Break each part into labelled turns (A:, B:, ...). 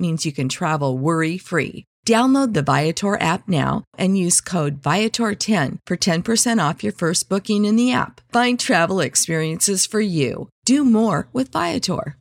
A: means you can travel worry free. Download the Viator app now and use code Viator10 for 10% off your first booking in the app. Find travel experiences for you. Do more with Viator.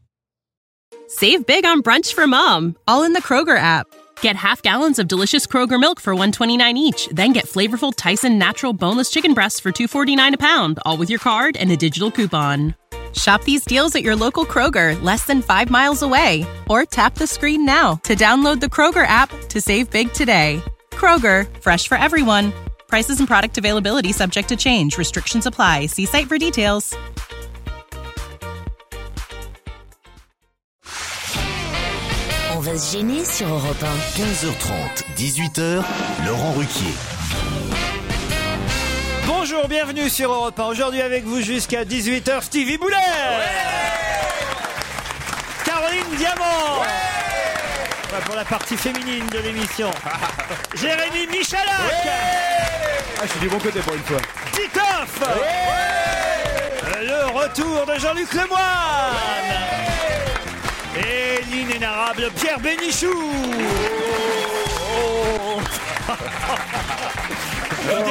B: Save big on brunch for mom, all in the Kroger app. Get half gallons of delicious Kroger milk for 129 each, then get flavorful Tyson natural boneless chicken breasts for 249 a pound, all with your card and a digital coupon. Shop these deals at your local Kroger, less than 5 miles away, or tap the screen now to download the Kroger app to save big today. Kroger, fresh for everyone. Prices and product availability subject to change. Restrictions apply. See site for details.
C: On va se gêner sur Europe
D: 15h30, 18h, Laurent Ruquier.
E: Bonjour, bienvenue sur Europe 1. Aujourd'hui avec vous jusqu'à 18h, Stevie Boulet Caroline Diamant Voilà Pour la partie féminine de l'émission. Jérémy Michalak
F: Ah, je suis du bon côté pour une fois.
E: Titoff Euh, Le retour de Jean-Luc Lemoyne Et l'inénarrable Pierre Bénichou
G: Oh,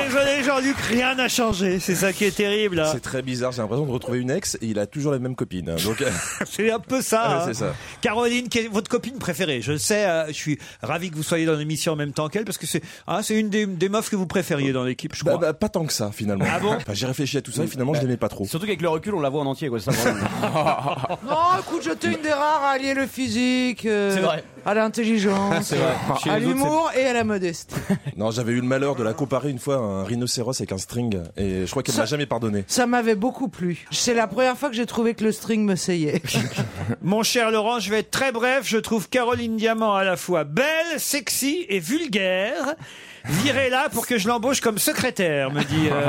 E: Désolé Jean-Luc, rien n'a changé, c'est ça qui est terrible. hein.
F: C'est très bizarre, j'ai l'impression de retrouver une ex et il a toujours la même copine. hein. Donc, euh,
E: C'est un peu ça.
F: Ah,
E: hein.
F: c'est ça.
E: Caroline, quelle est votre copine préférée Je le sais, euh, je suis ravi que vous soyez dans l'émission en même temps qu'elle parce que c'est ah, c'est une des, des meufs que vous préfériez dans l'équipe, je
F: bah,
E: crois.
F: bah, pas tant que ça finalement.
E: Ah bon
F: Enfin, j'ai réfléchi à tout ça et finalement je l'aimais pas trop.
H: Surtout qu'avec le recul, on la voit en entier. Quoi, ça,
I: Non, écoute, j'étais une des rares à allier le physique euh,
H: C'est vrai.
I: à l'intelligence, à l'humour et à la modestie.
F: Non, j'avais eu le malheur de la comparer une fois à un rhinocéros avec un string et je crois qu'elle
I: Ça-
F: m'a jamais pardonné.
I: Ça m'avait beaucoup plu. C'est la première fois que j'ai trouvé que le string me saillait.
E: Mon cher Laurent, je vais être très bref. Je trouve Caroline Diamant à la fois belle, sexy et vulgaire. Virez-la pour que je l'embauche comme secrétaire, me dit euh,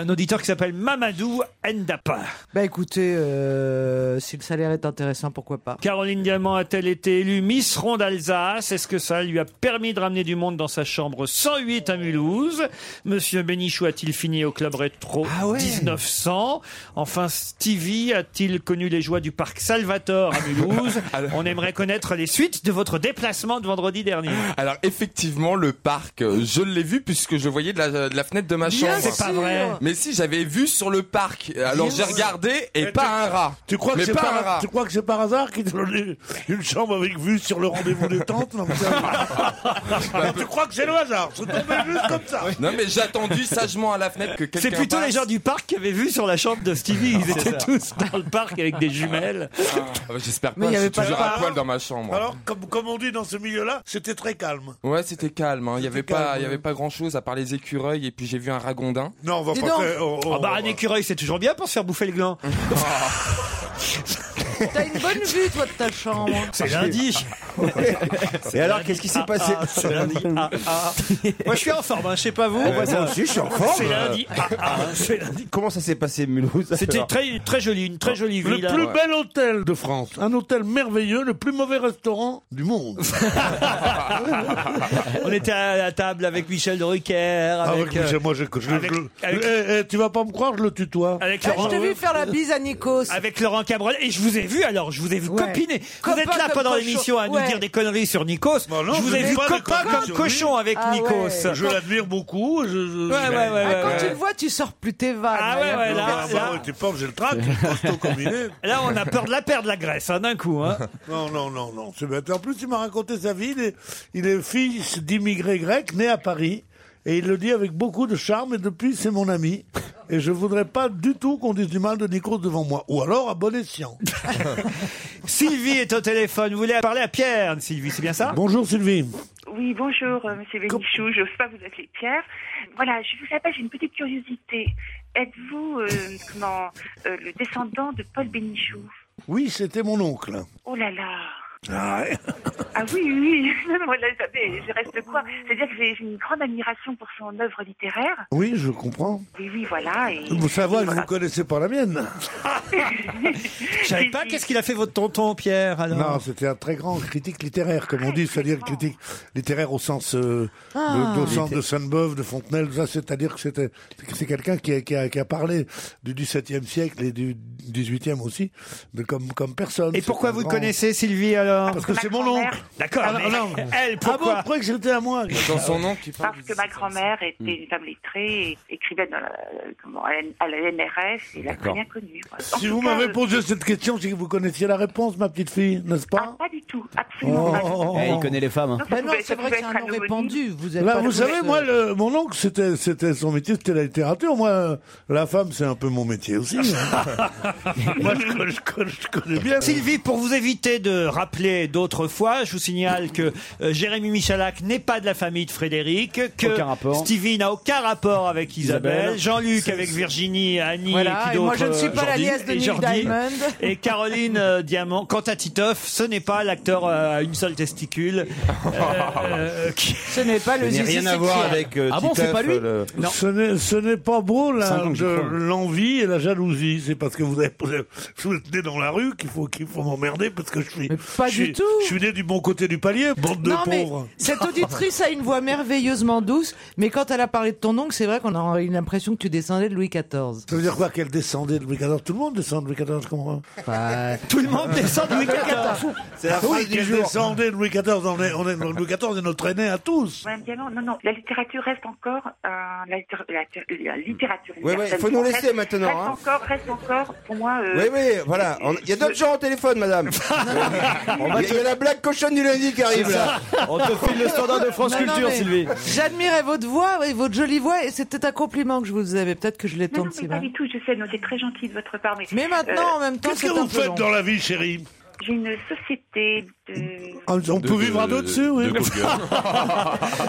E: un auditeur qui s'appelle Mamadou Ndapa.
I: bah écoutez, euh, si le salaire est intéressant, pourquoi pas
E: Caroline Diamant a-t-elle été élue Miss Ronde Alsace Est-ce que ça lui a permis de ramener du monde dans sa chambre 108 à Mulhouse Monsieur Bénichou a-t-il fini au club rétro
J: Ah
E: 1900 Enfin, Stevie a-t-il connu les joies du parc Salvatore à Mulhouse On aimerait connaître les suites de votre déplacement de vendredi dernier.
K: Alors effectivement, le parc, euh, je l'ai vu puisque je voyais de la, de la fenêtre de ma
I: Bien
K: chambre.
E: C'est pas vrai.
K: Mais si, j'avais vu sur le parc. Alors j'ai regardé et pas un rat.
J: Tu crois, que
K: Mais
J: c'est
K: pas
J: par,
K: un rat.
J: tu crois que c'est par hasard qu'ils te donnent une chambre avec vue sur le rendez-vous des tentes non, mais ça- Non, Tu crois que c'est le hasard C'est tombé juste comme ça
K: Non mais j'attendis sagement à la fenêtre que quelqu'un
E: C'est plutôt
K: passe. Ah,
E: les gens du parc qui avaient vu sur la chambre de
J: Ah,
E: Stevie. Ils étaient tous dans le parc avec des jumelles.
K: Ah, bah, J'espère
I: Mais
K: pas,
I: il y
K: je
I: avait
K: suis
I: pas de
K: toujours
I: rat.
K: à poil dans ma chambre.
J: Alors, comme, comme on dit dans ce milieu-là, c'était très calme.
K: Ouais, c'était calme, hein. il y avait
J: C'était
K: pas
J: calme,
K: il y avait
J: ouais.
K: pas grand-chose à part les écureuils et puis j'ai vu un ragondin.
J: Non, on va
I: Dis
J: pas
I: donc.
J: faire... on- on- Ah,
E: Ah bah, un écureuil, c'est toujours bien pour se faire bouffer le gland.
I: T'as une bonne vue, toi, de ta chambre.
E: C'est lundi.
F: Et alors, qu'est-ce qui s'est passé
E: C'est lundi. Ah, ah. Moi, je suis en forme, hein, je sais pas
L: Eh
E: vous.
L: ben,
F: je suis en
E: C'est lundi. Ah, ah, c'est lundi.
F: Comment ça s'est passé Mulhouse
E: C'était très, très joli, une très jolie
J: Ah, Le
E: ville. hein.
J: plus bel hôtel de France. Un hôtel merveilleux, le plus mauvais restaurant du monde.
E: On était à la table avec Michel de Rucker,
J: Avec,
E: avec, euh,
J: Michel, Ah moi, je, je- je-
E: avec-
J: je-
E: avec-
J: Eh, eh, tu vas pas me croire, je le tutoie.
E: avec
I: Eh, je
E: Laurent.
I: t'ai vu faire la bise à Nikos.
E: Avec Laurent Cabrol. Et je vous ai vu alors, je vous ai vu
I: Ouais.
E: copiner. Vous
I: Copain
E: êtes là
I: comme
E: pendant
I: cochon.
E: l'émission à nous
I: Ouais.
E: dire des conneries sur Nikos.
J: Bah Non, non,
E: je vous
J: je
E: ai
J: dis
E: vu
J: pas des
E: copain
J: conneries
E: comme
J: sur
E: cochon avec
I: Ah
E: Nikos.
I: ouais.
J: Je l'admire beaucoup. Je, je-
E: Ouais, ouais, ouais,
I: Ah,
E: ouais,
I: quand
E: ouais.
I: tu le vois, tu sors plus tes vannes.
E: Ah ouais,
I: Regarde.
E: ouais, là.
J: Ah, bah, ouais, t'es pauvre, j'ai le trac, il est costaud comme il est.
E: Là, on a peur de la perdre, la Grèce, hein, d'un coup. Hein.
J: Non, non, non, non, c'est bête. En plus, il m'a raconté sa vie. Il est, il est fils d'immigrés grecs, né à Paris. Et il le dit avec beaucoup de charme. Et depuis, c'est mon ami. Et je voudrais pas du tout qu'on dise du mal de Nikos devant moi. Ou alors à bon escient.
E: Sylvie est au téléphone. Vous voulez parler à Pierre, Sylvie, c'est bien ça
J: Bonjour Sylvie.
H: Oui, bonjour, euh, monsieur Bénichou. Je ne sais pas vous appeler Pierre. Voilà, je vous appelle, j'ai une petite curiosité. Êtes-vous euh, comment, euh, le descendant de Paul Bénichou
J: Oui, c'était mon oncle.
H: Oh là là
J: Ah, ouais.
H: Ah oui, oui, non, non, voilà, ça fait- je reste quoi C'est-à-dire que j'ai j'ai une grande admiration pour son œuvre littéraire.
J: Oui, je comprends.
H: Oui, oui, voilà. Et...
J: Vous savez que vous ne connaissez pas la mienne.
M: Je savais pas, qu'est-ce qu'il a fait votre tonton, Pierre alors
J: Non, c'était un très grand critique littéraire, comme on dit, c'est-à-dire critique littéraire au sens, euh,
M: Ah.
J: de, au sens de Sainte-Beuve, de Fontenelle, tout ça, c'est-à-dire que c'était, que c'est quelqu'un qui a, qui, a, qui a parlé du XVIIe siècle et du XVIIIe aussi, de, comme, comme personne.
M: Et
J: C'est
M: pourquoi
J: un
M: vous le
J: grand-
M: connaissez, Sylvie, alors
J: Parce que c'est mon oncle.
M: D'accord,
J: Ah,
M: mais
J: non.
M: elle,
J: Ah
M: pourquoi
J: bon, je croyais que c'était à moi. Ah
K: Dans son nom, qui
H: Parce que ma grand-mère était une femme lettrée, et écrivait dans la, comment, à la NRS, et l'a très
J: D'accord.
H: bien connue. En
J: Si
H: tout
J: vous
H: cas,
J: m'avez
H: euh,
J: posé cette question, c'est que vous connaissiez la réponse, ma petite fille, n'est-ce pas
H: Pas du tout, absolument pas.
N: Eh, il connaît les femmes.
I: Bah
N: hein.
H: non, c'est vrai que c'est un nom répandu.
I: Ah, Vous
E: Bah,
J: Là, vous savez, moi, le- mon oncle, c'était, c'était son métier, c'était la littérature. Moi, euh, la femme, c'est un peu mon métier aussi.
I: Ah,
J: hein. moi, je, co- je co- je connais bien.
E: Sylvie, pour vous éviter de rappeler d'autres fois, je vous signale que euh, Jérémy Michalak n'est pas de la famille de Frédéric, que
N: Aucun rapport.
E: Stevie n'a aucun rapport avec Isabelle,
N: Isabelle.
E: Jean-Luc avec Virginie, Annie
I: Voilà,
E: et qui
I: et moi,
E: d'autre,
I: je ne suis
E: euh,
I: pas la
E: Jordi,
I: nièce de
E: et
I: Neil
E: Jordi.
I: Diamond.
E: Et Caroline euh, Diamant. Quant à Titoff, ce n'est pas l'acteur euh, à une seule testicule. euh, Ce
I: n'est pas
J: le zizi
I: hein.
J: sexuel.
N: Ah bon, c'est pas lui
J: Ce n'est- Ce n'est pas beau,
N: Cinq
J: là,
N: ans que j'y crois.
J: l'envie et la jalousie. C'est parce que vous avez posé, je vous êtes né dans la rue qu'il faut, qu'il faut m'emmerder parce que je suis.
I: pas
J: je
I: du
J: suis-
I: tout.
J: Je suis né du bon côté du palier, bande de
I: non, mais
J: pauvres.
I: cette auditrice a une voix merveilleusement douce, mais quand elle a parlé de ton oncle, c'est vrai qu'on a eu l'impression que tu descendais de Louis XIV.
J: Ça veut dire quoi qu'elle descendait de Louis XIV Tout le monde descend de Louis XIV, je comprends.
I: Bah,
E: Tout le monde descend
J: Ah
E: de Louis XIV.
J: C'est la
E: Oui,
J: phrase du
E: qu'elle
J: jour.
E: descendait
J: Descendez de Louis XIV, on est, on est, Louis XIV est notre aîné à tous.
H: Madame Diamant, non, non, la littérature reste encore. euh, la, littér- la littér- la littérature.
L: Ouais, ouais,
H: universelle
L: faut nous laisser
H: française
L: maintenant,
H: Reste
L: hein.
H: encore, reste encore, pour moi. euh,
L: Oui, oui, voilà. On- Il y a d'autres gens au téléphone, madame. Il y a- il y a la blague cochonne du lundi qui arrive là.
N: On te file le standard de France
I: Non, non,
N: Culture,
I: mais
N: Sylvie.
I: J'admirais votre voix et votre jolie voix, et c'était un compliment que je vous avais. Peut-être que je l'ai
H: Non, non,
I: tenté,
H: mais pas du tout, je sais, non, c'est très gentil de votre part. Mais, euh,
I: Mais maintenant, en même temps, Qu'est-ce que c'est un vous peu faites long. dans
J: la vie, chérie
H: J'ai une société de.
J: Ah, On peut vivre à deux dessus, oui.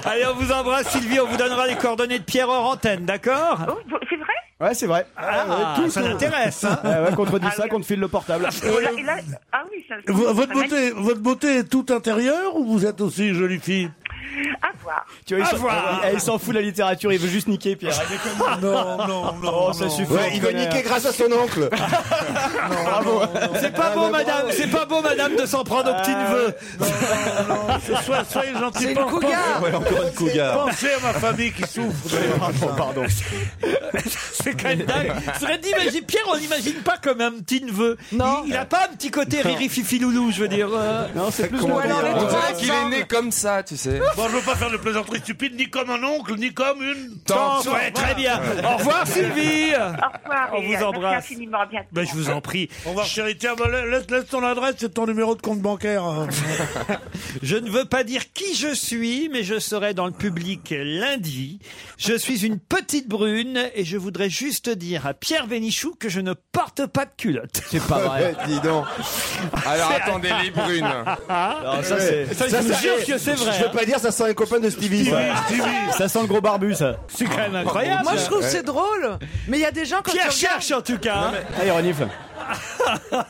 E: Allez, on vous embrasse, Sylvie. On vous donnera les coordonnées de Pierre hors antenne, d'accord
H: Oh, C'est vrai
N: Ouais, c'est vrai.
E: Ah, ça l'intéresse, hein.
N: Ouais, ouais, qu'on te dise ça, qu'on te file le portable.
H: Et là- et là- ah oui, ça,
J: V-
H: ça-
J: votre,
H: ça
J: beauté, votre beauté est tout intérieure ou vous êtes aussi jolie fille
H: m'a- À voir.
N: Tu vois, il
H: À
N: s'en- eh,
H: voir.
N: il- il s'en fout de la littérature, il veut juste niquer Pierre. Il déconne.
J: Non, non, non.
N: Oh, ça suffit.
L: Ouais, il veut niquer grâce à son oncle.
N: Ah, Bravo.
E: C'est pas beau, madame. C'est pas beau, madame, de s'en prendre aux petits neveux.
J: Sois- Soyez
I: C'est
J: gentil.
I: une
J: pense- pense-
I: cougar.
F: Ouais, encore une cougar.
J: Pensez à ma famille qui souffre.
N: Pardon, pardon.
E: C'est quand même dingue. C'est vrai d'imaginer- Pierre, on l'imagine pas comme un petit neveu. Il, il a pas un petit côté riri fifi loulou, je veux dire. euh.
N: Non, c'est plus
K: Comment
N: mon
K: dire
N: délire.
K: On dirait Ah, qu'il est né comme ça, tu sais.
J: Bon, je veux pas faire de plaisanterie stupide, ni comme un oncle, ni comme une
E: Tante,
J: tante.
E: ouais, très bien. Au revoir, Sylvie.
H: Au revoir.
E: On
H: et,
E: vous
H: euh, Merci
E: embrasse.
H: infiniment. à bientôt.
E: Ben, je vous en prie.
J: Au revoir, chérie. Tiens, bah, laisse, laisse ton adresse et ton numéro de compte bancaire. hein.
E: Je ne veux pas dire qui je suis, mais je serai dans le public lundi. Je suis une petite brune et je voudrais juste dire à Pierre Bénichou que je ne porte pas de culotte.
N: C'est pas vrai.
L: Dis donc.
K: Alors attendez, les brunes.
N: Non, ça, c'est.
E: Ça, je vous jure que c'est vrai. hein.
L: Je veux pas dire, ça sent un copain de Stevie.
N: Ça sent le gros barbu, ça.
E: C'est quand même incroyable.
I: Moi, je trouve que c'est drôle, mais il y a des gens quand
E: Pierre
I: tu regardes-
E: cherche en tout cas. hein.
H: Ah,
N: Allez, renifle.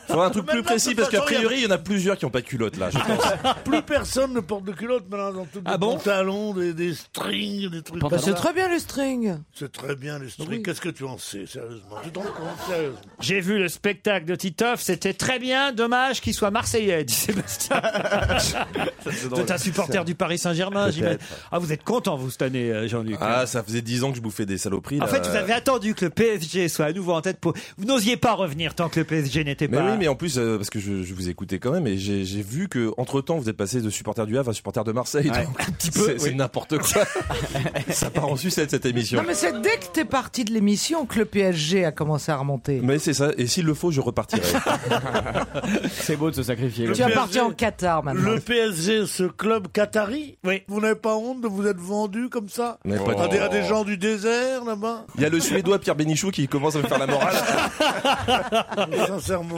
F: Faut un truc plus
J: Maintenant,
F: précis
J: de
F: parce
J: toute
F: qu'a
J: façon,
F: priori, il y en a plusieurs qui n'ont pas de culotte là. je pense.
J: Plus personne ne porte de culotte maintenant dans tous les
E: Ah bon
J: pantalons, des, des strings, des trucs.
I: Bah,
J: comme
I: c'est
J: ça.
I: très bien le string.
J: C'est très bien les strings.
I: Oui.
J: Qu'est-ce que tu en sais, sérieusement Tu te rends compte, sérieusement
E: J'ai vu le spectacle de Titoff, c'était très bien, dommage qu'il soit marseillais, dit Sébastien. Vous êtes un supporter du Paris Saint-Germain, j'imagine. Ah, vous êtes content, vous, cette année, euh, Jean-Luc.
F: Ah, ça faisait 10 ans que je bouffais des saloperies.
E: en
F: là.
E: fait, vous avez attendu que le PSG soit à nouveau en tête pour... Vous n'osiez pas revenir tant que le PSG n'était
F: Mais
E: pas...
F: oui, mais en plus, euh, parce que je, je vous écoutais quand même, et j'ai j'ai vu que entre temps, vous êtes passé de supporter du Havre à supporter de Marseille. donc,
E: peu,
F: c'est
E: oui.
F: c'est n'importe quoi. ça part en sucette cette émission.
I: Non, mais c'est dès que t'es parti de l'émission que le PSG a commencé à remonter.
F: Mais c'est ça, et s'il le faut, je repartirai.
N: C'est beau de se sacrifier.
I: Tu vas partir en Qatar maintenant.
J: Le PSG, ce club qatari,
E: Oui.
J: vous n'avez pas honte de vous être vendu comme ça
F: Mais pas
J: à,
F: du
J: des,
F: tout.
J: à des gens du désert là-bas
F: Il y a le Suédois Pierre Bénichou qui commence à me faire la morale.
J: sincèrement.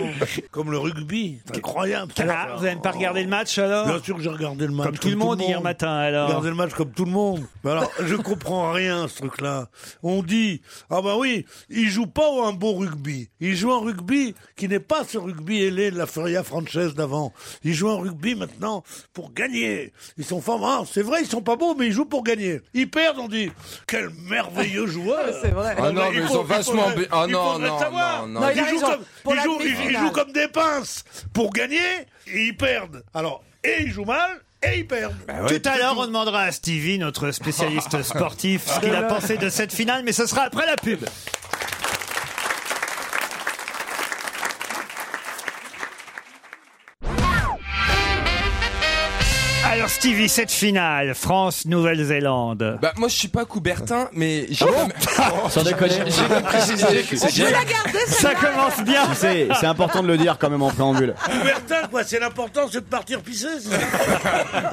J: Comme le rugby, c'est incroyable.
E: Ah, vous n'avez pas regardé le match alors
J: Bien sûr que j'ai regardé le match.
E: Comme tout le monde hier matin alors.
J: J'ai regardé le match comme tout le monde. Mais alors, je comprends rien ce truc-là. On dit, ah bah oui, il joue pas un bon rugby. Il joue un rugby qui n'est pas ce rugby ailé de la Feria française d'avant. Il joue un rugby maintenant pour gagner. Ils sont forts. Ah, c'est vrai, ils sont pas beaux, mais ils jouent pour gagner. Ils perdent, on dit, quel merveilleux joueur.
I: c'est vrai.
K: Ah non, mais
J: il
K: ils
J: faut-
K: sont
J: il faudrait-
K: vachement bien- Ah
J: il
K: non,
J: faudrait
K: non,
J: savoir.
K: non, non. Non, il a
J: Ils jouent
K: raison.
J: comme-
K: Pour
J: ils
K: la
J: jouent- ils- ils
K: demi-finale.
J: jouent comme des pinces pour gagner et ils perdent. Alors, et ils jouent mal et ils perdent.
K: Bah
E: Tout à l'heure, on demandera à Stevie, notre spécialiste sportif, ce qu'il a pensé de cette finale, mais ce sera après la pub. Alors Stevie, cette finale, France-Nouvelle-Zélande. Oh.
K: Bah, moi, je suis pas Coubertin, mais j'ai.
N: Sans déconner.
K: J'ai- j'ai pas précisé que c'est-
E: Ça commence bien.
N: Tu sais, c'est important de le dire quand même en préambule.
J: Coubertin, quoi, c'est l'important, c'est de partir pisser, c'est ça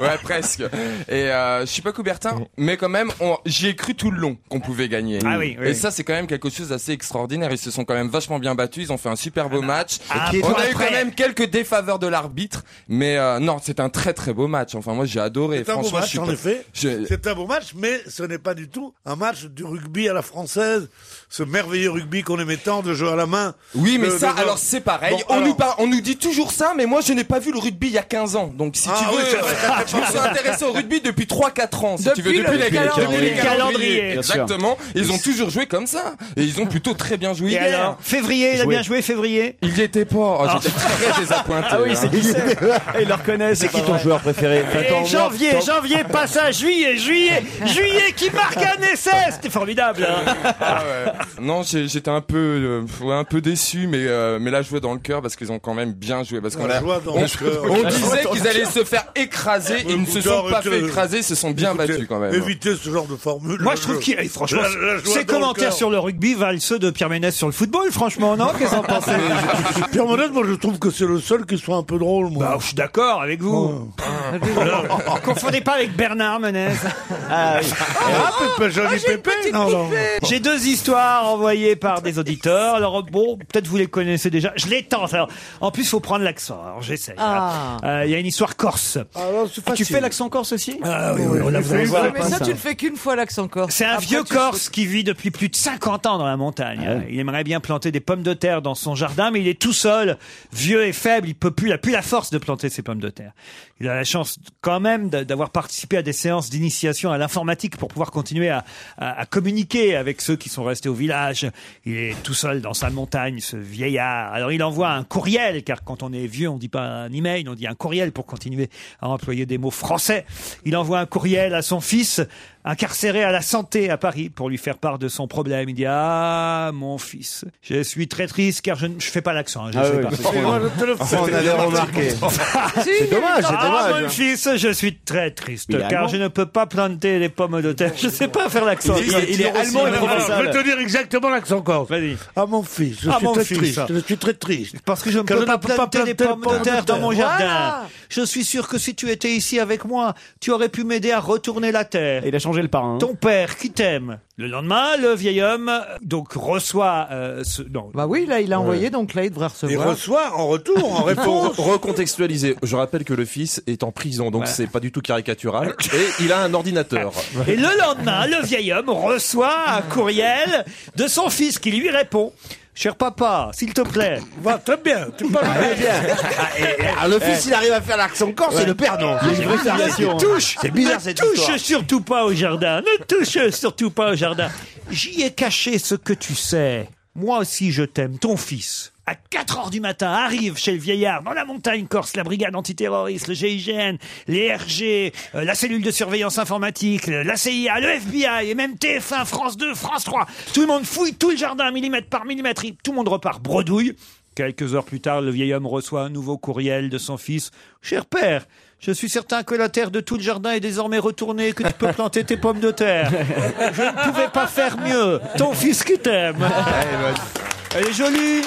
K: ouais, presque. Et euh, je suis pas Coubertin, mais quand même, on- j'y ai cru tout le long qu'on pouvait gagner.
E: Ah oui, oui.
K: Et ça, c'est quand même quelque chose d'assez extraordinaire. Ils se sont quand même vachement bien battus. Ils ont fait un super beau match.
E: ah,
K: on
E: bon,
K: a eu
E: après.
K: quand même quelques défaveurs de l'arbitre, mais euh, non, c'est un très très beau match. Enfin, moi, j'ai adoré.
J: C'est un
K: Franchement,
J: bon
K: je
J: match,
K: suis
J: en
K: pas-
J: effet.
K: je-
J: C'est un bon match, mais ce n'est pas du tout un match du rugby à la française, ce merveilleux rugby qu'on aimait tant de jeu à la main.
K: Oui, mais
J: De-
K: ça,
J: de-
K: alors c'est pareil.
J: Bon,
K: on,
J: alors-
K: nous par- on nous dit toujours ça, mais moi, je n'ai pas vu le rugby il y a 15 ans. Donc, si
J: Ah
K: tu
J: oui,
K: veux,
J: c'est vrai, ça fait
K: je me suis
J: pas-
K: intéressé au rugby depuis 3-4 ans. Si tu
J: Depuis
K: veux,
J: le
K: depuis les,
J: calendrier.
K: calendriers.
J: Depuis les calendriers.
E: Bien sûr.
K: Exactement. Ils ont toujours joué comme ça. Et ils ont plutôt très bien joué
E: Et
K: hier.
E: alors Février, il a bien joué, février Ah.
K: Il y était pas. Oh, J'étais très désappointé. hein.
N: Ah oui, c'est qui c'est Ils le reconnaissent. C'est qui ton joueur préféré
E: Et janvier, janvier passe à juillet, juillet, juillet qui marque un essai, c'était formidable. hein.
K: Ah ouais. Non, j'ai- j'étais un peu, euh, ouais, un peu déçu, mais euh, mais là, je jouais dans le cœur parce qu'ils ont quand même bien joué. Parce qu'on
J: La
K: a-
J: joie dans
K: on-
J: le cœur.
K: on
J: La joie
K: disait
J: dans le
K: qu'ils allaient
J: cœur.
K: se faire écraser. Ils ne se sont
J: Boudard,
K: pas
J: écoutez,
K: fait écraser. Ils se sont bien
J: écoutez,
K: battus quand même.
J: Évitez ce genre de formule.
E: Moi, je trouve qu'il, eh, franchement,
J: La- la joie
E: ces
J: dans le
E: commentaires
J: cœur.
E: sur le rugby valent ceux de Pierre Ménès sur le football, franchement, non Qu'est-ce que vous en pensez
J: Pierre Monnet, moi, je trouve que c'est le seul qui soit un peu drôle, moi.
E: Bah, je suis d'accord avec vous. Ne Confondez pas avec Bernard Menez.
J: ah, Pépé, joli Pépé, non, non.
E: J'ai deux histoires envoyées par des auditeurs. Alors bon, peut-être vous les connaissez déjà. Je les tente. Alors, en plus, faut prendre l'accent. Alors j'essaie.
I: Ah.
E: Euh, Il y a une histoire corse.
J: Alors, Ah, c'est
N: Tu
J: facile.
N: fais l'accent corse aussi
E: Ah oui, oui, on la vous allez voir.
I: Mais ça, tu le fais qu'une fois l'accent corse.
E: C'est un
I: Après,
E: vieux
I: tu Ah
E: Corse qui vit depuis plus de 50 ans dans la montagne. Il aimerait bien planter des pommes de terre dans son jardin, mais il est tout seul, vieux et faible. Il peut plus, il a plus la force de planter ses pommes de terre. Il a la chance quand même d'a- d'avoir participé à des séances d'initiation à l'informatique pour pouvoir continuer à, à- à communiquer avec ceux qui sont restés au village. Il est tout seul dans sa montagne, ce vieillard. Alors il envoie un courriel, car quand on est vieux, on dit pas un email, on dit un courriel pour continuer à employer des mots français. Il envoie un courriel à son fils, incarcéré à la santé à Paris, pour lui faire part de son problème. Il dit Ah, mon fils, je suis très triste car je ne je fais pas l'accent. hein, je
N: Ah
E: sais
N: oui.
E: pas.
J: Excusez-moi, le téléphone.
N: Oh, On avait remarqué. C'est dommage, c'est
E: Ah,
N: dommage. hein.
E: mon fils, je suis très triste
N: Il est
E: car
N: allemand.
E: je ne peux pas planter les pommes de terre. Je ne sais pas faire l'accent.
N: Il est- il est allemand et
J: Alors, alors, je vais
N: provençal.
J: te dire exactement l'accent corse.
E: Vas-y.
J: Ah, mon fils, je
E: Ah,
J: suis
E: mon
J: très
E: fils.
J: triste. Je suis très triste.
E: Parce que je ne
J: Car
E: peux
J: je
E: pas
J: ne peux pas
E: planter des
J: planter
E: pommes de terre dans mon jardin.
I: Voilà.
E: Je suis sûr que si tu étais ici avec moi, tu aurais pu m'aider à retourner la terre.
N: Il a changé le parrain.
E: Ton père qui t'aime. Le lendemain, le vieil homme euh, donc reçoit euh, ce non.
I: Bah oui, là, il a envoyé, donc là, il devrait
J: Il
I: recevoir.
J: reçoit en retour, en
F: Il faut
J: réponse.
F: recontextualiser. Je rappelle que le fils est en prison, donc c'est pas du tout caricatural. Et il a un ordinateur.
E: Et le lendemain, le vieil homme reçoit un courriel de son fils qui lui répond Cher papa, s'il te plaît. Ah,
J: Va très bien. Tu parles bien.
L: le fils, il arrive à faire l'accent corse et le père, non.
E: Ne touche,
L: C'est bizarre,
E: ne
L: cette
E: touche
L: histoire.
E: surtout pas au jardin. Ne touche surtout pas au jardin. J'y ai caché ce que tu sais. Moi aussi, je t'aime, ton fils. À 4 heures du matin, arrive chez le vieillard, dans la montagne corse, la brigade antiterroriste, le GIGN, les RG, euh, la cellule de surveillance informatique, le- la CIA, le FBI, et même TF1, France 2, France 3. Tout le monde fouille tout le jardin, millimètre par millimètre. Tout le monde repart bredouille. Quelques heures plus tard, le vieil homme reçoit un nouveau courriel de son fils. Cher père, je suis certain que la terre de tout le jardin est désormais retournée et que tu peux planter tes pommes de terre. Je ne pouvais pas faire mieux. Ton fils qui t'aime. Elle est jolie.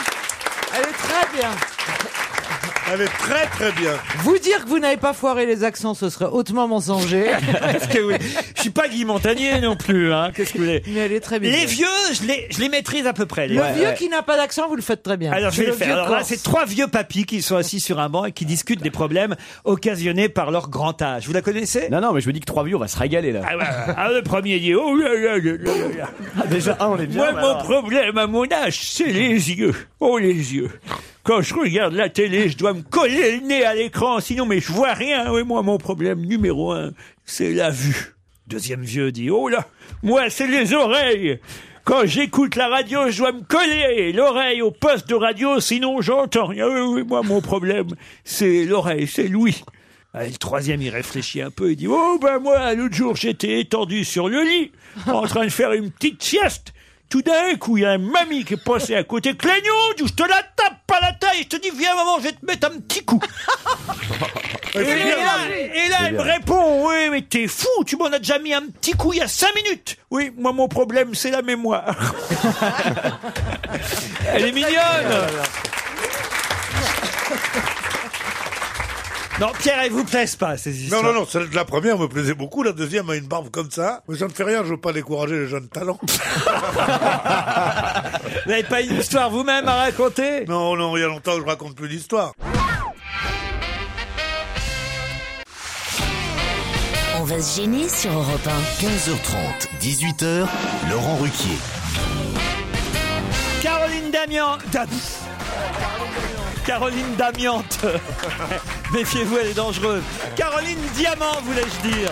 I: Elle est très bien.
J: Elle est très très bien.
I: Vous dire que vous n'avez pas foiré les accents, ce serait hautement mensonger.
E: Est-ce que oui Je suis pas Guy Montagnier non plus. Hein. Qu'est-ce que vous voulez
I: Mais elle est très bien.
E: Les vieux, je les, je les maîtrise à peu près. les
I: Le
E: vieux.
I: vieux qui n'a pas d'accent, vous le faites très bien.
E: Alors je
I: C'est
E: vais le
I: vieux
E: faire. Alors là,
I: Corse.
E: c'est trois vieux papis qui sont assis sur un banc et qui discutent des problèmes occasionnés par leur grand âge. Vous la connaissez
N: Non, non, mais je me dis que trois vieux, on va se régaler là.
E: Ah, ouais, ouais. Ah, le premier dit Oh là là là là là là.
N: déjà, ah, on est bien,
E: Moi,
N: bah,
E: mon
N: alors.
E: problème à mon âge, c'est les yeux. Oh, les yeux. Quand je regarde la télé, je dois me coller le nez à l'écran, sinon, mais je vois rien. Oui, moi, mon problème numéro un, c'est la vue. Deuxième vieux dit Oh là, moi, c'est les oreilles. Quand j'écoute la radio, je dois me coller l'oreille au poste de radio, sinon j'entends. rien. oui, oui, moi, mon problème, c'est l'oreille, c'est l'ouïe. Ah, et Le troisième, il réfléchit un peu, il dit Oh, ben moi, l'autre jour, j'étais étendu sur le lit, en train de faire une petite sieste. Tout d'un coup, il y a un mamie qui est passé à côté, Clégnoude, je te la tape pas la taille, je te dis Viens, maman, je vais te mettre un petit coup. et, là, et là,
M: C'est
E: elle me
M: bien.
E: répond Oui, mais t'es fou, tu m'en as déjà mis un petit coup il y a cinq minutes. Oui, moi, mon problème, c'est la mémoire. Elle est mignonne Non, Pierre, elle vous plaise pas, ces histoires.
J: Non, non, non, celle de la première me plaisait beaucoup, la deuxième a une barbe comme ça. Mais ça ne fait rien, je veux pas décourager les jeunes talents.
E: Vous n'avez pas une histoire vous-même à raconter
J: Non, non, il y a longtemps que je raconte plus d'histoire.
C: On va se gêner sur Europe
D: 15h30, 18h, Laurent Ruquier.
E: Caroline Damian. Dam- Caroline Damiante. Méfiez-vous, elle est dangereuse. Caroline Diamant, voulais-je dire.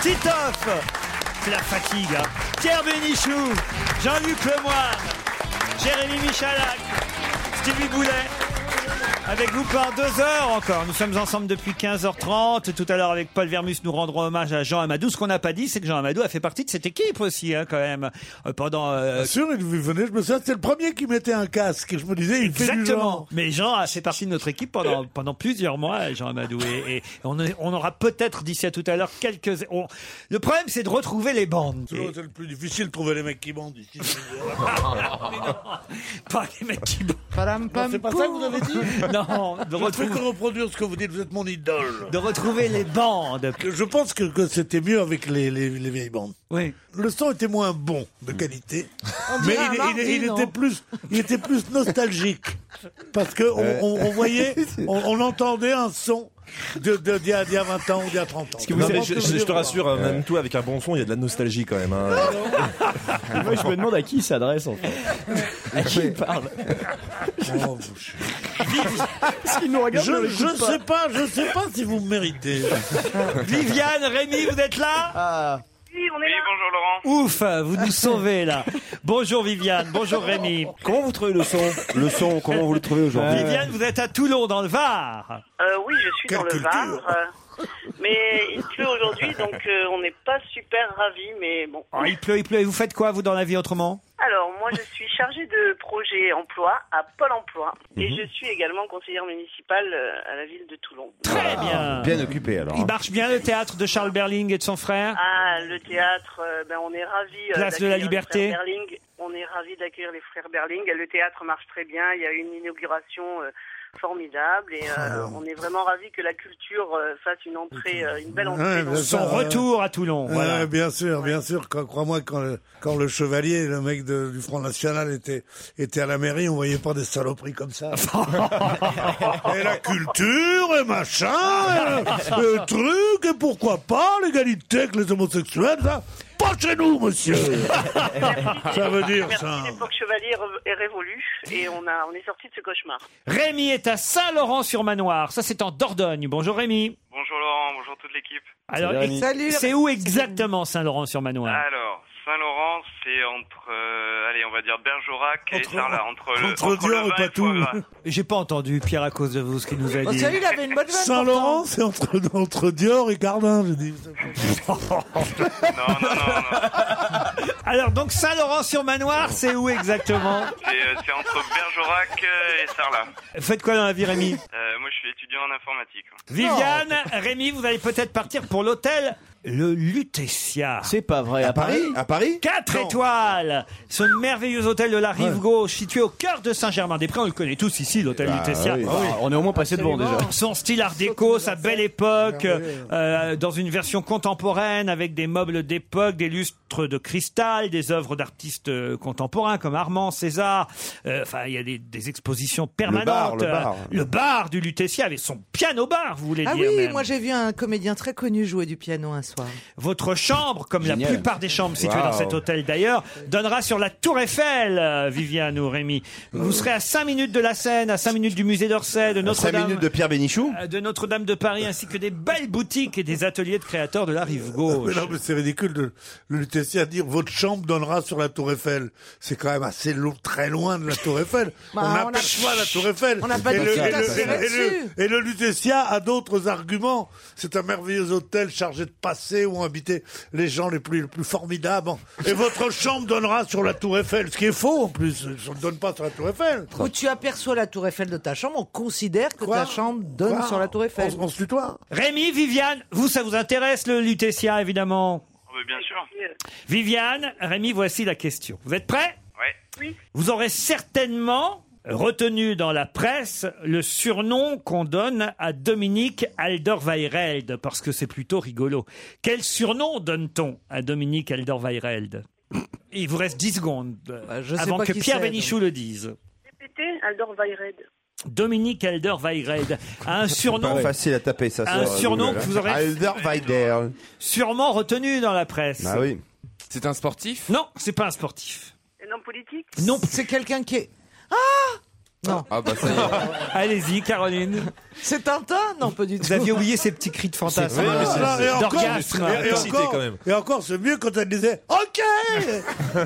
E: Titoff. C'est la fatigue. hein. Pierre Bénichou. Jean-Luc Lemoyne. Jérémy Michalak. Stevie Boulet. Avec vous pendant deux heures encore. Nous sommes ensemble depuis 15h30. Tout à l'heure, avec Paul Vermus, nous rendrons hommage à Jean Amadou. Ce qu'on n'a pas dit, c'est que Jean Amadou a fait partie de cette équipe aussi, hein, quand même. Euh, Pendant euh,
J: Bien sûr, il venait, je me souviens, c'était le premier qui mettait un casque. et Je me disais, il fait du genre.
E: Exactement. Mais Jean a fait partie de notre équipe pendant,
J: Euh.
E: pendant plusieurs mois, Jean Amadou. Et, et on, est- on aura peut-être d'ici à tout à l'heure quelques. on- Le problème, c'est de retrouver les bandes.
J: C'est
E: Et-
J: c'est le plus difficile de trouver les mecs qui bandent ici.
E: pas les mecs qui bandent.
J: Non, C'est pas ça que vous avez dit
E: Non, de
J: Je ne fais
E: retrouver-
J: que reproduire ce que vous dites, vous êtes mon idole.
E: De retrouver les bandes.
J: Je pense que, que c'était mieux avec les, les, les vieilles bandes.
E: Oui.
J: Le son était moins bon de qualité,
I: On
J: mais
I: dirait
J: il,
I: un
J: il-
I: mardi,
J: il
I: non
J: était plus, il était plus nostalgique parce que on,
N: Ouais.
J: on- on voyait, on, on entendait un son de de- d'il y, a- d'il y a 20 ans ou d'il y a 30 ans.
F: Parce que vous savez, je, je- je te rassure, hein, même toi, avec un bon son, il y a de la nostalgie quand même. hein.
N: Moi, Ah je me demande à qui il s'adresse en fait. À qui il parle Oh. Parce qu'il nous regarde, mais on
J: Je
N: l'écoute
J: je sais pas, je sais pas si vous me méritez.
E: Viviane, Rémi, vous êtes là
N: Ah.
H: Oui, on est là. bonjour Laurent.
E: Ouf, vous nous sauvez là. Bonjour Viviane, bonjour Rémi.
N: Comment vous trouvez le son Le son, comment vous le trouvez aujourd'hui
E: Euh, Viviane, vous êtes à Toulon, dans le Var.
O: Euh, oui, je suis dans le Var. euh, mais il pleut aujourd'hui, donc euh, on n'est pas super ravis, mais bon.
E: Oh, il pleut, il pleut. Et vous faites quoi, vous, dans la vie autrement
O: Alors, moi, je suis chargée de projet emploi à Pôle emploi et
E: Mhm.
O: je suis également conseillère municipale euh, à la ville de Toulon.
E: Très bien.
L: Ah, Bien occupé alors. hein.
E: Il marche bien le théâtre de Charles Berling et de son frère
O: Ah, le théâtre, euh, ben, on est ravis. euh,
E: Place de la
O: d'accueillir les
E: Liberté.
O: frères Berling. On est ravis d'accueillir les frères Berling. Le théâtre marche très bien. Il y a une inauguration euh, formidable et
E: Ah,
O: euh, on est vraiment ravis que la culture euh, fasse une entrée, euh, une belle entrée.
J: Ouais,
O: dans
J: bien
O: ce-
J: sûr, ouais.
E: à Toulon.
J: Ouais,
E: voilà.
J: bien sûr, bien sûr. Quand- Crois-moi, quand, le- quand le chevalier, le mec de- du Front National était, était à la mairie, on voyait pas des saloperies comme ça. et la culture, et machin, et le, le truc, et pourquoi pas l'égalité avec les homosexuels, ça Pas chez nous, monsieur Ça veut dire
O: Merci,
J: ça.
O: L'époque chevalier est re- est révolue et on, a, on est sorti de ce cauchemar.
E: Rémi est à Saint-Laurent-sur-Manoir. Ça, c'est en Dordogne. Bonjour Rémi.
P: Bonjour Laurent, bonjour toute l'équipe.
E: Alors, ex- c'est où exactement Saint-Laurent-sur-Manoir
P: Alors, Saint-Laurent, c'est entre, euh, allez, on va dire Bergerac et Sarlat, entre
K: euh,
P: le,
E: Entre
P: le vin et le foie gras.
E: J'ai pas entendu Pierre à cause de vous ce qu'il nous a
I: Oh,
E: dit.
I: celui-là, il avait une bonne vanne.
J: Saint-Laurent, c'est entre, entre Dior et Cardin, je dis.
E: Alors donc Saint-Laurent-sur-Manoir, c'est où exactement
P: C'est euh, c'est entre Bergerac euh, et Sarlat.
E: Faites quoi dans la vie Rémi
P: Euh, moi, je suis étudiant en informatique.
E: Viviane, Rémi, vous allez peut-être partir pour l'hôtel le Lutetia.
N: C'est pas vrai. À,
E: Paris
N: À Paris
E: 4 étoiles Ce merveilleux hôtel de la rive gauche, situé au cœur de Saint-Germain-des-Prés. On le connaît tous ici, l'hôtel
N: Bah
E: Lutetia.
N: oui. Ah oui. On est au moins passé devant, Absolument. déjà.
E: Son style art déco, sa belle époque, euh, dans une version contemporaine, avec des meubles d'époque, des lustres de cristal, des œuvres d'artistes euh, contemporains comme Armand, César. Euh, Enfin, il y a des, des expositions permanentes.
L: le bar.
E: Euh, le bar du Lutetia avec son piano-bar, vous voulez
I: Ah
E: dire.
I: oui,
E: même.
I: moi j'ai vu un comédien très connu jouer du piano un soir.
E: Votre chambre, comme la
I: Génial.
E: plupart des chambres situées
I: Wow.
E: dans cet hôtel d'ailleurs, donnera sur la Tour Eiffel, euh, Viviane ou Rémi. Vous serez à 5 minutes de la Seine, à 5 minutes du musée d'Orsay, de
L: Cinq
E: Notre-Dame.
L: minutes de Pierre Bénichou
E: euh, de Notre-Dame de Paris, ainsi que des belles boutiques et des ateliers de créateurs de la rive
J: Mais
E: gauche.
J: non, mais c'est ridicule de le Lutetia dire votre chambre donnera sur la Tour Eiffel. C'est quand même assez lo- très loin de la Tour Eiffel.
I: Bah,
J: on
I: on a-
J: n'aperçoit la Tour Eiffel.
I: On n'a pas
J: et,
I: de
J: le, et,
I: résultat,
J: le-
I: c'est
J: et le-
I: là-dessus.
J: et le Lutetia a d'autres arguments. C'est un merveilleux hôtel chargé de passé où ont habité les gens les plus, les plus formidables. Et votre chambre donnera sur la Tour Eiffel, ce qui est faux en plus. On ne donne pas sur la Tour Eiffel.
I: Où tu aperçois la tour Eiffel de ta chambre, on considère que
J: Quoi
I: ta chambre donne
J: Quoi
I: sur la tour Eiffel.
J: On, on se tutoie.
E: Rémi, Viviane, vous, ça vous intéresse le Lutetia, évidemment
P: Oui, bien sûr.
E: Viviane, Rémi, voici la question. Vous êtes prêts
P: Ouais.
E: Vous aurez certainement retenu dans la presse le surnom qu'on donne à Dominique Aldorweireld, parce que c'est plutôt rigolo. Quel surnom donne-t-on à Dominique Aldorweireld Il vous reste 10 secondes
I: Bah, je sais
E: avant
I: pas
E: que
I: qui
E: Pierre
I: c'est, donc.
E: Bénichou le dise.
O: Pété, Aldor Vaired.
E: Dominique Alderweireld a un surnom
L: Pas facile à taper, ça.
E: Un
L: sur, euh,
E: surnom
L: Google,
E: que
L: hein.
E: vous aurez-
L: Alder Weider.
E: sûrement retenu dans la presse.
N: Bah
L: Ah oui.
E: C'est un sportif Non, c'est pas un sportif.
O: Un homme politique
E: Non, c'est quelqu'un qui est
I: Non.
K: Ah bah ça y
E: Allez-y, Caroline.
I: C'est Tintin Non, pas du tout.
E: Vous aviez oublié ces petits cris de fantasme,
J: Ah, là, et encore,
E: d'orgasme.
N: hein,
J: et- et encore- Et encore, c'est mieux quand elle disait OK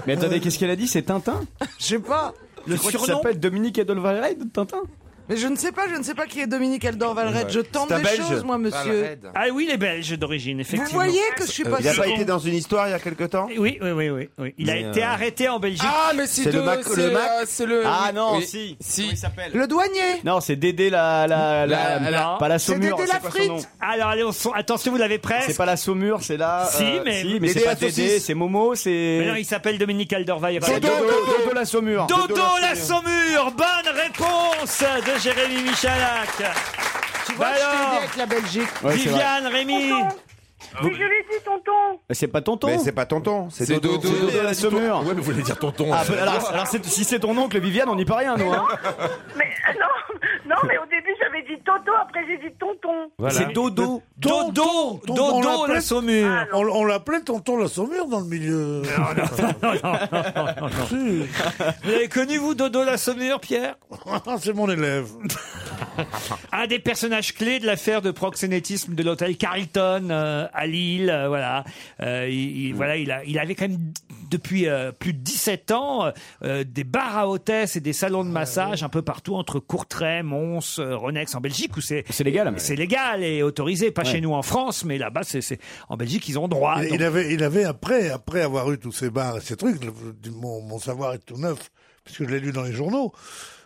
N: Mais attendez, qu'est-ce qu'elle a dit C'est Tintin
I: Je sais pas.
N: Le surnom s'appelle Dominique Adolvaret de Tintin
I: Mais je ne sais pas, je ne sais pas qui est Dominique Aldor Valred. Je tente des choses, moi, monsieur.
E: Ah oui, les Belges d'origine, effectivement.
I: voyez que je suis pas
L: Euh, Il n'a pas été dans une histoire il y a quelque temps
E: Oui, oui, oui. oui, Il a
L: Mais,
E: été
L: euh,
E: arrêté en Belgique.
K: Ah, mais c'est
L: C'est le
K: de-
L: Mac-
K: c'est,
L: le Mac
K: euh, c'est le-
N: Ah non,
K: oui.
N: si.
K: Si.
I: Le douanier
N: Non, c'est Dédé la. la, la,
K: La-
E: la-
N: Pas la
E: C'est
N: saumure.
E: Dédé la
N: pas son
E: frite.
N: nom.
E: Alors, allez, on s'en- attention, vous l'avez presque.
N: C'est pas la saumure, c'est la.
E: Si,
N: euh,
E: mais-
N: Si, mais
E: Dédé
N: c'est pas
E: la saucisse.
N: Dédé, c'est Momo,
E: Mais non,
N: c'est.
E: il s'appelle Dominique Alderweireld.
N: C'est Dodo, Dodo la saumure.
E: Dodo la saumure. Bonne réponse de Jérémy Michalak.
I: Tu vois,
E: Bah
I: je t'ai aidé
E: alors,
I: avec la Belgique.
N: Ouais, c'est vrai.
E: Viviane, Rémi.
O: Mais je l'ai dit, tonton
N: C'est pas tonton.
L: Mais c'est pas tonton, c'est
N: C'est
L: Dodo.
N: Dodo, Dodo la saumure.
F: Ouais, mais vous voulez dire tonton.
N: Ah, bah, alors, alors, c'est- si c'est ton oncle Viviane, on n'y peut rien, nous. Hein.
O: Mais ah, non, non, mais au début j'avais dit tonton, après j'ai dit tonton.
N: C'est Dodo.
E: Dodo
J: on
E: Dodo,
J: l'appelait-
E: la saumure.
J: On, on l'appelait tonton la saumure dans le milieu. Si.
E: Vous l'avez connu, vous, Dodo la saumure, Pierre
J: Ah, C'est mon élève.
E: Un des personnages clés de l'affaire de proxénétisme de l'hôtel Carlton euh, à Lille, euh, voilà. Euh, il,
J: Mm.
E: il- voilà, il, a- il avait quand même depuis euh, plus de 17 ans euh, des bars à hôtesse et des salons de
J: Ah,
E: massage un peu partout entre Courtrai, Mons, euh, Ronex en Belgique où c'est
N: C'est
J: hein,
N: légal.
E: c'est légal et autorisé, pas chez nous en France, mais là-bas c'est c'est- en Belgique ils ont droit.
J: il,
E: Donc,
J: il avait, il avait après, après avoir eu tous ces bars et ces trucs, le- mon, mon savoir est tout neuf, puisque je l'ai lu dans les journaux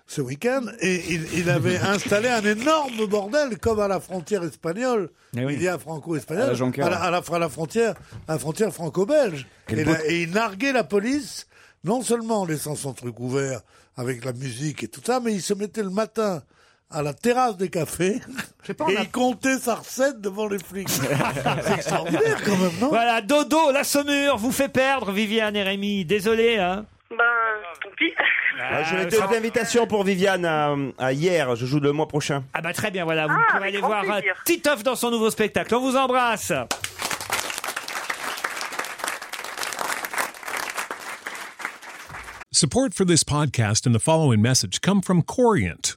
J: ce week-end, et il, il avait installé un énorme bordel, comme à la frontière espagnole, il y a
N: À la
J: franco-espagnole,
N: Jonquière.
J: à, la- à la, à la frontière, à la frontière franco-belge.
N: Quel
J: Et,
N: beau-
J: la- et il narguait la police, non seulement en laissant son truc ouvert avec la musique et tout ça, mais il se mettait le matin à la terrasse des cafés, et il comptait sa recette devant les flics. C'est extraordinaire quand même, non
E: Voilà, Dodo la saumure vous fait perdre, Viviane et Rémi. Désolé, hein.
O: Ben, tant pis.
L: Ah, J'avais deux invitations pour Viviane à, à hier, je joue le mois prochain.
E: Ah bah très bien, voilà, vous
O: Ah,
E: pourrez
O: avec
E: aller
O: grand
E: voir euh,
O: plaisir.
E: Titoff dans son nouveau spectacle. On vous embrasse.
Q: Support for this podcast and the following message come from Corient.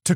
Q: to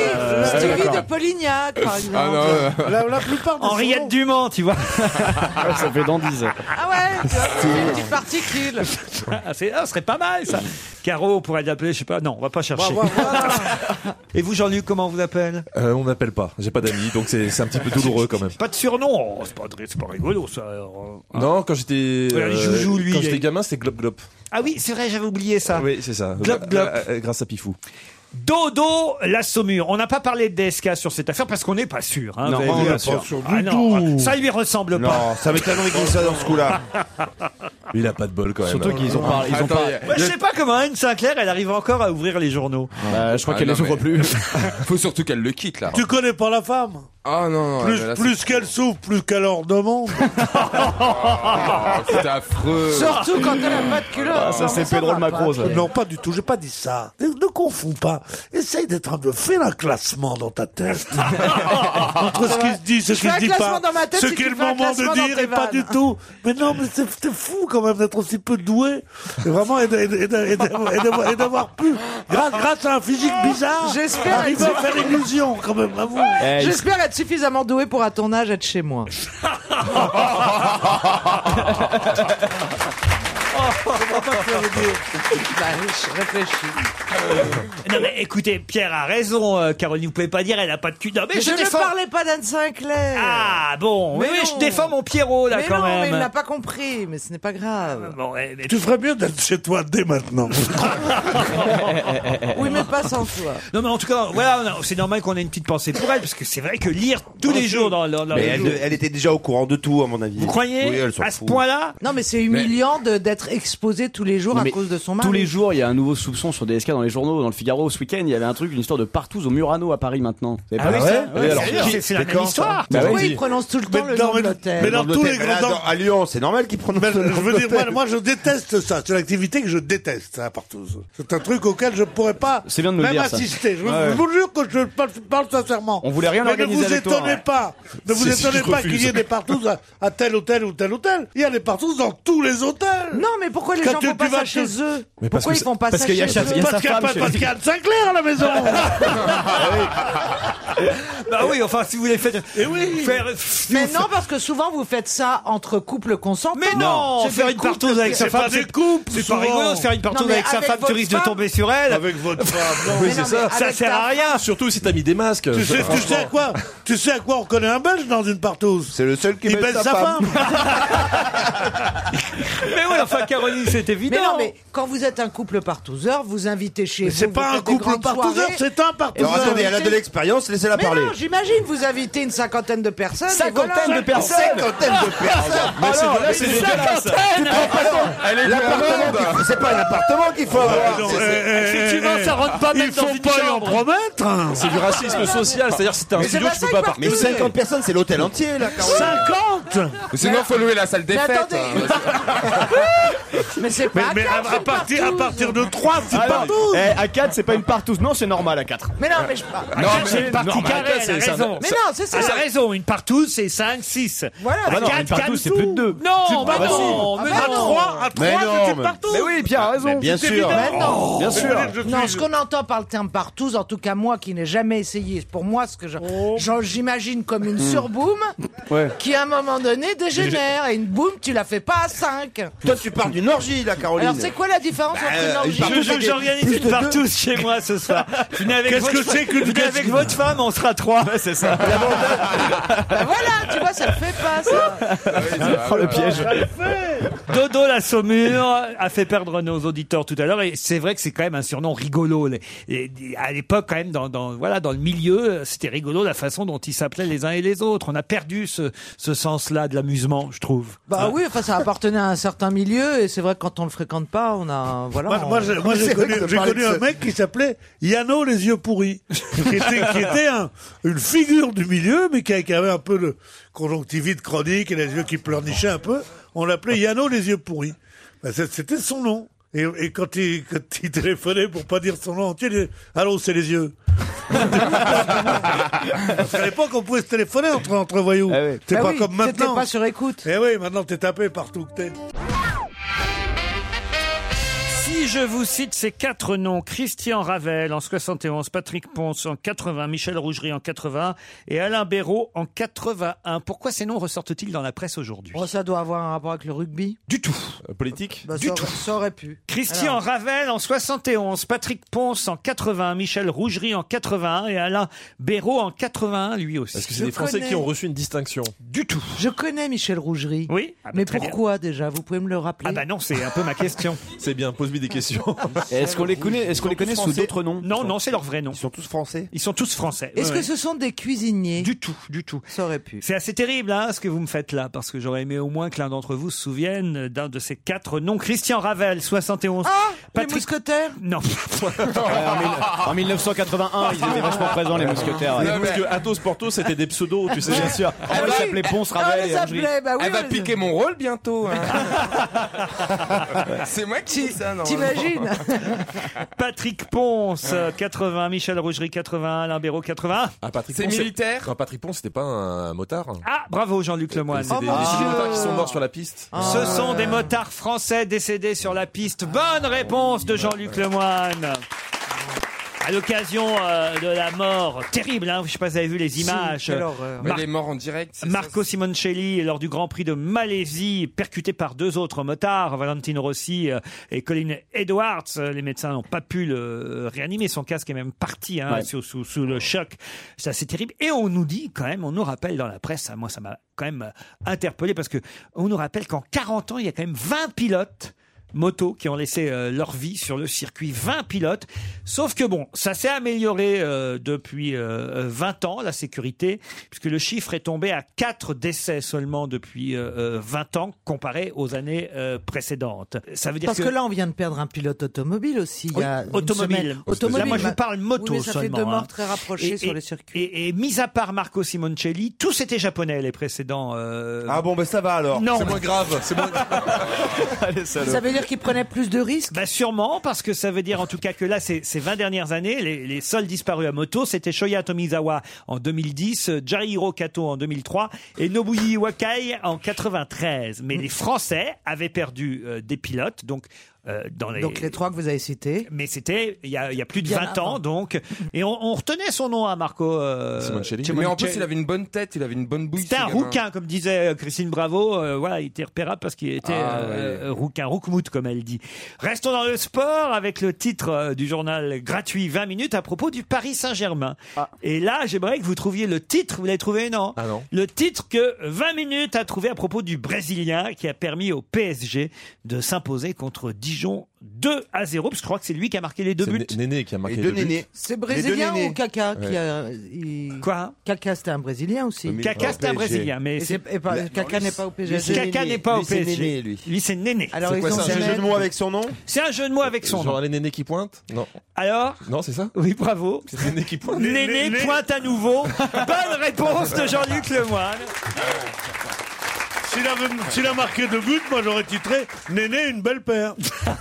I: Stevie de
E: d'accord. Ah,
I: Polignac, par exemple.
K: Ah
I: la, la plupart des
E: Henriette Dumont, tu vois.
N: ça fait dandy,
I: Ah ouais, tu vois, c'est une petite particule.
E: Ah, c'est- ah, ce serait pas mal ça. Caro, on pourrait l'appeler, je sais pas. Non, on va pas
F: Bah,
E: chercher. Et vous, Jean-Luc, comment on vous appelle
F: Euh, on n'appelle pas. J'ai pas d'amis, donc c'est c'est un petit peu douloureux quand même.
E: Pas de surnom. Oh, c'est pas, c'est pas rigolo ça. alors.
F: Non, quand j'étais
E: Ah.
F: euh,
E: Ouais, il joue, lui,
F: quand
E: il
F: j'étais
E: est-
F: gamin, c'était Glop Glop.
E: Ah oui, c'est vrai, j'avais oublié ça.
F: Oui, c'est ça.
E: Glop, glop.
F: Euh, euh, grâce à Pifou.
E: Dodo la Saumure. On n'a pas parlé de DSK sur cette affaire parce qu'on n'est pas sûr. hein,
F: Non, euh,
E: vous avez
F: on
E: vu,
F: n'est
E: bien
F: pas
E: sûr.
F: sûr du
E: Ah non,
F: tout.
E: Ça lui ressemble pas.
F: Non, ça m'étonnerait qu'il soit dans ce coup-là. Il a pas de bol quand même. Oh.
N: Surtout qu'ils ont parlé- ils ont
F: Attends,
N: parlé-
F: il y a-
E: Moi, je sais pas comment Anne Sinclair, elle arrive encore à ouvrir les journaux.
N: je crois qu'elle les ouvre
K: plus. Ah, Faut surtout qu'elle le quitte là.
J: Tu connais pas la femme
K: Ah non, non.
J: Plus,
K: là, là, c'est-
J: plus qu'elle souffre, plus qu'elle en demande.
K: Ah, C'est affreux.
J: Surtout quand
I: elle a pas de culotte. hein,
J: Ah,
N: Bah, ça, c'est Pedro
J: va
N: de Macron,
J: pas.
N: ça.
J: Non, pas du tout, j'ai pas dit ça. Ne, ne confonds pas. Essaye d'être un peu. Fais un classement dans ta tête. Entre ce qui se dit, ce
I: Je
J: qui
I: fais un
J: se dit
I: classement
J: pas.
I: dans ma tête,
J: ce
I: c'est
J: qui est
I: que
J: le
I: tu fais un
J: moment
I: classement
J: de
I: dans
J: dire
I: tes
J: et pas du
I: vannes.
J: tout. Mais non, mais c'est c'est fou quand même d'être aussi peu doué. Et Vraiment, et de- et de- et de- et de- et d'avoir et d'avoir pu, grâce, grâce à un physique bizarre,
I: J'espère
J: arriver
I: être-
J: à faire illusion quand même. Avoue.
I: J'espère être suffisamment doué pour à ton âge être chez moi. je réfléchis.
E: Non mais écoutez, Pierre a raison, euh, Caroline, vous pouvez pas dire elle a pas de cul. Non mais,
I: Mais je ne
E: défends.
I: parlais pas d'Anne Sinclair.
E: Ah bon,
I: Mais
E: oui, oui,
I: non.
E: je défends mon Pierrot là
I: mais
E: quand
I: non,
E: même. Ah,
I: mais il n'a pas compris, mais ce n'est pas grave.
J: Tu ferais mieux d'être chez toi dès maintenant.
I: Oui, mais pas sans toi.
E: Non mais en tout cas, voilà, non, c'est normal qu'on ait une petite pensée pour elle parce que c'est vrai que lire tous les jours dans, dans, dans
L: Mais
E: les
L: elle,
E: journaux-
L: de- elle était déjà au courant de tout, à mon avis. Vous
E: croyez
L: Oui, elle s'en fout.
I: Non, mais c'est humiliant de- d'être exposé tous les jours
N: Non,
I: à
N: mais
I: cause de son mari.
N: Tous les jours, il y a un nouveau soupçon sur DSK dans les journaux. Dans le Figaro, ce week-end, il y avait un truc, une histoire de partout au Murano à Paris maintenant. Vous avez
L: Ah
N: pas vu
L: ouais
N: ça
L: Oui,
N: Ouais,
L: alors,
N: c'est-
L: qui-
N: c'est- c'est la
L: mais
N: même
L: quand,
N: histoire.
L: ça Bah
I: Pourquoi
L: oui.
I: il prononce tout le temps le
J: dans-
I: nom de
J: mais-
I: l'hôtel
J: mais dans tous les
L: Mais là,
J: grands-
L: dans- à Lyon, c'est normal qu'ils prennent.
J: Mais
L: le nom
J: je veux
L: de
J: dire, moi,
L: l'hôtel.
J: moi, je déteste ça. C'est l'activité que je déteste, ça, partout. C'est un truc auquel je pourrais pas
N: C'est bien de nous le
J: même
N: dire, ça.
J: assister. Je, vous-
N: Ouais.
J: je vous jure que je parle, parle sincèrement.
N: On voulait rien
J: Mais ne
N: organiser
J: vous
N: avec toi,
J: étonnez
N: ouais.
J: pas. Ne vous
N: Si, si,
J: étonnez
N: je
J: pas
N: refuse.
J: qu'il y ait des partous à, à tel hôtel ou tel hôtel. Il y a des partous dans tous les hôtels.
I: Non, mais pourquoi les
J: Quand
I: gens
J: tu-
I: font
J: tu
I: pas
J: vas
I: ça
J: chez-
I: chez eux
J: Mais parce
I: Pourquoi
J: que
I: ils
J: ça-
I: font pas
J: parce
I: ça
J: qu'il
I: chez
J: y a
I: eux
J: sa- il y a sa Parce qu'il y a femme pas- chez parce lui. qu'il y a Anne Sinclair à la maison.
E: Bah oui, enfin si vous voulez faire Eh
I: Eh
E: faire
I: Mais non, parce que souvent vous faites ça entre couples consentants.
E: Mais non, faire une partouze avec sa femme, c'est
J: Ah,
E: pas rigolo. Faire une partouze
I: Non, mais
E: avec sa femme, tu
I: votre
E: risques
I: femme-
E: de tomber sur elle.
J: Avec votre femme, non.
F: Oui,
J: Mais
F: c'est
J: non,
F: ça.
J: mais avec ta
F: rien. Surtout si t'as mis des masques.
J: Tu sais, tu sais à quoi Tu sais à quoi on connaît un Belge dans une partouze C'est le seul
L: qui
J: Il
L: baise
J: baise
L: sa
J: sa
L: femme.
J: femme.
E: Mais oui, enfin Caroline, c'est évident.
I: Mais non, mais quand vous êtes un couple par 12 heures, vous invitez chez vous.
J: C'est
I: vous
J: pas un
I: faites des
J: couple
I: une soirée.
L: Alors, attendez, elle a de l'expérience, laissez-la
I: Mais
L: parler.
I: non, j'imagine, vous invitez une cinquantaine de personnes. et voilà.
L: Cinquantaine de personnes. Cinquantaine de personnes. Mais c'est- là, c'est dégueulasse. Tu te rends pas compte Elle est L'appartement malade. qu'il- c'est pas un appartement qu'il faut avoir.
J: non,
L: C'est- c'est-
J: eh, eh,
L: Effectivement,
J: eh,
L: ça rentre pas
J: il
L: même dans
J: faut
L: une
J: pas lui en
L: chambre. Ah,
J: promettre.
F: C'est du racisme social, c'est-à-dire si t'as un
L: Mais c'est
F: studio,
L: pas
F: tu
L: ça
F: peux pas
L: qu'il faut
F: partir.
L: Mais 50 personnes, c'est l'hôtel entier, là, Caroline.
J: 50
K: Sinon, faut louer la salle des
J: Mais
K: fêtes. hein.
J: attendez.
I: Mais c'est
J: pas mais à- à partir- à partir de 3, c'est partouze.
N: Ah eh, à 4, c'est pas une partouze. Non, c'est normal à 4.
I: Mais non, mais je.
E: Ah, Non, mais c'est une partie
N: normal,
E: carrée,
N: c'est-
E: elle a
N: ça-
E: raison.
N: Mais non, c'est ça.
E: Elle a raison, une partout, c'est 5, 6.
N: Voilà. Ah bah non, une partouze, c'est plus de deux. C'est
E: Non,
N: pas
E: bah non,
N: possible.
E: mais
N: Ah
E: non.
N: bah
E: à
N: non.
E: 3, à 3,
N: Mais non,
E: c'est une
N: mais-
E: partout.
N: Mais oui, Pierre a raison. Mais bien
E: C'est
N: sûr.
E: évident.
N: Mais non.
E: Oh,
N: Bien
E: mais
N: sûr.
E: je-
I: Non, ce qu'on entend par le terme partouze, en tout cas moi qui n'ai jamais essayé, pour moi ce que je- je- j'imagine comme une
N: Hmm.
I: surboom
N: Ouais.
I: qui à un moment donné dégénère et une boom tu la fais pas à 5.
L: Toi, tu parles d'une orgie, là, Caroline.
I: Alors c'est quoi la différence
L: Bah,
I: entre une
L: euh,
I: orgie
L: une partouze,
E: Je- J'organise
L: Plus
E: une
L: de
E: partout chez moi ce soir. Venez avec
M: Qu'est-ce
E: votre
M: que c'est
E: femme-
M: qu'une
E: venez avec votre femme, on sera trois. c'est ça.
I: Bah voilà, tu vois, ça le fait pas ça.
E: Oh, le piège. Dodo la Saumure a fait perdre nos auditeurs tout à l'heure et c'est vrai que c'est quand même un surnom rigolo. Les- et- et à l'époque, quand même, dans, dans- voilà, dans le milieu, c'était rigolo la façon dont ils s'appelaient les uns et les autres. On a perdu ce, ce sens-là de l'amusement, je trouve. Ah.
I: Bah oui, enfin ça appartenait à un certain milieu et c'est vrai que quand on le fréquente pas, on a voilà.
J: Moi,
I: on-
J: moi, j'ai- moi, j'ai connu, j'ai connu un mec qui s'appelait Yano les yeux pourris, qui était, qui était un- une figure du milieu, mais qui, qui avait un peu de conjonctivite chronique et les yeux qui pleurnichaient un peu. On l'appelait Yano les yeux pourris. Ben, c'est- C'était son nom. Et, et quand, il, quand il téléphonait pour pas dire son nom entier, il disait Allô, c'est les yeux. Parce qu'à l'époque, on pouvait se téléphoner entre, entre voyous. C'était
I: Bah
J: pas
I: oui,
J: comme
I: c'était
J: maintenant.
I: pas sur écoute.
J: Eh oui, maintenant, t'es tapé partout que t'es.
E: Si je vous cite ces quatre noms, Christian Ravel en 71, Patrick Ponce en 80, Michel Rougerie en 80 et Alain Béraud en 81, pourquoi ces noms ressortent-ils dans la presse aujourd'hui
I: Oh, ça doit avoir un rapport avec le rugby
E: Du tout.
F: Euh, Politique
I: Bah, ça, aurait, ça aurait pu.
E: Christian
I: Alors,
E: Ravel en 71, Patrick Ponce en 80, Michel Rougerie en 81 et Alain Béraud en 81 lui aussi.
F: Est-ce que c'est des Français qui ont reçu une distinction
E: Du tout.
I: Je connais Michel Rougerie.
E: Oui. bah,
I: mais
F: très bien.
I: pourquoi déjà Vous pouvez me le rappeler
E: Ah bah non, c'est un peu ma question.
F: C'est bien, pose-lui des questions.
N: Est-ce qu'on les connaît, est-ce qu'on les connaît sous d'autres noms
E: Non, non, c'est leur vrai nom. Ils sont tous français Ils sont tous français.
I: Est-ce
E: Ouais,
I: que ce sont des cuisiniers
E: Du tout, du tout.
I: Ça aurait pu.
E: C'est assez terrible hein, ce que vous me faites là, parce que j'aurais aimé au moins que l'un d'entre vous se souvienne d'un de ces quatre noms. Christian Ravel, 71.
I: Ah
E: Patrick...
I: Les mousquetaires
E: Non.
N: En 1981, ils étaient vachement présents, les mousquetaires.
F: Les mousquetaires, Athos, Porto, c'était des pseudos, tu sais.
N: Bien sûr.
F: Ah bah
N: On
F: oui.
N: les appelait Ponce, Ravel et Angerie.
K: Elle va piquer mon rôle bientôt. hein.
F: Ah,
K: c'est moi qui dis
E: Ah,
K: ça, non
I: T'imagines
E: Patrick Ponce, euh, 80. Michel Rougerie, 80. Alain Béraud, 80.
F: Ah, Patrick
E: C'est
F: Pons,
E: militaire
F: Non, Patrick Pons, c'était pas un motard.
E: Ah, bravo Jean-Luc Lemoyne.
I: Oh
N: Oh,
F: C'est des, des six motards qui sont morts sur la piste.
I: Ah.
E: Ce sont des motards français décédés sur la piste. Bonne réponse de Jean-Luc Lemoine. À l'occasion euh, de la mort terrible, hein, je ne sais pas si vous avez vu les
K: Si,
E: images. euh,
K: quelle horreur. Mais les morts en direct, c'est
E: Marco Simoncelli, lors du Grand Prix de Malaisie, percuté par deux autres motards, Valentino Rossi euh, et Colin Edwards. Euh, Les médecins n'ont pas pu le réanimer. Son casque est même parti hein,
N: Ouais.
E: sous, sous- sous le choc. Ça, c'est terrible. Et on nous dit quand même, on nous rappelle dans la presse, hein, moi ça m'a quand même euh, interpellé parce que on nous rappelle qu'en 40 ans, il y a quand même 20 pilotes moto qui ont laissé euh, leur vie sur le circuit, 20 pilotes. Sauf que bon, ça s'est amélioré euh, depuis euh, 20 ans, la sécurité, puisque le chiffre est tombé à 4 décès seulement depuis euh, euh, 20 ans comparé aux années euh, précédentes. Ça veut dire
I: Parce que... là, on vient de perdre un pilote automobile aussi. Il y a
E: Oui,
I: une
E: automobile.
I: semaine. Automobile. bah,
E: Là, moi, je vous parle
I: Oui,
E: moto
I: mais ça
E: seulement.
I: fait deux morts
E: hein.
I: très rapprochés
E: Et-
I: sur
E: et-
I: les circuits.
E: Et, et mis à part Marco Simoncelli, tous étaient japonais les précédents. euh,
L: Ah bon, ben ça va alors.
E: Non.
L: C'est moins grave. C'est moins grave.
I: Ça veut dire qu'ils prenaient plus de risques
E: bah Sûrement, parce que ça veut dire en tout cas que là, ces, ces 20 dernières années, les, les seuls disparus à moto, c'était Shoya Tomizawa en 2010, euh, Jarihiro Kato en 2003 et Nobuyi Wakai en 93. Mais les Français avaient perdu euh, des pilotes, donc... euh, dans les...
I: Donc les trois que vous avez cités.
E: Mais c'était il y a, il y a plus de
I: Bien
E: 20
I: avant.
E: ans, donc. Et on, on retenait son nom à Marco euh,
K: Mais en plus, il avait une bonne tête, il avait une bonne bouille.
E: C'était un
K: ce gamin.
E: rouquin, comme disait Christine Bravo. euh, voilà, il était repérable parce qu'il était
K: Ah,
E: euh, rouquin, rouquemout, comme elle dit. Restons dans le sport avec le titre euh, du journal gratuit 20 minutes à propos du Paris Saint-Germain. Et là, j'aimerais que vous trouviez le titre. Vous l'avez trouvé, non
F: Ah non.
E: Le titre que 20 minutes a trouvé à propos du Brésilien qui a permis au PSG de s'imposer contre Dijon. Dijon 2 à 0, parce que je crois que c'est lui qui a marqué les deux buts.
F: Néné qui a marqué
E: les deux buts.
I: C'est brésilien ou Caca qui a.
E: Quoi
I: Caca, c'était un brésilien aussi.
E: Caca, c'est un Brésilien, mais
I: Et c'est- et pas- Caca n'est pas au PSG.
E: Caca n'est pas au PSG. Lui, c'est Néné.
I: Alors, ils sont jamais-
F: son nom
E: C'est un jeu de mots avec son
F: nom. Genre les nénés qui pointent Non.
E: Alors
F: Non, c'est ça
E: Oui, bravo.
F: C'est les nénés qui pointent
E: Néné pointe à nouveau. Bonne réponse de Jean-Luc Lemoine.
J: S'il avait- s'il a marqué deux buts, moi j'aurais titré Néné, une belle paire.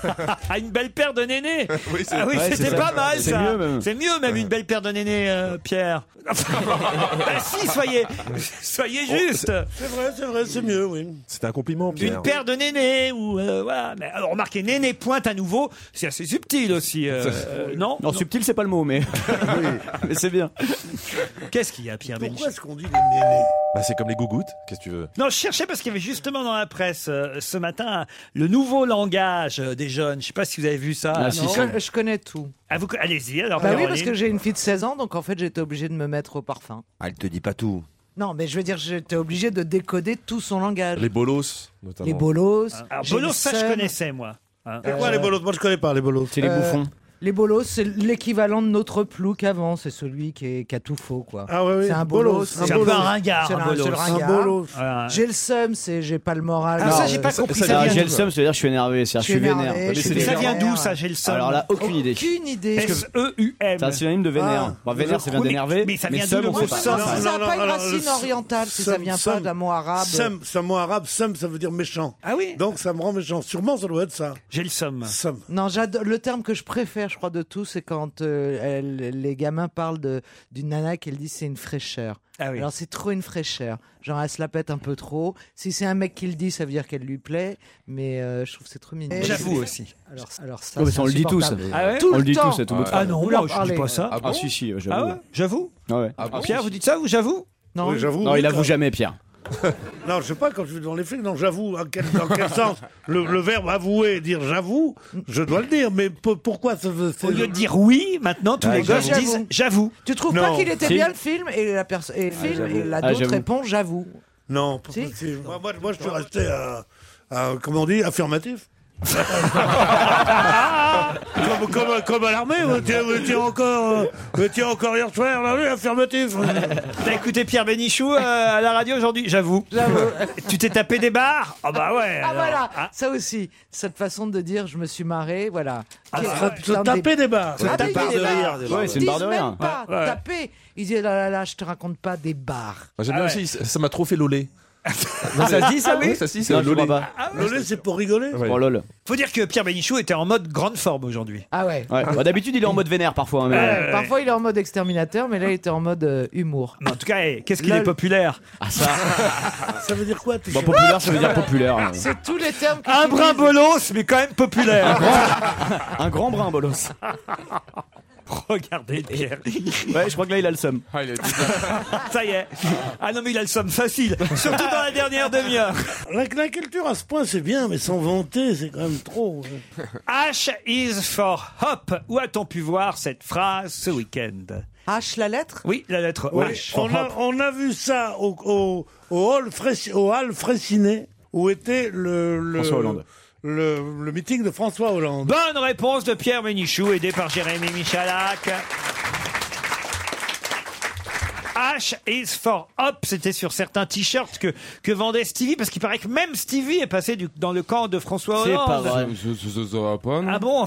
E: ah, une belle paire de Néné
J: Oui,
E: Ah oui, c'était pas mal ça. C'est mieux même une belle paire de nénés, euh, Pierre. bah si, soyez, soyez
J: Oh,
E: juste.
J: C'est vrai, c'est vrai, c'est mieux, oui.
F: C'était un compliment, Pierre.
E: Une paire de nénés ou euh, voilà. Mais, alors, remarquez, néné pointe à nouveau. C'est assez subtil aussi, euh, euh, non
N: Non, subtil, c'est pas le mot, mais, mais c'est bien.
E: Qu'est-ce qu'il y a, Pierre Bénichou
J: Pourquoi est-ce qu'on dit les nénés
F: Bah, c'est comme les gougouttes, qu'est-ce que tu veux
E: Non, je cherchais parce qu'il y avait justement dans la presse euh, ce matin le nouveau langage euh, des jeunes. Je sais pas Ah, si vous avez vu
N: Ah,
E: ça.
I: Ah, Non, je- Je connais tout.
E: Ah, vous- Allez-y. Alors,
I: Bah oui,
E: Caroline.
I: parce que j'ai une fille de 16 ans, donc en fait, j'étais obligée de me mettre au parfum.
L: Elle te dit pas tout.
I: Non, mais je veux dire, j'étais obligée de décoder tout son langage.
F: Les bolos, notamment.
I: Les bolos.
E: Ah, Alors,
I: j'ai
E: bolos,
I: le
E: ça je
I: seum.
E: connaissais moi. Hein.
J: C'est quoi les bolos Moi je connais pas les bolos. Euh, C'est
I: Euh, Les bolos, c'est l'équivalent de notre plouc avant. C'est celui qui, est- qui a tout faux, quoi.
J: Ah ouais, ouais,
I: C'est un
J: bolos,
I: bolos.
J: un bolos.
I: C'est
J: C'est un-
I: c'est
J: c'est le
I: ringard.
J: Un bolos.
E: Voilà.
I: J'ai le seum, c'est j'ai pas le moral. Euh,
E: Ah, ça, j'ai pas compris, ça vient
N: J'ai
E: d'où
N: le seum, c'est-à-dire je suis énervé,
I: Je
N: c'est-à-dire
I: suis
N: je suis
I: énervé,
N: vénère.
I: je suis
E: Ça vient d'où ça, j'ai le seum
N: Alors là, aucune idée.
I: Aucune idée.
E: S-E-U-M.
N: C'est un synonyme de vénère.
I: Ah.
N: Bon, vénère, c'est bien
I: Oui, mais-
N: d'énervé.
I: mais ça vient
N: seum,
I: d'où,
N: on
I: le
N: sait
I: mot
N: pas.
I: seum
N: Ça-
I: Non, ça a pas une racine orientale, si ça vient pas d'un mot arabe.
J: Sam, c'est un mot arabe, Sam, ça veut dire méchant.
E: Ah oui
J: Donc ça me rend méchant. Sûrement, ça doit être ça.
E: J'ai le somme.
J: Somme.
I: Non, j'adore. Le terme que je préfère, je crois, de tout, c'est quand euh, elle- les gamins parlent de- d'une nana qu'elle dit c'est une fraîcheur.
E: Ah oui.
I: Alors c'est trop une fraîcheur. Genre elle se la pète un peu trop. Si c'est un mec qui le dit, ça veut dire qu'elle lui plaît. Mais euh, je trouve que c'est trop mignon.
E: J'avoue aussi.
I: Alors, alors ça,
N: Ouais, mais
I: c'est
N: ça, on le dit tous.
I: insupportable.
E: Ah ouais
I: Tout
N: on le dit
I: temps.
N: tous, c'est tout bout de
E: Ah
N: phrase.
E: non,
I: Vous
E: moi
I: leur
E: je dis
I: parlez.
E: pas ça.
N: Ah bon Ah si, si, j'avoue.
E: Ah ouais, j'avoue.
N: Ah ouais.
E: Pierre, vous dites ça, vous j'avoue
I: Non,
J: Oui, j'avoue.
N: Non, il
J: oui,
N: avoue
J: quand-
N: jamais, Pierre.
J: Non, je sais pas, quand je suis devant les filles, non, j'avoue, à quel- dans quel sens le, le verbe avouer, dire j'avoue, je dois le dire, mais po- pourquoi ça veut
E: Au lieu de dire oui, maintenant tous
J: Ah,
E: les gosses
J: j'avoue.
E: disent j'avoue.
I: Tu trouves
J: Non.
I: pas qu'il était
J: Si.
I: bien le film et la personne et le film
J: j'avoue.
I: et la
J: Ah,
I: d'autres
J: j'avoue.
I: répond j'avoue.
J: Non, pas
I: Si.
J: possible. Moi, moi, moi, je suis resté à, à, comment on dit, affirmatif. comme, comme, comme à l'armée, vous étiez- vous étiez encore, euh, vous étiez encore hier soir, là, oui, affirmatif.
E: T'as écouté Pierre Bénichou euh, à la radio aujourd'hui J'avoue. tu t'es tapé des barres Ah bah ouais.
I: Ah
E: alors.
I: voilà, ça aussi, cette façon de dire je me suis marré, voilà.
E: Ah,
I: Qui-
E: ça-
I: euh,
E: ça-
I: plein
E: se taper
J: des barres.
E: Se taper
I: taper
E: des
I: des
E: barres,
I: barres.
E: des barres.
N: Ouais, c'est une
I: Ils
N: barre de
I: disent
N: rien.
I: même pas
E: Ouais.
I: taper. Ils disent là là là, je te raconte pas des barres.
F: J'aime bien aussi, ça ça m'a trop fait loler.
E: Ah, ça se dit, ça, oui
F: Ouais, Ça se dit, c'est
N: Non, je
F: loler.
N: crois pas.
E: Ah
J: Lolé, c'est pour rigoler.
N: Oh lol.
E: Faut dire que Pierre Bénichou était en mode grande forme aujourd'hui.
I: Ah ouais. Euh,
N: Ouais. Bah, D'habitude, il est en mode vénère parfois. hein, mais-
E: Ouais.
I: Parfois il est en mode exterminateur, mais là il était en mode euh, humour.
E: Mais en tout cas, eh, qu'est-ce qu'il
I: Lol.
E: est populaire
J: Ça veut dire quoi tout
N: Bah, populaire, ça veut dire populaire. hein.
I: Ah, C'est tous les termes.
E: Un brin bolos, mais quand même populaire.
N: Un grand brin, bolos.
E: Regardez Pierre.
N: Ouais, je crois que là, il a le seum.
F: Ah,
E: Ça y est. Ah non, mais il a le somme facile. Surtout dans la dernière demi-heure.
J: La, la culture à ce point, c'est bien, mais sans vanter, c'est quand même trop.
E: H is for hop. Où a-t-on pu voir cette phrase ce week-end
I: H la lettre
E: Oui, la lettre
J: Oui.
E: H.
J: On, a, on a vu ça au, au, au hall Frais- au hall Fraissinet, où était le, le,
N: François Hollande.
J: le- le meeting de François Hollande.
E: Bonne réponse de Pierre Ménichou, aidé par Jérémy Michalak. H is for up, c'était sur certains t-shirts que, que vendait Stevie, parce qu'il paraît que même Stevie est passé du- dans le camp de François Hollande.
K: Ça- ça- ça- ça va pas, non
E: Ah bon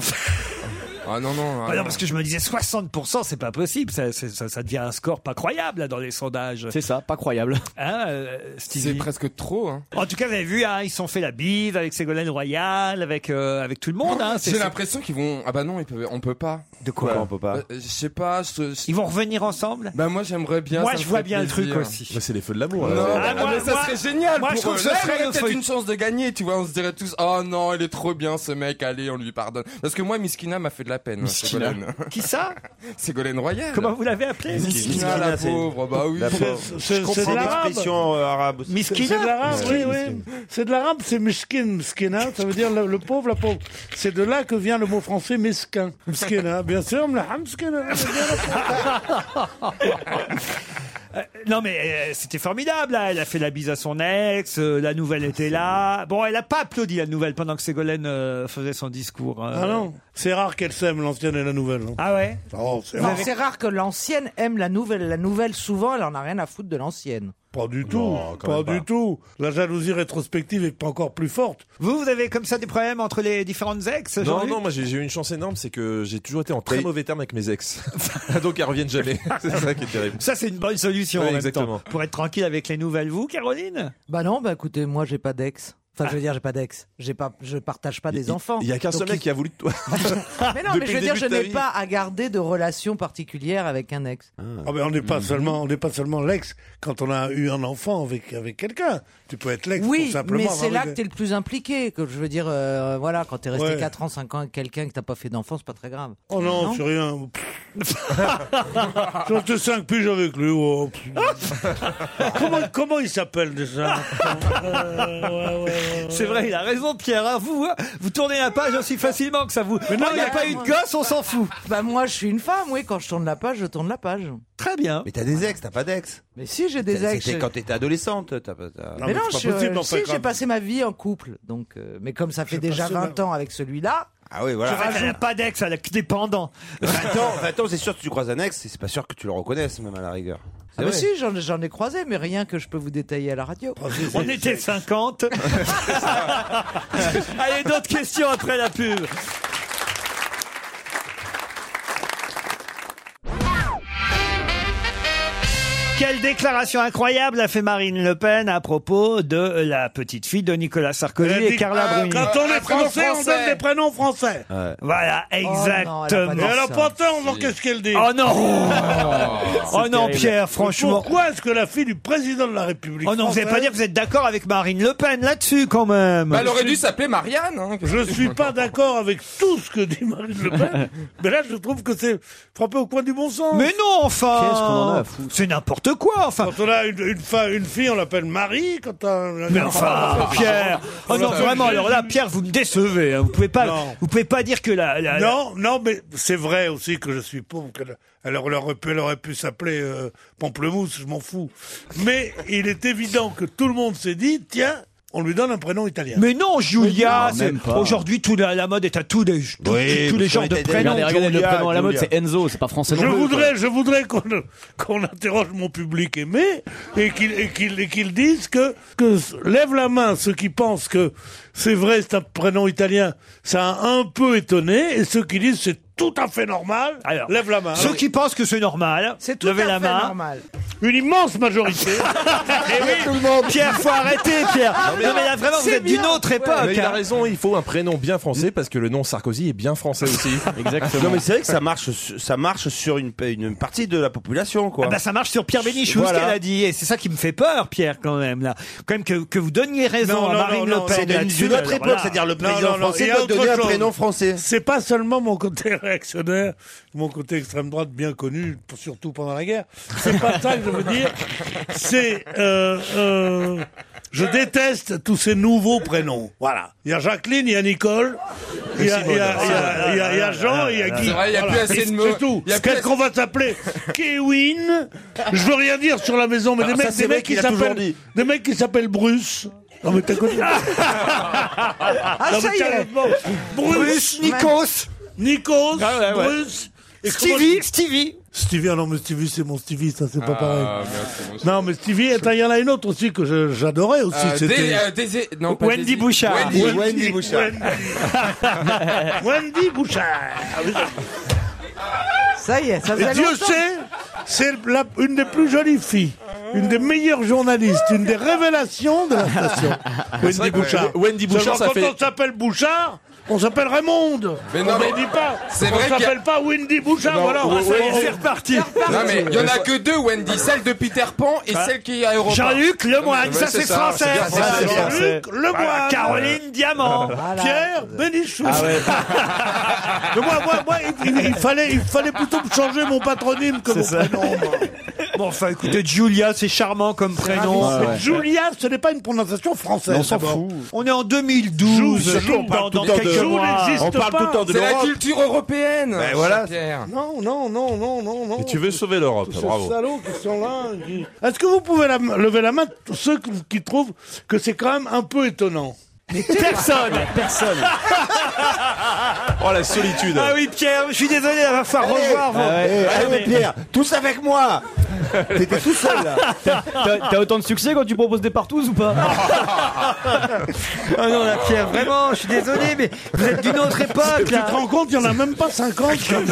K: Ah non, non. ah
E: Bah non,
K: non.
E: parce que je me disais 60%, c'est pas possible, ça, c'est- ça, ça devient un score pas croyable là, dans les sondages.
N: C'est ça, pas croyable.
E: Hein, euh, Stevie
K: C'est presque trop, hein.
E: En tout cas, vous avez vu, hein, ils se sont fait la bive avec Ségolène Royal, avec, euh, avec tout le monde. Hein,
K: J'ai l'impression qu'ils vont. Ah bah non, ils peuvent- on peut pas.
E: De quoi
K: Bah,
E: on peut pas
K: euh, Je sais pas. je- je-
E: Ils vont revenir ensemble
K: Bah moi j'aimerais bien.
E: Moi,
K: ça me
E: je vois
K: ferait
E: bien le
K: plaisir.
E: truc aussi. Ah,
F: Bah, c'est les feux de l'amour.
K: Non,
F: alors.
K: mais
E: moi,
K: mais ça
E: moi-
K: serait génial.
E: moi, je
K: pour
E: trouve
K: eux.
E: que ce
K: Là,
E: serait
K: il y
E: le
K: aurait peut-être
E: feuille-
K: une chance de gagner, tu vois. On se dirait tous, oh non, il est trop bien ce mec, allez, on lui pardonne. Parce que moi, Miskina m'a fait de la peine. hein,
E: Miskina.
K: Ségolène.
E: Qui ça
K: Ségolène Royal.
E: Comment vous l'avez appelé
K: Miskina, la pauvre, bah oui.
J: C'est c'est de l'arabe.
L: euh, arabe.
J: C'est
E: Miskina
J: c'est de l'arabe, oui, oui. C'est de l'arabe, c'est miskin, miskina, ça veut dire le, le pauvre, la pauvre. C'est de là que vient le mot français mesquin.
E: Ah
J: Miskina, bien sûr, mlaham, miskina.
E: Euh, non mais euh, c'était formidable. là. Elle a fait la bise à son ex. euh, la nouvelle était là. Bon, elle a pas applaudi la nouvelle pendant que Ségolène euh, faisait son discours. euh.
J: Ah non, c'est rare qu'elles s'aiment, l'ancienne et la nouvelle.
E: Ah ouais
J: Oh, c'est
I: Non,
J: rare.
I: C'est rare que l'ancienne aime la nouvelle. La nouvelle, souvent, elle en a rien à foutre de l'ancienne.
J: Pas du tout, pas
I: même
J: du tout. La jalousie rétrospective est encore plus forte.
E: Vous, vous avez comme ça des problèmes entre les différentes ex
F: Non,
E: Jean-Luc
F: non, moi j'ai j'ai eu une chance énorme, c'est que j'ai toujours été en très mauvais terme avec mes ex. Donc elles reviennent jamais. C'est ça qui est terrible.
E: Ça, c'est une bonne solution
F: Ouais,
E: en même
F: exactement.
E: temps. Pour être tranquille avec les nouvelles, vous, Caroline
I: Bah non, bah écoutez, moi j'ai pas d'ex. Enfin, je veux dire, j'ai pas d'ex. J'ai pas, je partage pas des enfants.
F: Il y a qu'un
I: Donc,
F: seul mec qui a voulu de toi.
I: Mais non, mais
F: Depuis
I: je veux
F: le
I: dire,
F: début
I: je
F: de ta
I: n'ai
F: vie.
I: pas à garder de relation particulière avec un ex.
J: Ah ben on n'est pas seulement, on n'est pas seulement l'ex quand on a eu un enfant avec avec quelqu'un. Tu peux être l'ex
I: Oui,
J: pour simplement. Ah,
I: mais
J: avoir
I: c'est là
J: une-
I: que t'es le plus impliqué. Que je veux dire, euh, voilà, quand t'es resté
J: Ouais.
I: 4 ans, 5 ans avec quelqu'un et que t'as pas fait d'enfant, c'est pas très grave.
J: Oh non, c'est rien. Quand j'étais 5 piges avec lui. oh, pff. comment, comment il s'appelle déjà
E: C'est vrai, il a raison, Pierre. hein. Vous, hein, vous tournez la page aussi facilement que ça vous.
I: Mais
E: Oh, il n'y a pas eu de gosse, on s'en fout.
I: Bah moi, je suis une femme, oui. Quand je tourne la page, je tourne la page.
E: Très bien.
L: Mais t'as des ex, t'as pas d'ex.
I: Mais si, j'ai des ex.
L: C'était quand t'étais adolescente. T'as pas, t'as-
I: mais, non, je, si, j'ai passé ma vie en couple. Donc, euh, mais comme ça fait déjà
L: passé ma-
I: 20 ans avec celui-là,
L: Ah oui, voilà.
I: Je rajoute- Elle a
E: pas d'ex, elle a que dépendant.
L: Attends, attends, c'est sûr que tu croises un ex, c'est pas sûr que tu le reconnaisses, même à la rigueur.
I: Ah
L: C'est
I: bah
L: vrai.
I: si, j'en, j'en ai croisé, mais rien que je peux vous détailler à la radio.
E: On était 50. Ah, Allez, d'autres questions après la pub. Quelle déclaration incroyable a fait Marine Le Pen à propos de la petite fille de Nicolas Sarkozy
J: Elle a
E: et
J: dit,
E: Carla
J: euh,
E: Bruni.
J: Quand on est français, Oh, on donne des prénoms français.
E: Voilà, exactement.
J: Et alors, pourtant, on voit qu'est-ce qu'elle dit.
E: Oh non Oh non,
J: terrible.
E: Pierre, franchement.
J: Pourquoi est-ce que la fille du président de la République
E: Oh non, vous n'allez pas
J: française-
E: dire que vous êtes d'accord avec Marine Le Pen là-dessus quand même.
J: Bah, elle aurait dû
K: s'appeler Marianne. hein,
J: Je suis pas d'accord avec tout ce que dit Marine Le Pen, mais là je trouve que c'est frappé au coin du bon sens.
E: Mais non, enfin
J: Qu'est-ce qu'on en a à
E: foutre C'est n'importe quoi, enfin
J: Quand on a une, une, fa- une fille, on l'appelle Marie, quand on...
E: Mais enfin, Pierre Oh non, vraiment, alors là, Pierre, vous me décevez. hein. Vous pouvez pas,
J: Non.
E: vous pouvez pas dire que la... la- la-
J: Non, non, mais c'est vrai aussi que je suis pauvre. qu'elle- Elle, aurait- elle aurait pu, elle aurait pu s'appeler euh, Pamplemousse, je m'en fous. Mais il est évident que tout le monde s'est dit, tiens, on lui donne un prénom italien.
E: Mais non, Julia,
J: Mais non,
E: c'est-
J: même pas.
E: aujourd'hui, tout la, la mode est à tous les, tous- tous les genres de prénoms.
N: Regardez, regardez, le
E: Julia,
N: prénom à la mode,
E: Julia.
N: c'est Enzo, c'est pas français non
J: Je
N: plus, quoi.
J: voudrais, je voudrais qu'on qu'on interroge mon public aimé et qu'il et qu'il- et qu'il dise que, que s- lève la main ceux qui pensent que c'est vrai, c'est un prénom italien, ça a un peu étonné, et ceux qui disent c'est tout à fait normal, lève la main.
E: Ceux qui pensent que c'est normal, levez la main.
J: Une immense majorité.
E: Eh oui, Pierre, faut arrêter, Pierre. Non, mais, là, vraiment, vous êtes d'une autre époque.
F: Mais il a
E: hein.
F: raison, il faut un prénom bien français parce que le nom Sarkozy est bien français aussi.
L: Exactement. Non mais c'est vrai que ça marche, su- ça marche sur une, pa- une partie de la population quoi.
E: Ah bah, ça marche sur Pierre Bénichou,
L: Voilà.
E: ce qu'elle a dit. Et c'est ça qui me fait peur, Pierre, quand même, là. Quand même que, que vous donniez raison à Marine Le Pen.
L: c'est d'une-
E: là-dessus,
L: d'une autre
E: alors,
L: époque,
E: voilà.
L: c'est-à-dire le
J: Non,
L: président
J: non, non, il
L: français
J: y a
L: doit
J: autre
L: donner un
J: chose.
L: prénom français.
J: C'est pas seulement mon côté réactionnaire, mon côté extrême droite bien connu, pour- surtout pendant la guerre. C'est pas ça que je veux dire. C'est, euh, euh, je déteste tous ces nouveaux prénoms. Voilà. Il y a Jacqueline, il y a Nicole, il y a, il y a- il y a- il y a- il y a Jean, il y a Guy.
K: C'est vrai, il y a
J: Voilà.
K: plus assez de mots.
J: C'est tout.
K: Il y a plus
J: Qu'est-ce
K: assez-
J: qu'on va t'appeler Kewin Je veux rien dire sur la maison, mais
L: Alors
J: des
L: Ah, ça,
J: mecs,
L: c'est
J: des
L: vrai
J: mecs qui
L: qu'il a toujours
J: s'appellent,
L: dit.
J: des mecs qui s'appellent Bruce. Non mais t'as connu
G: Ah,
J: Non,
G: ça
J: mais
G: y est.
J: sérieusement,
G: Bruce,
J: Bruce,
G: Nikos.
J: Nikos,
G: Ah ouais, ouais.
J: Bruce, et
G: Stevie,
J: comment- Stevie. ah non, mais Stevie, c'est mon Stevie, ça, c'est pas
K: Ah,
J: pareil.
K: merde, c'est mon
J: Non, mais Stevie, attends, il y en a une autre aussi que je- j'adorais aussi.
L: Ah,
K: Euh,
J: c'était-
K: Dé- euh, Désé- non, pas Wendy Désé- Bouchard. Wendy- Wendy Bouchard.
J: Wendy, Wendy Bouchard.
I: Ça y est, ça faisait
J: Et Dieu
I: longtemps.
J: sait, c'est la- une des plus jolies filles, une des meilleures journalistes, une des révélations de la station.
F: C'est
J: Wendy
F: vrai que
J: Bouchard.
F: Wendy Bouchard,
J: Seulement
F: ça
J: quand
F: fait-
J: on s'appelle Bouchard, on s'appelle Raymond.
K: Mais
J: on
K: non,
J: ne
K: mais
J: dit pas.
K: c'est
J: on
K: vrai qu'il y a-
J: s'appelle pas Wendy Bouchard.
K: Non,
J: voilà,
K: ouais,
J: ça y est,
K: ouais,
J: c'est
K: ouais.
J: reparti.
K: ben, Non mais il y en a
J: Mais-
K: que deux Wendy, celle de Peter Pan et
J: Ah.
K: celle qui est à Europa.
E: Jean-Luc Lemoyne,
K: Ouais,
E: ça c'est français.
K: bien,
E: Voilà,
K: c'est bien.
E: Jean-Luc
J: Lemoyne.
E: Voilà, Caroline Diamant.
J: Pierre Bénichou. Mais moi, moi, moi, il, il- il fallait, il fallait plutôt me changer mon patronyme que mon prénom. moi.
E: bah, Bon, enfin, écoutez, Julia, c'est charmant comme prénom.
J: ravissant. Ah, Julia, ce n'est pas une prononciation française.
E: On s'en
J: d'abord.
E: fout. On est en 2012.
J: Joule, surtout, on parle
E: dans-
J: tout le temps
E: dans
J: de-
E: quelques
J: Joule
E: mois.
J: n'existe pas.
K: C'est la culture européenne.
F: Ben voilà.
K: Jean-Pierre.
J: Non, non, non, non, non, non.
F: Et tu veux sauver l'Europe,
J: Tous ces
F: Oh, ben, bravo.
J: salauds qui sont là. qui- Est-ce que vous pouvez la- lever la main, tous ceux qui- qui trouvent que c'est quand même un peu étonnant
E: Personne.
J: Personne
F: Oh la solitude.
E: Ah oui, Pierre, je suis désolé, il va falloir
L: Allez,
E: revoir. vos-
L: allez,
E: Ah,
L: allez,
E: mais-
L: Pierre, tous avec moi. T'étais tout seul là.
N: T'as t'as autant de succès quand tu proposes des partous ou pas
M: Oh non, la Pierre, vraiment, je suis désolé, mais vous êtes d'une autre époque,
J: Tu
M: là.
J: te rends compte, il n'y en a même pas 50 qui veulent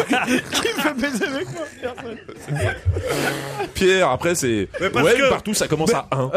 J: baiser avec moi. personne.
F: Pierre, après c'est.
J: Mais parce
F: Ouais,
J: que-
F: partout ça commence
J: Mais-
F: à 1.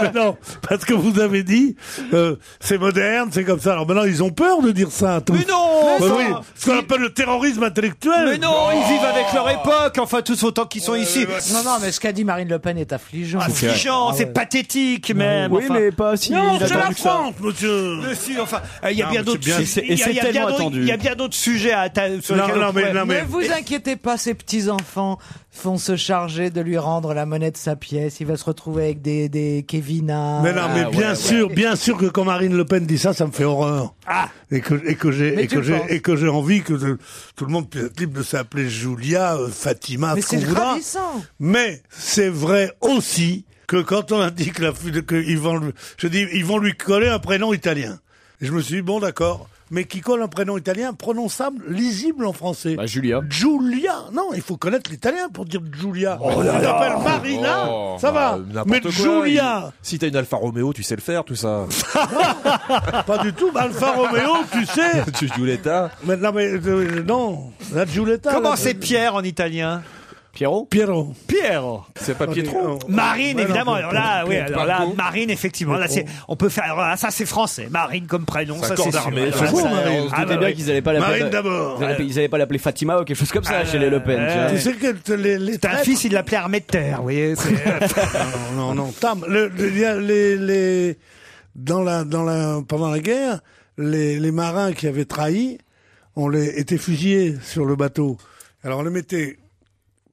J: Mais non, parce que vous avez dit, euh, c'est moderne, c'est comme ça. Alors maintenant, ils ont peur de dire ça. Tous. Mais
E: non Mais
J: oui,
E: ça-
J: Ce qu'on appelle le terrorisme intellectuel Oh.
E: Mais non, ils vivent avec leur époque, enfin tous autant qu'ils sont Euh, ici. Ah,
I: Non, non, mais ce qu'a dit Marine Le Pen est affligeant. Ah,
E: Affligeant, c'est pathétique même.
I: Oui, mais pas
E: si.
I: si
E: Non, c'est la
I: attendu que ça.
E: France,
J: monsieur.
E: Mais si, enfin, euh, il y a
J: Non,
E: bien
J: mais
E: d'autres.
J: c'est bien.
E: sujets-
J: C'est- et
E: il y a-
J: c'est
E: il y a
J: tellement
E: d'autres-
J: attendu.
E: Il y a bien d'autres sujets à atta- sur
J: Non,
E: lesquels
J: non,
E: on
J: mais-
E: pourrait-
J: non, mais-
I: Ne vous inquiétez pas, ces petits-enfants vont se charger de lui rendre la monnaie de sa pièce. Il va se retrouver avec des, des Kevina. Ah,
J: Mais non,
F: Ah,
J: mais bien sûr, bien sûr que quand Marine Le Pen dit ça, ça me fait horreur.
F: Ah.
J: Et que et que j'ai
I: Mais
J: et
I: tu
J: que
I: le
J: j'ai
I: penses.
J: et que j'ai envie que tout- tout le monde puisse être libre de s'appeler Julia, euh, Fatima,
I: Mais
J: ce qu'on
I: c'est
J: voudra.
I: ravissant.
J: Mais c'est vrai aussi que quand on indique la que ils vont lui- je dis ils vont lui coller un prénom italien. Et je me suis dit bon d'accord. Mais qui colle un prénom italien prononçable, lisible en français.
F: Bah,
J: Julia. Julia. Non, il faut connaître l'italien pour dire Julia. on
F: Oh là là.
J: l'appelle Marina,
F: Oh,
J: ça
F: bah,
J: va.
F: n'importe
J: Mais
F: quoi, il-
J: Julia.
F: Si t'as une Alfa Romeo, tu sais le faire, tout ça.
J: Pas du tout, mais Alfa Romeo, tu sais.
F: tu Giulietta.
J: Mais non, mais euh, non, la Giulietta.
E: Comment
J: là,
E: c'est
J: euh,
E: Pierre en italien
N: Piero
J: Piero.
E: Piero.
F: C'est pas Pietro.
N: oh,
E: Marine,
J: Ouais, non,
E: évidemment.
J: Pietro,
E: Alors là, oui,
J: Pietro.
E: alors là,
J: Marco.
E: Marine, effectivement. Là, c'est, on peut faire. Alors là, ça, c'est français. Marine comme prénom,
F: C'est un
E: ça,
F: corps
E: c'est sûr.
F: d'armée,
E: Alors
F: c'est
E: là,
F: bon,
E: ça-
F: Marine.
N: On se
E: Ah,
N: doutait
E: bah
N: bien
E: oui.
N: qu'ils allaient pas l'appeler.
J: Marine d'abord. euh,
N: Ils allaient pas- Ils allaient pas l'appeler Fatima ou quelque chose comme ça chez les Le Pen. tu vois.
J: Tu sais que te- les, les
E: T'as Euh, un
J: traîtres-
E: fils, il l'appelait Armetter, vous voyez. c'est-
J: Non, non, non. Tam, le- le- il y a les, les- dans la, dans la, pendant la guerre, les, les marins qui avaient trahi, on les étaient fusillés sur le bateau. Alors on les mettait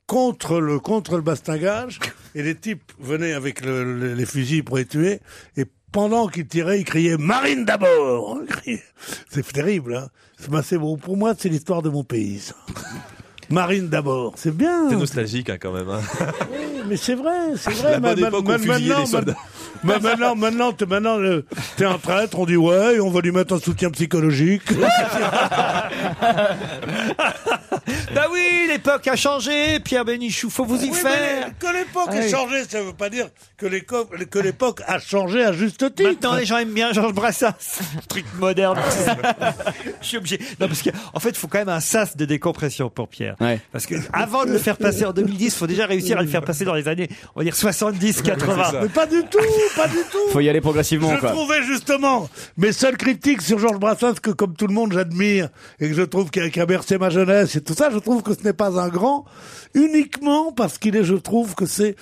J: contre le contre le bastingage et les types venaient avec le- le- les fusils pour les tuer et pendant qu'ils tiraient ils criaient marine d'abord Ils criaient. c'est terrible hein C'est- bah, c'est bon pour moi c'est l'histoire de mon pays ça. marine d'abord c'est bien
F: T'es nostalgique hein, quand même. hein.
J: mais c'est vrai, c'est vrai.
F: La
J: Ma-
F: bonne
J: ma-
F: époque où
J: ma-
F: on fusillait
J: maintenant,
F: les soldats.
J: ma- ma- maintenant, maintenant, t'es, maintenant, le- t'es un traître, on dit ouais, et on va lui mettre un soutien psychologique.
E: bah oui, l'époque a changé. Pierre Bénichou, faut vous y
J: Oui, mais
E: faire.
J: les- que l'époque
E: Ah
J: ait
E: oui.
J: changé, ça veut pas dire que, l'éco- que l'époque a changé à juste titre.
E: Maintenant, les gens aiment bien Georges Brassens. Truc moderne. Je suis obligé. Non, parce que, en fait, il faut quand même un sas de décompression pour Pierre. Parce que, avant de le faire passer en 2010, il faut déjà réussir à le faire passer dans les années, on va dire 70, 80.
N: C'est ça.
J: Mais pas du tout, pas du tout.
N: Faut y aller progressivement.
J: Je
N: quoi.
J: trouvais justement mes seules critiques sur Georges Brassens que comme tout le monde j'admire et que je trouve qu'il a, qu'il a bercé ma jeunesse et tout ça, je trouve que ce n'est pas un grand uniquement parce qu'il est, je trouve que c'est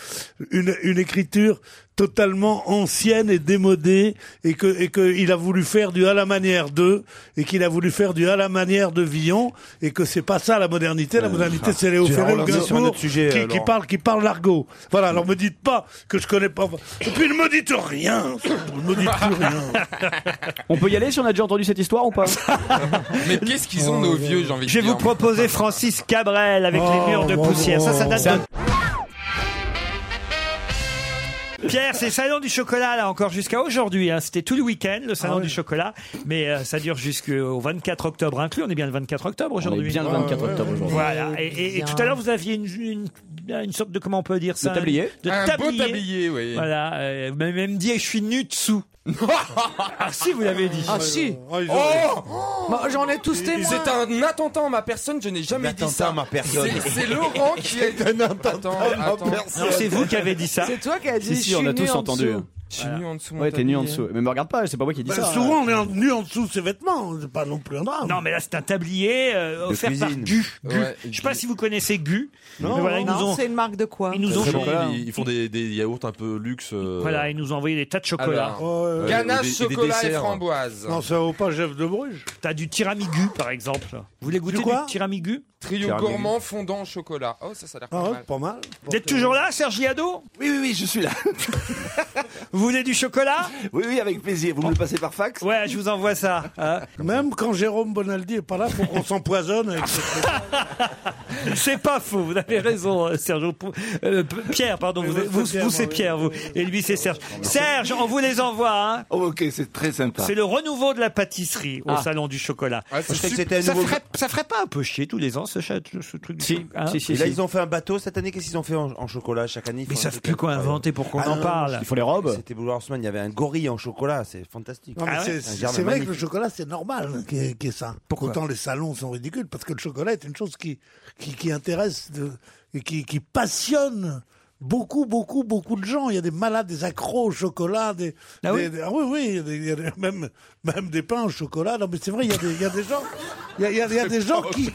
J: une, une écriture totalement ancienne et démodée et que et que il a voulu faire du à la manière d'eux et qu'il a voulu faire du à la manière de Villon et que c'est pas ça la modernité la modernité c'est Léo
L: tu as
J: Ferré ou
L: relancé sur Ah, un
J: Gainsbourg
L: autre sujet,
J: qui-
L: euh,
J: qui
L: Laurent.
J: parle qui parle l'argot voilà alors me dites pas que je connais pas et puis ne me dites rien surtout, ne me dites plus rien
N: On peut y aller si on a déjà entendu cette histoire ou pas
K: Mais qu'est-ce qu'ils ont nos vieux, j'ai envie de
E: Je vais vous
K: dire.
E: proposer Francis Cabrel avec
I: Oh,
N: Oh,
E: les murs de poussière. Ça, ça date de... Pierre, c'est le salon du chocolat là encore jusqu'à aujourd'hui. hein. C'était tout le week-end le
J: Ah
E: salon du chocolat, mais euh, ça dure jusqu'au 24 octobre inclus. On est bien le 24 octobre aujourd'hui.
N: bien le 24 octobre aujourd'hui.
E: Voilà. Et, et- et tout à l'heure vous aviez une, une- une sorte de comment on peut dire ça
N: tablier.
E: De
K: Un
E: tablier.
K: beau tablier, oui.
E: Voilà. euh, vous m'avez même dit je suis nu dessous. ah si vous l'avez dit.
I: Ah si
K: Oh
I: Bah, J'en ai tous témoins.
K: C'est un attentat en ma personne, je n'ai jamais dit ça. ma
L: personne.
K: C'est Laurent qui est... Attends, attends.
E: Non, c'est vous qui avez dit ça.
I: C'est toi qui as dit.
N: Si, si, on a tous entendu.
K: Je suis nu en dessous. mon
N: Ouais, t'es nu en
K: tablier.
N: dessous. Mais me regarde pas, c'est pas moi qui ai dit
J: Bah,
E: hein.
N: ça.
J: souvent on est en- nu en dessous de ses vêtements c'est pas non plus un drame
E: Non, mais là, c'est un tablier euh,
N: De
E: offert par
N: cuisine.
E: Gu. Gu.
F: Ouais,
E: Je sais pas si vous connaissez Gu.
I: Non,
E: mais voilà, ils nous
I: non,
E: ont,
I: c'est une marque de quoi
E: ils nous ont,
F: Très bon. Ils, ils font des, des yaourts un peu luxe. euh,
E: voilà, ils nous ont envoyé des tas de chocolats.
F: Alors,
J: Oh, ouais.
K: Ganache,
F: des- des
K: chocolat et
F: desserts.
K: framboise.
J: non ça vaut pas Jeff de Bruges
E: T'as du tiramigu, par exemple. Vous voulez goûter du,
J: quoi
E: tiramigu
K: Trio
F: Pierre
K: gourmand
F: Bénichou.
K: fondant au chocolat. Oh, ça, ça a l'air
J: Ah
K: pas,
J: ouais,
K: mal.
J: pas mal.
E: Vous êtes toujours là, Serge Liado
L: Oui, oui, oui, je suis là.
E: Vous voulez du chocolat
L: Oui, oui, avec plaisir. Vous me le passez par fax
E: Ouais, je vous envoie ça. hein.
J: Même quand Jérôme Bonaldi est pas là, faut qu'on s'empoisonne. avec ce truc.
E: C'est pas faux, vous avez raison, euh, Serge. Pou- euh, P- Pierre, pardon, vous, vous, vous, c'est Pierre, vous. Et lui, c'est Serge. Serge, on vous les envoie. hein.
L: Oh, Ok, c'est très sympa.
E: C'est le renouveau de la pâtisserie au
L: Ah.
E: Salon du Chocolat.
L: Ah, c'est- Je pensais que
E: Ça-
L: c'était un
E: ça,
L: nouveau-
E: ferait, ça ferait pas un peu chier tous les ans ce, chat- ce truc du
L: Si,
E: choc- hein
L: si, si, si. ont fait un bateau cette année. Qu'est-ce qu'ils ont fait en, en chocolat chaque année
E: Mais ils savent plus quoi inventer pour qu'on en parle.
L: Il faut les robes. Ah C'était Blue Horseman. Il y avait un gorille en chocolat. C'est fantastique. Ah
J: Non, mais
L: Un
J: c'est-
L: germe
J: c'est vrai que
L: magnifique.
J: le chocolat, c'est
E: Ah
J: normal qu'il y, ait- qu'il y ait ça.
L: Pourquoi
J: Autant les salons sont ridicules, parce que le chocolat est une chose qui, qui, qui intéresse de- et qui, qui passionne beaucoup, beaucoup, beaucoup de gens. Il y a des malades, des accros au chocolat. Des,
E: Ah
J: des-
E: oui
J: des- ah oui, oui, il y a des- il y a des- même, même des pains au chocolat. Non, mais c'est vrai, il y a des, il y a des gens, il y a, il y a- il y a des gens qui...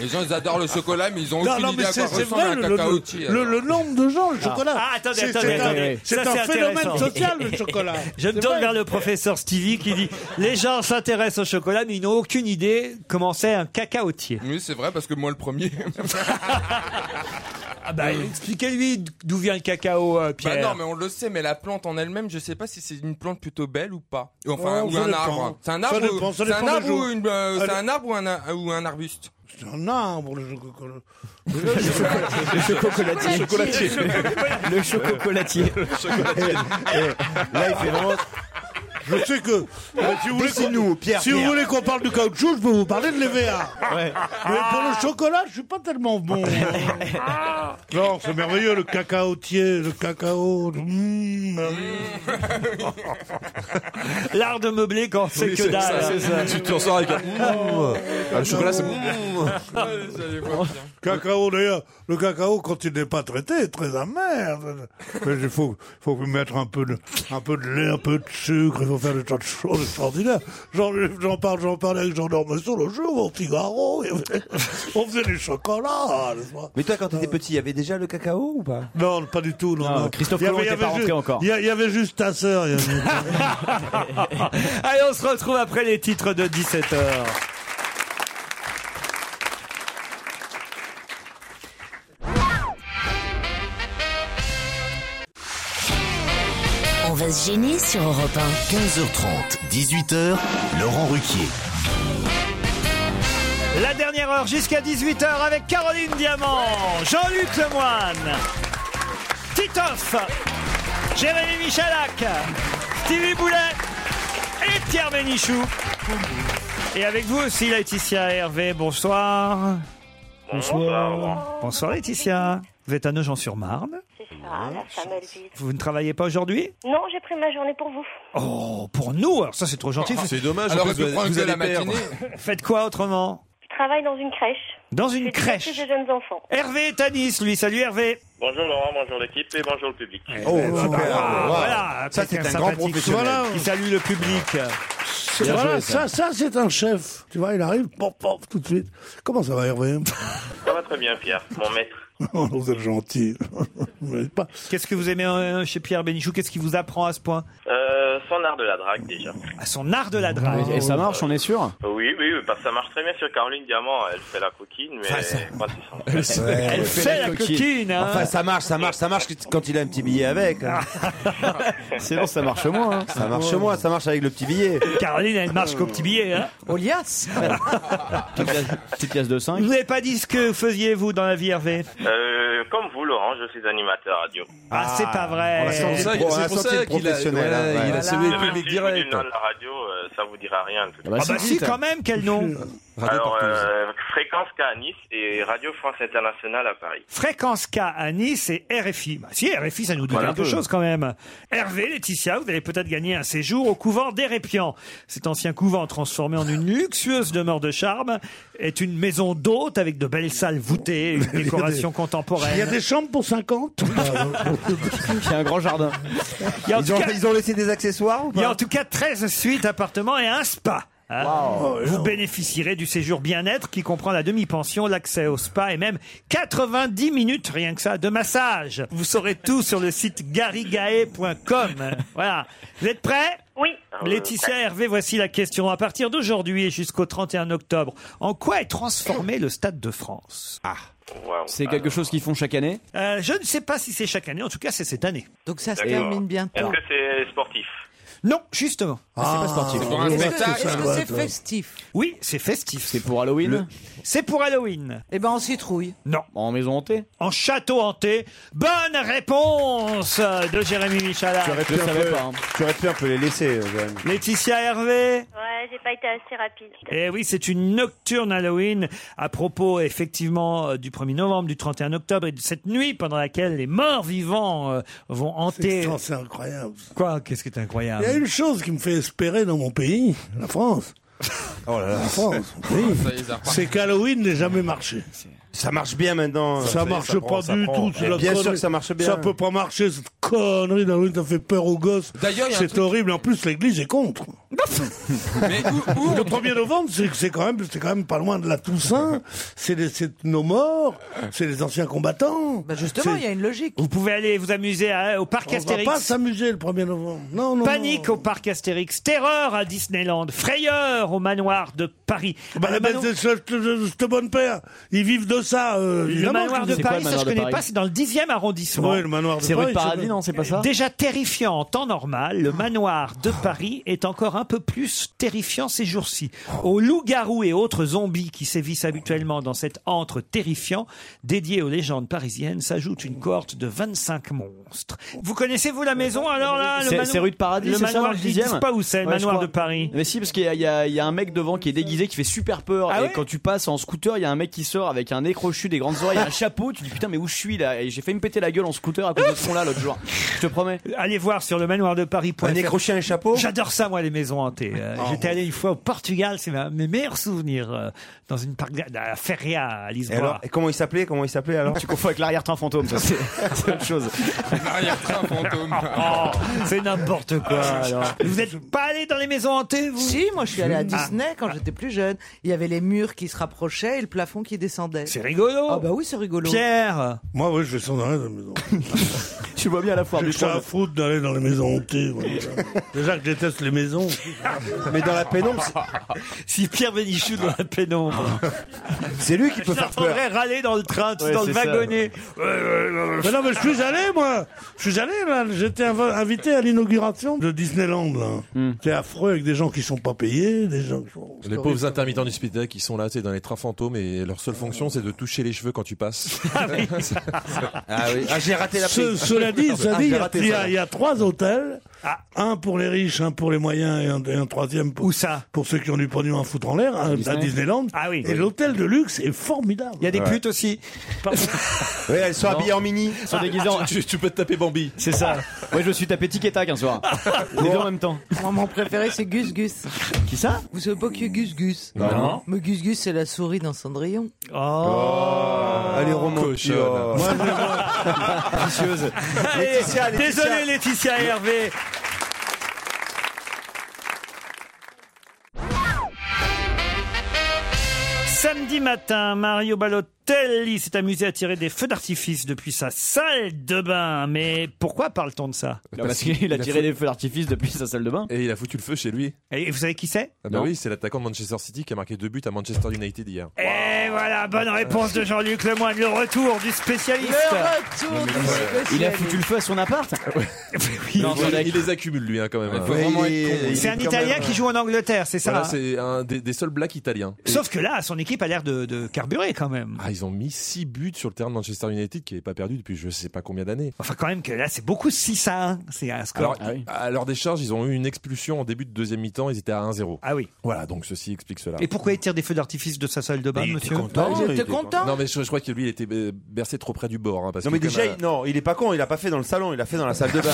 K: Les gens, ils adorent le chocolat, mais ils ont
J: Non,
K: aucune
J: non,
K: idée
J: mais
K: à
J: c'est
K: quoi
J: c'est
K: ressemble
J: vrai,
K: un
J: le, le-
K: cacaotier.
J: le- le nombre de gens, le chocolat.
E: Ah, attendez,
J: C'est-
E: attendez,
J: c'est un-
E: attendez.
J: C'est
E: Ça,
J: un phénomène
E: intéressant.
J: social, le chocolat.
E: Je me
J: C'est
E: tourne
J: vrai.
E: vers le professeur Stevie qui dit Les gens s'intéressent au chocolat, mais ils n'ont aucune idée comment c'est un cacaotier.
K: Oui, c'est vrai, parce que moi, le premier.
E: Ah bah, expliquez-lui d'où vient le cacao, euh, Pierre.
K: Bah non, mais on le sait, mais la plante en elle-même, je sais pas si c'est une plante plutôt belle ou pas. Enfin,
J: Oh,
K: ou
J: ça
K: un
J: dépend.
K: arbre. C'est un
J: Ça
K: arbre, ou-
J: dépend, ça
K: c'est
J: dépend
K: un
J: des
K: arbre ou
J: jours.
K: une, euh, c'est
J: Allez.
K: un arbre ou un, ar- ou un arbuste.
J: C'est un arbre, le chocolat.
N: Le chocolatier.
J: Le chocolatier.
N: Le chocolatier.
L: Là, il fait vraiment.
J: Je sais que. euh, si vous voulez qu'on-
L: Dessine-nous, Pierre,
J: si vous
L: Pierre.
J: voulez qu'on parle du caoutchouc, je peux vous parler de l'EVA. Mais pour le chocolat, je suis pas tellement bon.
K: Ah.
J: non, c'est merveilleux, le cacaotier, le cacao. Mmh.
E: L'art de meubler quand c'est
F: Oui,
E: que
F: c'est
E: dalle.
F: ça, c'est ça. Tu te ressors
J: Mmh.
F: avec un- Ah, le chocolat, c'est bon.
J: Cacao, d'ailleurs, le cacao, quand il n'est pas traité, est très amer. Mais il faut, faut lui mettre un peu, de, un peu de lait, un peu de sucre, il faut faire des tas de choses extraordinaires. J'en, j'en parle, j'en parle avec Jean Dormesson le jour, au Figaro, il y avait- on faisait du chocolat, n'est-ce pas
L: Mais toi, quand t'étais petit, il y avait déjà le cacao ou pas
J: Non, pas du tout. Non, non.
L: Christophe
J: Ah, Il y
L: Colomb
J: avait- il
L: était
J: y avait
L: pas rentré
J: ju-
L: encore.
J: Il y, a- il y avait juste ta sœur. il y avait-
E: Allez, on se retrouve après les titres de 17h.
C: On va se gêner sur Europe 1.
D: 15h30, 18h, Laurent Ruquier.
E: La dernière heure jusqu'à 18h avec Caroline Diamant, Jean-Luc Lemoine, Titoff, Jérémy Michalak, Stevie Boulet et Pierre Bénichou. Et avec vous aussi Laetitia et Hervé, bonsoir. Bonsoir. Bonsoir Laetitia. Vous êtes à Nogent-sur-Marne.
R: Ah, la fameuse vie.
E: Vous ne travaillez pas aujourd'hui
R: Non, j'ai pris ma journée pour vous.
E: Oh, pour nous Alors ça c'est trop gentil.
F: Ah, C'est dommage, en Alors, plus, elle peut vous- prendre vous que allez la matinée.
E: Faites quoi autrement
R: Je travaille dans une crèche.
E: Dans
R: Je
E: une
R: suis
E: crèche.
R: directrice de jeunes enfants.
E: Hervé est à Nice, lui. Salut Hervé.
S: Bonjour Laurent, bonjour l'équipe et bonjour le public.
F: Eh, oh,
E: Ah, Voilà,
J: Oh, Ça, c'est
E: quelqu'un
J: un grand
E: sympathique
J: professionnel. Voilà.
E: Qui salue le public. Bien
J: voilà,
E: joué, ça.
J: ça, ça, c'est un chef. Tu vois, il arrive, pop, pop, tout de suite. Comment ça va, Hervé
S: Ça va très bien Pierre, mon maître.
J: Oh, Vous êtes gentil.
E: Qu'est-ce que vous aimez euh, chez Pierre Bénichou Qu'est-ce qui vous apprend à ce point
S: Euh, son art de la drague déjà.
E: À son art de la drague.
N: Et ça marche, on est sûr
S: Oui, oui, oui, parce que ça marche très bien sur Caroline Diamant, elle fait la coquine,
N: Ah,
S: mais quand ils sont-
E: Elle fait la coquine, hein.
L: Enfin, ça marche, ça marche, ça marche quand il a un petit billet avec. hein.
N: Sinon, ça marche moins. hein.
L: Ça marche moi, ça marche avec le petit billet.
E: Caroline, elle marche qu'au petit billet. Hein.
I: Olias
N: Petite pièce de 5.
E: Vous n'avez pas dit ce que faisiez vous dans la vie, Hervé
S: Euh, comme vous Laurent, je suis animateur radio.
E: Ah, c'est pas vrai.
S: On a senti le pro- on a senti le
L: professionnel, hein, ouais.
E: Voilà.
S: Je me suis dit, le nom de la radio, euh, ça vous dira rien. en tout cas.
E: Ah bah si, quand même, quel nom
S: Alors, euh, Fréquence K à Nice et Radio France Internationale à Paris.
E: Fréquence K à Nice et RFI. Bah, si, RFI, ça nous dit
S: Voilà.
E: quelque chose quand même. Hervé, Laetitia, vous allez peut-être gagner un séjour au couvent d'Hérépian. Cet ancien couvent transformé en une luxueuse demeure de charme est une maison d'hôte avec de belles salles voûtées, une décoration contemporaine. Euh,
J: Il y a des chambres pour 50
N: Il y a un grand jardin.
E: Il y a en
L: Ils
E: tout
L: ont,
E: cas-
L: ils ont laissé des accessoires ou
E: Il y a
L: pas
E: en tout cas 13 suites, appartements et un spa. Hein.
M: Wow.
E: Vous bénéficierez du séjour bien-être qui comprend la demi-pension, l'accès au spa et même 90 minutes, rien que ça, de massage. Vous saurez tout sur le site garigae.com. Voilà. Vous êtes prêts
R: Oui.
E: Laetitia Hervé, voici la question. À partir d'aujourd'hui et jusqu'au 31 octobre, en quoi est transformé le Stade de France Ah.
N: C'est quelque chose qu'ils font chaque année
E: Euh, je ne sais pas si c'est chaque année, en tout cas c'est cette année. Donc ça
S: D'accord. Est-ce que c'est sportif
E: Non, justement.
S: Ah, c'est pas sportif. c'est pour un Est-ce que- spectacle, est-ce ça, que quoi, c'est toi
E: festif Oui, c'est festif. C'est pour
N: Halloween
E: C'est pour Halloween. Eh ben en citrouille. Non.
N: En maison hantée
E: En château hanté. Bonne réponse de Jérémy Michalak.
L: Tu aurais pu, un peu,
E: hein.
S: hein.
L: tu aurais pu un peu les laisser, euh, quand même.
E: Laetitia Hervé.
R: Ouais, j'ai pas été assez rapide.
E: Eh oui, c'est une nocturne Halloween à propos effectivement euh, du 1er novembre, du 31 octobre et de cette nuit pendant laquelle les morts vivants euh, vont hanter.
J: extra- c'est incroyable.
E: Quoi Qu'est-ce qui est
J: Il y a
E: incroyable
J: une chose qui me fait espérer dans mon pays, la France.
L: Oh là là.
J: La France, mon pays.
L: Ça y est, ça repart.
J: c'est qu'Halloween n'a jamais marché.
L: Ça marche bien maintenant.
J: Ça, marche pas du tout. c'est
L: Eh
J: la
L: Bien sûr
J: connerie.
L: que ça marche bien.
J: Ça peut pas marcher, cette connerie d'Halloween, ça fait peur aux gosses.
L: D'ailleurs, il y a un
J: c'est
L: truc-
J: horrible. En plus, l'église est contre. le 1er novembre, c'est c'est quand, même- c'est quand même pas loin de la Toussaint. C'est les- c'est nos morts, c'est les anciens combattants.
E: Bah, justement, il y a
J: une logique.
E: Vous pouvez aller vous amuser à- au parc
J: On va
E: Astérix.
J: pas s'amuser le 1er novembre. Non, non.
E: Panique au parc Astérix, terreur à Disneyland, frayeur au manoir de Paris.
J: Bah,
E: Ah,
J: la
E: le
J: bête,
E: mano-
J: c'est ce ce bon père. hein. Ils vivent de ça. euh,
E: le
J: évidemment
E: manoir
J: qu'ils
E: de
J: vivent.
E: Paris, ça je connais pas, c'est dans le 10e arrondissement.
J: Ouais, le manoir de
N: C'est rue Paris, de Paradis, c'est- non, c'est pas ça
E: Déjà terrifiant en temps normal, le manoir de Paris est encore un peu plus terrifiant ces jours-ci. Aux loups-garous et autres zombies qui sévissent habituellement dans cet antre terrifiant, dédié aux légendes parisiennes, s'ajoute une cohorte de 25 monstres. Vous connaissez, vous, la maison alors Oh là le
N: C'est-
E: mano-
N: C'est rue de Paradis,
E: Le
N: c'est ça dans
E: manoir,
N: le
E: ils disent
N: 10
E: pas où c'est, le manoir de Paris.
N: Mais si, parce qu'il y, a- il y a il y a un mec devant qui est déguisé, qui fait super peur.
E: Ah
N: et quand tu passes en scooter, il y a un mec qui sort avec un nez crochu, des grandes oreilles, un chapeau. Tu dis putain, mais où je suis là Et j'ai failli me péter la gueule en scooter à cause de ce là l'autre jour. Je te promets.
E: Allez voir sur le manoir de Paris.
N: Un écrochet,
E: un chapeau. J'adore ça, moi, les maisons hantées. Euh,
L: Ah,
E: J'étais allé une fois au Portugal, c'est ma- mes meilleurs souvenirs euh, dans une parc à Feria à
L: Et, alors,
E: Lisboa.
L: et comment il s'appelait Comment il s'appelait alors
N: Tu confonds avec l'arrière-train fantôme, ça c'est c'est autre chose.
E: Oh, c'est n'importe quoi. alors. Vous n'êtes pas allé dans les maisons hantées, vous
I: Ah. Si, moi je suis allé à
E: Ah.
I: Disney quand j'étais plus jeune. Il y avait les murs qui se rapprochaient et le plafond qui descendait.
E: C'est rigolo.
I: Ah bah oui, c'est rigolo.
E: Pierre
J: Moi, oui, je vais sans arrêt dans les maisons.
N: tu vois bien à la fois.
J: J'ai que ça à foutre d'aller dans les maisons hantées. moi. Déjà que je déteste les maisons.
L: Mais dans la pénombre, c'est-
E: Si Pierre Bénichou dans la pénombre.
L: c'est lui qui peut
E: Je
L: faire peur.
E: l'entendrais râler dans le train, tout
L: Ouais,
E: dans le
L: c'est ça.
E: wagonnet.
J: Mais non, mais je suis allé, moi. Je suis allé, là. J'étais inv- invité à l'inauguration de Disneyland, là.
L: Hmm.
J: C'est affreux avec des gens qui sont pas payés, des gens qui sont...
F: Les pauvres intermittents du spectacle qui sont là, c'est dans les trains fantômes et leur seule fonction c'est de toucher les cheveux quand tu passes.
L: Ah oui. Ah, j'ai raté la
J: Ce-
L: prise.
J: Cela dit, ça
L: Ah,
J: dit, il y,
L: j'ai
J: a-
L: raté
J: il y
L: ça.
J: a- il y a trois hôtels.
E: Ah.
J: Un pour les riches, un pour les moyens et un, et un troisième pour, pour ceux qui ont du pognon à foutre en l'air hein, à, à
L: Disney.
J: Disneyland.
E: Ah oui.
J: Et l'hôtel de luxe est formidable. Il y
E: a des putes aussi.
L: Oui, elles sont
N: Non.
L: habillées en mini.
N: Ils sont déguisés en-
F: Ah, tu, tu peux te taper Bambi.
N: C'est ça. Moi je me suis tapé tic et tac un soir. Les deux en même temps.
I: Moi, mon préféré, c'est Gus Gus.
N: Qui ça
I: Vous savez pas qui est Gus Gus
N: Non. Non.
I: Mais Gus Gus, c'est la souris dans Cendrillon.
E: Oh.
L: Elle est romantique. Oh.
N: Vicieuse.
L: Laetitia, Laetitia.
E: Désolé, Laetitia Hervé. Samedi matin, Mario Balotelli s'est amusé à tirer des feux d'artifice depuis sa salle de bain. Mais pourquoi parle-t-on de ça
F: Bah,
N: Parce qu'il a tiré des feux d'artifice depuis sa salle de bain.
F: Et il a foutu le feu chez lui.
E: Et vous savez qui c'est
F: Ah bah
E: Non.
F: oui, c'est l'attaquant de Manchester City qui a marqué deux buts à Manchester United hier.
E: Et voilà, bonne réponse de Jean-Luc Lemoyne, le retour du spécialiste.
I: Le retour du spécialiste.
N: Il a foutu le feu à son appart Non,
F: il,
N: attendez.
F: il les accumule lui hein, quand même.
N: Ouais, faut vraiment
F: il-
N: être con.
F: il-
E: C'est un
F: il- quand
E: Italien
F: même, euh,
E: qui joue en Angleterre, c'est ça
F: Voilà,
E: hein
F: c'est un des, des seuls blacks italiens.
E: Sauf que là, son équipe a l'air de, de carburer quand même.
F: Ah, ils ont mis 6 buts sur le terrain de Manchester United qui n'avait pas perdu depuis je sais pas combien d'années.
E: Enfin, quand même que là, c'est beaucoup 6 à 1. C'est un score.
F: Alors,
N: Ah
F: à leur décharge, ils ont eu une expulsion en début de deuxième mi-temps, ils étaient à 1-0.
E: Ah oui.
F: Voilà, donc ceci explique cela.
E: Et pourquoi il tire des feux d'artifice de sa salle
N: Bah,
E: de bain, monsieur
I: Ah,
F: Non, mais je, je crois que lui, il était euh, bercé trop près du bord. hein, parce
L: Non
F: que
L: mais déjà,
F: comme, euh,
L: il- non, il est pas con, il a pas fait dans le salon, il a fait dans la salle de bain.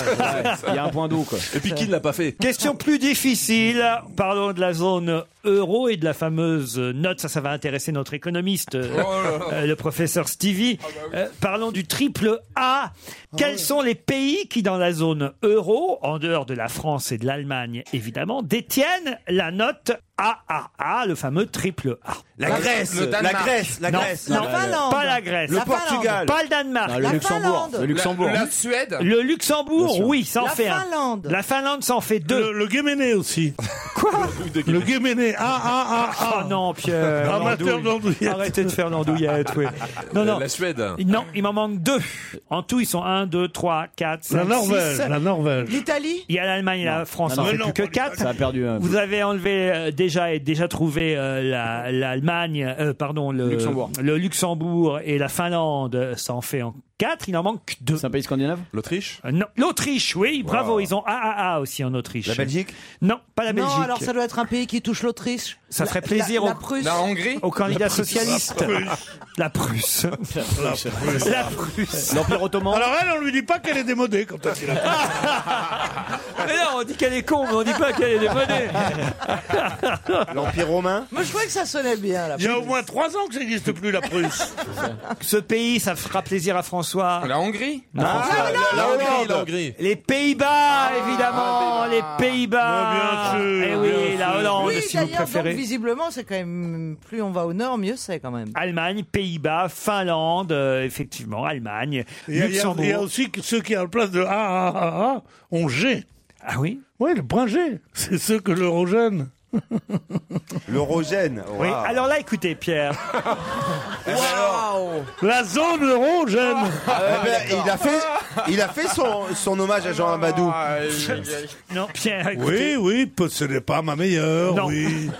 N: Il y a un point d'eau quoi.
F: Et puis qui ne l'a pas fait
E: Question plus difficile. Parlons de la zone euro et de la fameuse note. Ça, ça va intéresser notre économiste,
M: Oh
E: euh, euh, le professeur Stevie.
M: Ah bah
E: Euh, parlons du triple A. Quels sont les pays qui, dans la zone euro, en dehors de la France et de l'Allemagne, évidemment, détiennent la note AAA, le fameux triple A.
M: La La- Grèce, le Danemark. la Grèce, la
E: Non,
M: Grèce.
E: non,
M: La Finlande.
E: pas la Grèce.
M: Le
E: La Finlande.
M: Portugal.
E: Pas le Danemark.
M: Non, le La Luxembourg. Finlande. Le Luxembourg. La- la Suède.
E: Le
M: Bien
E: Luxembourg,
M: sûr.
E: oui, ça en
M: La
E: fait un.
M: Finlande.
E: La Finlande s'en fait deux.
J: Le, Guéméné aussi.
E: Quoi
J: Le Guéméné. Ah, ah, ah, ah.
E: Oh non, Pierre.
J: Amateur
E: l'andouille.
J: d'andouillette.
E: Arrêtez de faire l'andouillette, oui. Non, non.
F: Euh, La Suède.
E: Non, il m'en manque deux. En tout, ils sont 1, 2, 3, 4, 5,
J: La Norvège, la Norvège.
E: L'Italie Ah, Il y a l'Allemagne et la France,
J: Non,
E: en
J: non,
E: fait
J: non,
E: plus que
J: pas l'Italie.
E: 4.
J: Ça a perdu un peu.
E: Vous avez enlevé euh, déjà et déjà trouvé euh, la- l'Allemagne, euh, pardon, le
N: Luxembourg.
E: le Luxembourg et la Finlande, euh, ça en fait en 4. Il en manque deux. C'est un pays scandinave
F: L'Autriche
E: Non, l'Autriche, oui, bravo, ils ont AAA aussi en Autriche. La Belgique Non, pas la
I: non,
E: Belgique.
I: alors ça doit être un pays qui touche l'Autriche.
E: Ça
I: La-
E: ferait plaisir
I: la,
E: au-
I: la Prusse.
E: au candidat socialiste. La Prusse.
J: La Prusse.
E: La Prusse.
J: L'Empire ottoman. Alors elle, on lui dit pas qu'elle est démodée quand elle dit la
E: Mais non, on dit qu'elle est con, mais on dit pas qu'elle est démodée.
J: L'Empire romain.
I: Moi, je trouvais que ça sonnait bien. La
J: Il y a au
I: Prusse.
J: moins trois ans que ça n'existe plus, la Prusse.
E: Ce pays, ça fera plaisir à François. La Hongrie
J: Ah, la- la- la Hongrie, Ah, la Hongrie.
E: Les Pays-Bas, évidemment, les Pays-Bas.
J: Mais Oh, bien sûr,
E: Eh oui,
J: bien
E: la
J: sûr.
E: Hollande,
I: Oui,
E: si vous
I: d'ailleurs, donc,
E: préférez.
I: visiblement, c'est quand même plus on va au nord, mieux c'est quand même.
E: Allemagne, Pays-Bas, Finlande, euh, effectivement, Allemagne,
J: Il y, a- il y a- il y a
E: Luxembourg.
J: aussi que ceux qui, à la place de A, A, A, A, ont G.
E: Ah oui
J: Oui, le brin G. C'est ceux que l'eurogène.
L: L'eurogène.
E: Oui, alors là, écoutez, Pierre.
J: La zone euro, j'aime.
L: Eh ben, il a fait, il a fait son, son hommage à Jean Amadou.
E: Non, Pierre,
J: Oui, oui, peut- ce n'est pas ma meilleure, oui.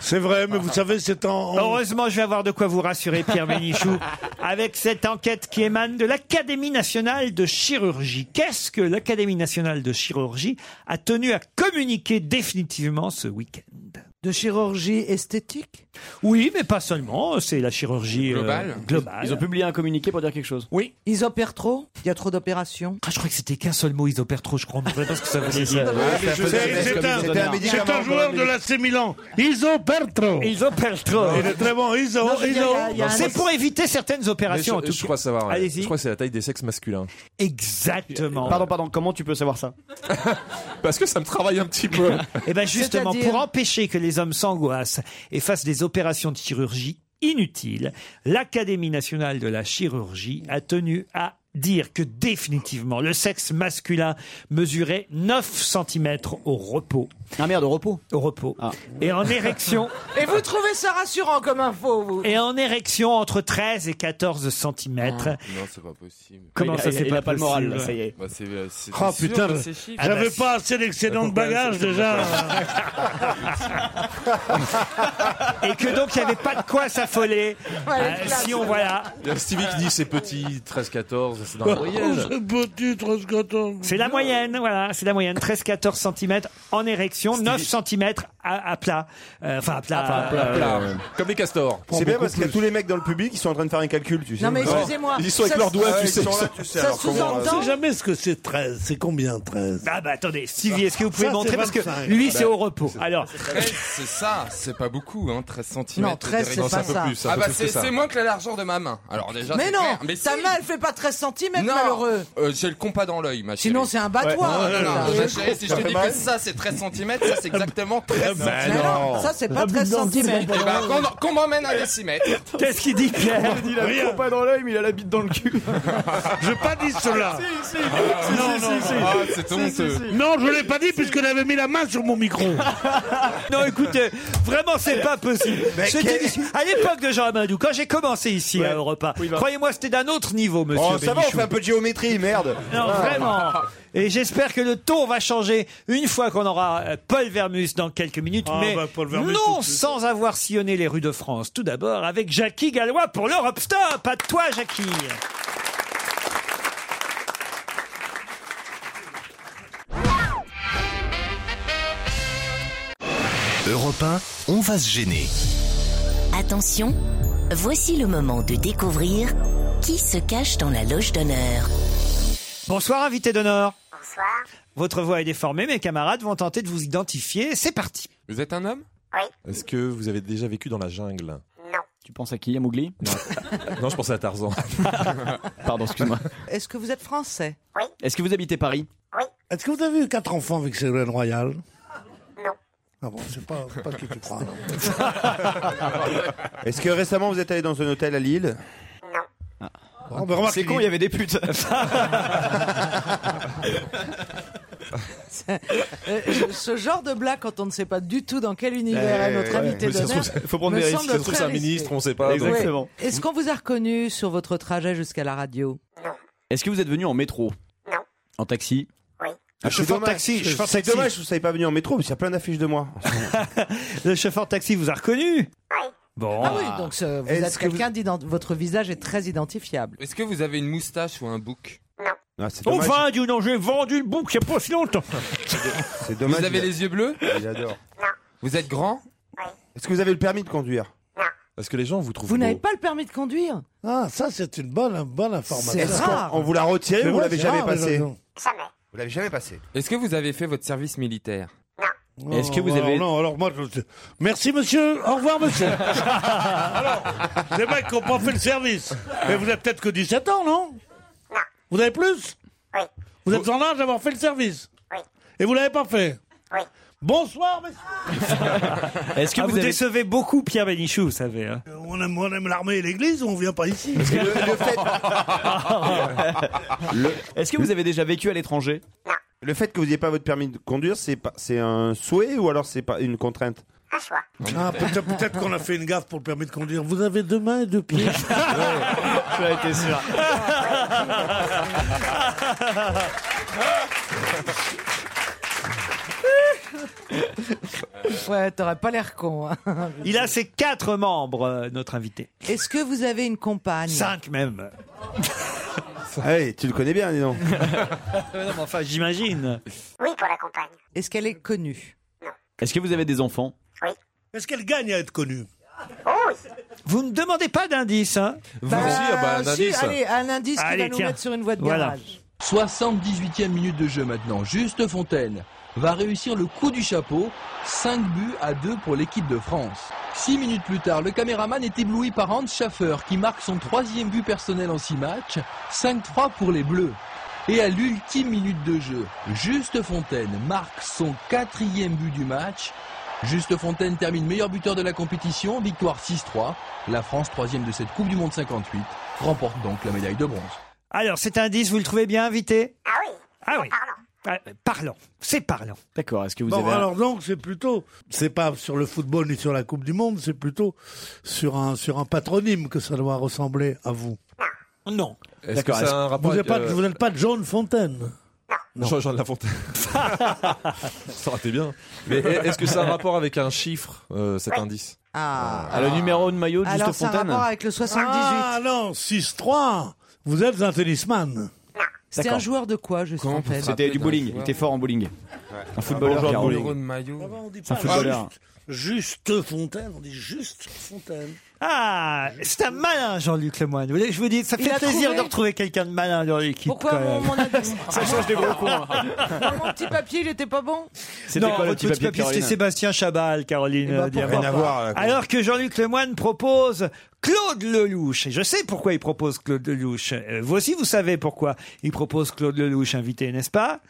J: C'est vrai, mais vous savez, c'est en... en-
E: Heureusement, je vais avoir de quoi vous rassurer, Pierre Bénichou, avec cette enquête qui émane de l'Académie nationale de chirurgie. Qu'est-ce que l'Académie nationale de chirurgie a tenu à communiquer définitivement ce week-end
I: De chirurgie esthétique
E: Oui, mais pas seulement. C'est la chirurgie euh, globale.
N: Ils ont publié un communiqué pour dire quelque chose.
E: Oui.
I: Ils opèrent trop Il y a trop d'opérations
E: Ah, je crois que c'était qu'un seul mot, ils opèrent trop, je crois. On ne savait pas ce que ça voulait dire.
I: Ah,
J: C'est c'est un, c'est un joueur de l'AC Milan. Iso Pertro.
E: Iso
L: oh,
E: Pertro.
J: Il est très bon. Iso,
E: Non, il y a-
J: Iso.
E: il y a un- C'est pour éviter certaines opérations,
F: Mais je,
E: en tout
F: je
E: cas.
F: crois savoir. ouais.
E: Allez-y.
F: Je crois que c'est la taille des sexes masculins.
E: Exactement.
N: Pardon, pardon, comment tu peux savoir ça
F: Parce que ça me travaille un petit peu.
E: Et bien Eh ben, justement,
N: C'est-à-dire
E: pour empêcher que les hommes s'angoissent et fassent des opérations de chirurgie inutiles, l'Académie nationale de la chirurgie a tenu à dire que définitivement le sexe masculin mesurait 9 cm au repos.
N: Ah merde, au repos Ah.
E: Au repos. Et en érection
I: Et vous trouvez ça rassurant comme info, vous
E: et en érection entre 13 et 14 cm.
N: Ah.
T: Non, c'est pas possible.
E: Comment ça, c'est pas possible
T: Bah, c'est, euh, c'est-
J: Oh
T: c'est sûr,
J: putain,
T: bah, c'est
F: Ah
T: chiffre.
J: j'avais pas assez d'excédent de bagages déjà.
E: Et que donc il n'y avait pas de quoi s'affoler. Euh, si on voilà,
F: Il y a Stevie qui dit c'est petit, 13-14, c'est dans
J: Oh,
F: le voyage.
J: ce petit transcoton.
E: C'est la moyenne, voilà, c'est la moyenne. 13-14 cm en érection, 9 cm à, à plat. Euh, Enfin, à plat.
F: Enfin, à plat, à plat, ouais. Comme les castors.
L: C'est bien parce qu'il y a tous les mecs dans le public qui sont en train de faire un calcul, tu sais.
I: Non, mais excusez-moi.
L: Ils sont avec
I: Ça-
L: leurs doigts,
I: Ouais,
L: tu
I: ils
L: sais.
I: sont
L: ils
I: là,
L: sont-
I: tu sais, Ça alors comment- euh, sous-entend-
J: On sait jamais ce que c'est 13. C'est combien 13
E: Ah bah attendez, Stevie, est-ce que vous pouvez
J: Ça, c'est
E: montrer Parce que
J: 25.
E: lui,
J: Ah
E: c'est
J: bah,
E: au repos. Alors,
T: Ouais, c'est ça, c'est pas beaucoup, hein, 13 cm.
I: Non, 13, c'est pas ça.
T: ah bah c'est, c'est moins que la largeur de ma main. Alors déjà,
I: Mais
T: c'est
I: non
T: clair. Mais
I: Ta
T: si.
I: main, elle fait pas 13 cm,
T: Non,
I: malheureux
T: euh, j'ai le compas dans l'œil, ma chérie.
I: Sinon, c'est un hein. Euh, battoir.
T: Ouais, non, non, non,
I: Ouais.
T: ma chérie, si je
I: Ça
T: te
I: fait
T: dis
I: mal.
T: Ah, que ça c'est 13 cm, ça c'est exactement 13 cm.
I: Mais non, ça, c'est
K: Ah,
I: pas Bah, 13 cm.
T: Eh ben, qu'on, qu'on m'emmène à décimètre.
E: qu'est-ce qu'il dit, Pierre
N: Il a le compas dans l'œil, mais il a la bite dans le cul.
J: Je n'ai pas dit cela.
N: si, si,
K: Ah,
J: non, non, non.
T: Ah, c'est honteux.
J: Non, je l'ai pas dit puisque j'avais mis la main sur mon micro.
E: non, écoutez, vraiment, c'est pas possible. C'était du- à l'époque de Jean Amadou, quand j'ai commencé ici à Europa, croyez-moi, c'était d'un autre niveau, monsieur.
L: bah. Oh, ça va, on
E: Bénichou.
L: fait un peu de géométrie, merde. Ah.
E: Non, vraiment. Et j'espère que le ton va changer une fois qu'on aura euh, Paul Vermus dans quelques minutes,
J: Ah,
E: mais
J: bah, Paul Vermus tout
E: non
J: de suite.
E: sans avoir sillonné les rues de France. Tout d'abord avec Jackie Gallois pour l'Europe Stop. À toi, Jackie.
D: Europe 1, on va se gêner.
C: Attention, voici le moment de découvrir qui se cache dans la loge d'honneur.
E: Bonsoir, invité d'honneur. Bonsoir. Votre voix est déformée, mes camarades vont tenter de vous identifier. C'est parti.
T: Vous êtes un homme
F: Est-ce que vous avez déjà vécu dans la jungle
N: Tu penses à qui À Mowgli
F: Non, je pensais à Tarzan.
N: Pardon, excuse-moi.
I: Est-ce que vous êtes français
N: Est-ce que vous habitez Paris
J: Est-ce que vous avez eu quatre enfants avec Ségolène Royal Ah bon, c'est pas, pas ce que tu crois. non.
L: Est-ce que récemment vous êtes allé dans un hôtel à Lille Ah.
J: Bon, bah, remarque,
N: Ah, C'est con, il y avait des putes.
I: C'est- euh, je- ce genre de blague, quand on ne sait pas du tout dans quel univers est notre invité d'honneur, me semble très risqué.
N: Exactement.
I: Ouais. Est-ce qu'on vous a reconnu sur votre trajet jusqu'à la radio
N: Est-ce que vous êtes venu en métro
I: Non.
N: En taxi
I: Oui.
L: Ah, c'est
E: chauffeur
L: dommage.
E: taxi,
L: C'est-
E: chauffeur
L: C'est
E: taxi.
L: dommage, que vous savez pas venir en métro, parce qu'il y a plein d'affiches de moi.
E: Le chauffeur taxi vous a reconnu
L: Bon.
I: Ah oui, donc ce- vous
L: Est-ce
I: êtes
L: que
I: quelqu'un d'ident- Votre visage est très identifiable.
K: Est-ce que vous avez une moustache ou un bouc Oh, dommage.
E: Enfin, dis non, j'ai vendu le bouc il n'y a pas si longtemps.
L: C'est dommage.
K: Vous avez
L: il- Ah,
K: les yeux bleus
L: Il adore.
K: Vous êtes grand
L: Est-ce que vous avez le permis de conduire
F: Parce que les gens vous trouvent.
I: Vous n'avez pas le permis de conduire
J: Ah, ça, c'est une bonne, une bonne information.
L: Est-ce qu'on- on vous l'a retiré
J: C'est
L: ou vous
J: vrai,
L: l'avez
J: c'est
L: jamais
J: rare,
L: passé
J: les gens.
L: Vous l'avez jamais passé.
K: Est-ce que vous avez fait votre service militaire
J: Non, alors Non, alors moi, je- merci monsieur, au revoir monsieur. alors, les mecs qui n'ont pas fait le service. Mais vous avez peut-être que 17 ans, non Vous avez plus Oui. Vous êtes en âge d'avoir fait le service Oui. Et vous l'avez pas fait Oui. Bonsoir monsieur.
E: Est-ce que Ah, vous, décevez beaucoup Pierre Bénichou, vous savez. hein.
J: Euh, On aime, on aime l'armée et l'église, on vient pas ici.
K: Ah.
N: Est-ce que vous avez déjà vécu à l'étranger
L: Le fait que vous n'ayez pas votre permis de conduire, c'est pas, c'est un souhait ou alors c'est pas une contrainte
J: Ah, peut-être peut-être qu'on a fait une gaffe pour le permis de conduire. Vous avez deux mains et deux pieds.
N: Tu as été sûr.
I: Ouais, t'aurais pas l'air con. hein.
E: Il a ses quatre membres, euh, notre invité.
I: Est-ce que vous avez une compagne
E: Cinq même.
L: Ah oui, tu le connais bien, dis donc.
E: non, mais enfin, j'imagine.
I: Oui, pour la compagne. Est-ce qu'elle est connue
N: Est-ce que vous avez des enfants
J: Est-ce qu'elle gagne à être connue
E: Oh. Vous ne demandez pas d'indice, hein
I: Bah, si, Allez, un indice qui
E: Allez,
I: va nous
E: tiens.
I: mettre sur une voie de
E: Voilà.
I: garage.
T: 78e minute de jeu maintenant. Juste Fontaine va réussir le coup du chapeau. 5 buts à 2 pour l'équipe de France. 6 minutes plus tard, le caméraman est ébloui par Hans Schaffer qui marque son troisième but personnel en 6 matchs. 5-3 pour les Bleus. Et à l'ultime minute de jeu, Juste Fontaine marque son quatrième but du match. Juste Fontaine termine meilleur buteur de la compétition, victoire 6-3. La France, troisième de cette Coupe du Monde 58, remporte donc la médaille de bronze.
E: Alors, cet indice, vous le trouvez bien, invité Ah oui. Ah oui. Ah, euh, Parlant. C'est parlant.
N: D'accord, est-ce que
J: Bon, alors donc c'est plutôt, c'est pas sur le football ni sur la Coupe du Monde, c'est plutôt sur un sur un patronyme que ça doit ressembler à vous.
E: Non.
F: Est-ce que ça a un rapport
J: Vous n'êtes
F: avec,
J: pas,
F: euh,
J: vous n'êtes pas John Fontaine.
F: Jean, Jean de la Fontaine. ça aurait été bien. Mais est-ce que ça a un rapport avec un chiffre, euh, cet indice
I: Ah.
N: Ah, le numéro de maillot de
I: Alors,
N: Juste
I: ça a
N: Fontaine
I: rapport avec le 78.
J: Ah non, 6-3. Vous êtes un tennisman.
I: C'est un
N: D'accord.
I: joueur de quoi, Juste Fontaine
N: C'était du bowling. Il était fort en bowling. Un footballeur.
J: Bonjour,
N: Pierre,
J: bowling.
N: bowling. C'est un
J: pas
N: footballeur.
J: Juste, juste Fontaine, on dit juste Fontaine.
E: Ah, c'est un malin, Jean-Luc Lemoyne. Vous voulez que je vous dise, ça
J: Il
E: fait
J: a
E: plaisir
J: trouvé.
E: de retrouver quelqu'un de malin dans l'équipe.
I: Pourquoi
E: quand
I: mon,
E: même.
I: mon indice
N: Ça change des gros cons, hein.
I: Mon petit papier, il était pas bon
N: C'était
E: Non,
N: quoi, le
E: votre
N: petit papier,
E: c'était
N: Caroline
E: Sébastien Chabal, Caroline.
N: Eh ben,
E: euh, Diamant.
N: pourquoi Rien à pas. voir, là, quoi.
E: Alors que Jean-Luc Lemoyne propose Claude Lelouch. Et je sais pourquoi il propose Claude Lelouch. Euh, Vous aussi, vous savez pourquoi il propose Claude Lelouch invité, n'est-ce pas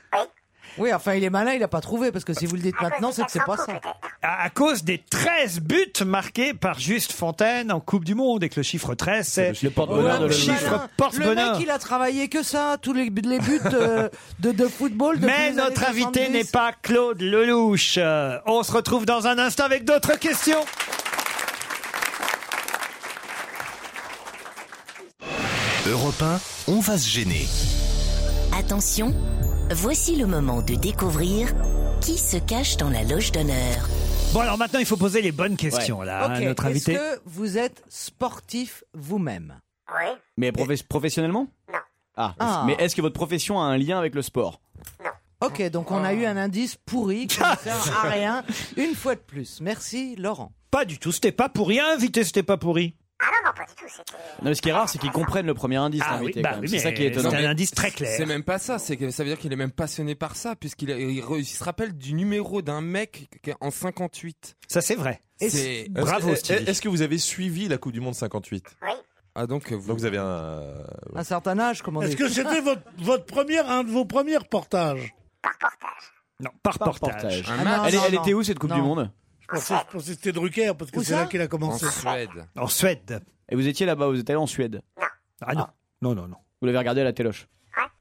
I: Oui, enfin, il est malin, il a pas trouvé, parce que si vous le dites maintenant, c'est que c'est pas ça.
E: à, à cause des 13 buts marqués par Juste Fontaine en Coupe du Monde et que le chiffre 13, c'est le
I: Ouais, mais
E: chiffre
I: malin. le
E: porte-bonheur.
I: mec, il a travaillé que ça, tous les, les buts euh, de, de football. depuis
E: Mais
I: les années
E: notre invité
I: 70.
E: n'est pas Claude Lelouch. Euh, On se retrouve dans un instant avec d'autres questions.
U: Europe 1, on va se gêner.
C: Attention, voici le moment de découvrir qui se cache dans la loge d'honneur.
E: Bon, alors maintenant, il faut poser les bonnes questions,
C: Ouais.
E: là, hein,
I: Ok,
E: notre invité.
I: Est-ce que vous êtes sportif vous-même Oui.
N: Mais profes- professionnellement Non. Ah.
I: Ah.
N: Mais est-ce que votre profession a un lien avec le sport
I: Ok, donc on a
E: Oh.
I: eu un indice pourri qui ne sert à rien. Une fois de plus. Merci, Laurent.
E: Pas du tout, c'était pas pourri. Invité, c'était pas pourri.
N: Non, mais ce qui est rare, c'est qu'ils comprennent le premier indice.
E: Ah
N: l'invité,
E: oui, bah
N: quand même.
E: oui,
N: c'est
E: mais
N: ça qui est étonnant.
E: c'est un indice très clair.
K: C'est même pas ça, c'est que ça veut dire qu'il est même passionné par ça, puisqu'il a- il re- il se rappelle du numéro d'un mec qui est en 58.
E: Ça, c'est vrai.
K: C'est euh,
F: Est-ce- est- Est-ce que vous avez suivi la Coupe du Monde 58
K: Oui.
F: Ah donc
N: euh,
F: vous... donc vous avez un. euh,
I: Un certain âge, comment
J: Est-ce que c'était votre, votre première, un de vos premiers reportages
E: Non, par,
N: Par
E: portage. Ah
N: portage.
I: Ah
N: Un match. Ah Elle est- elle était où, cette Coupe du Monde
J: Je pensais, je pensais que c'était Drucker parce que
N: Où
J: c'est
N: ça
J: là qu'elle a commencé.
E: En Suède.
N: Et vous étiez là-bas, vous êtes allé en Suède
E: Ah non. Non, non, non.
N: Vous l'avez regardé à la téloche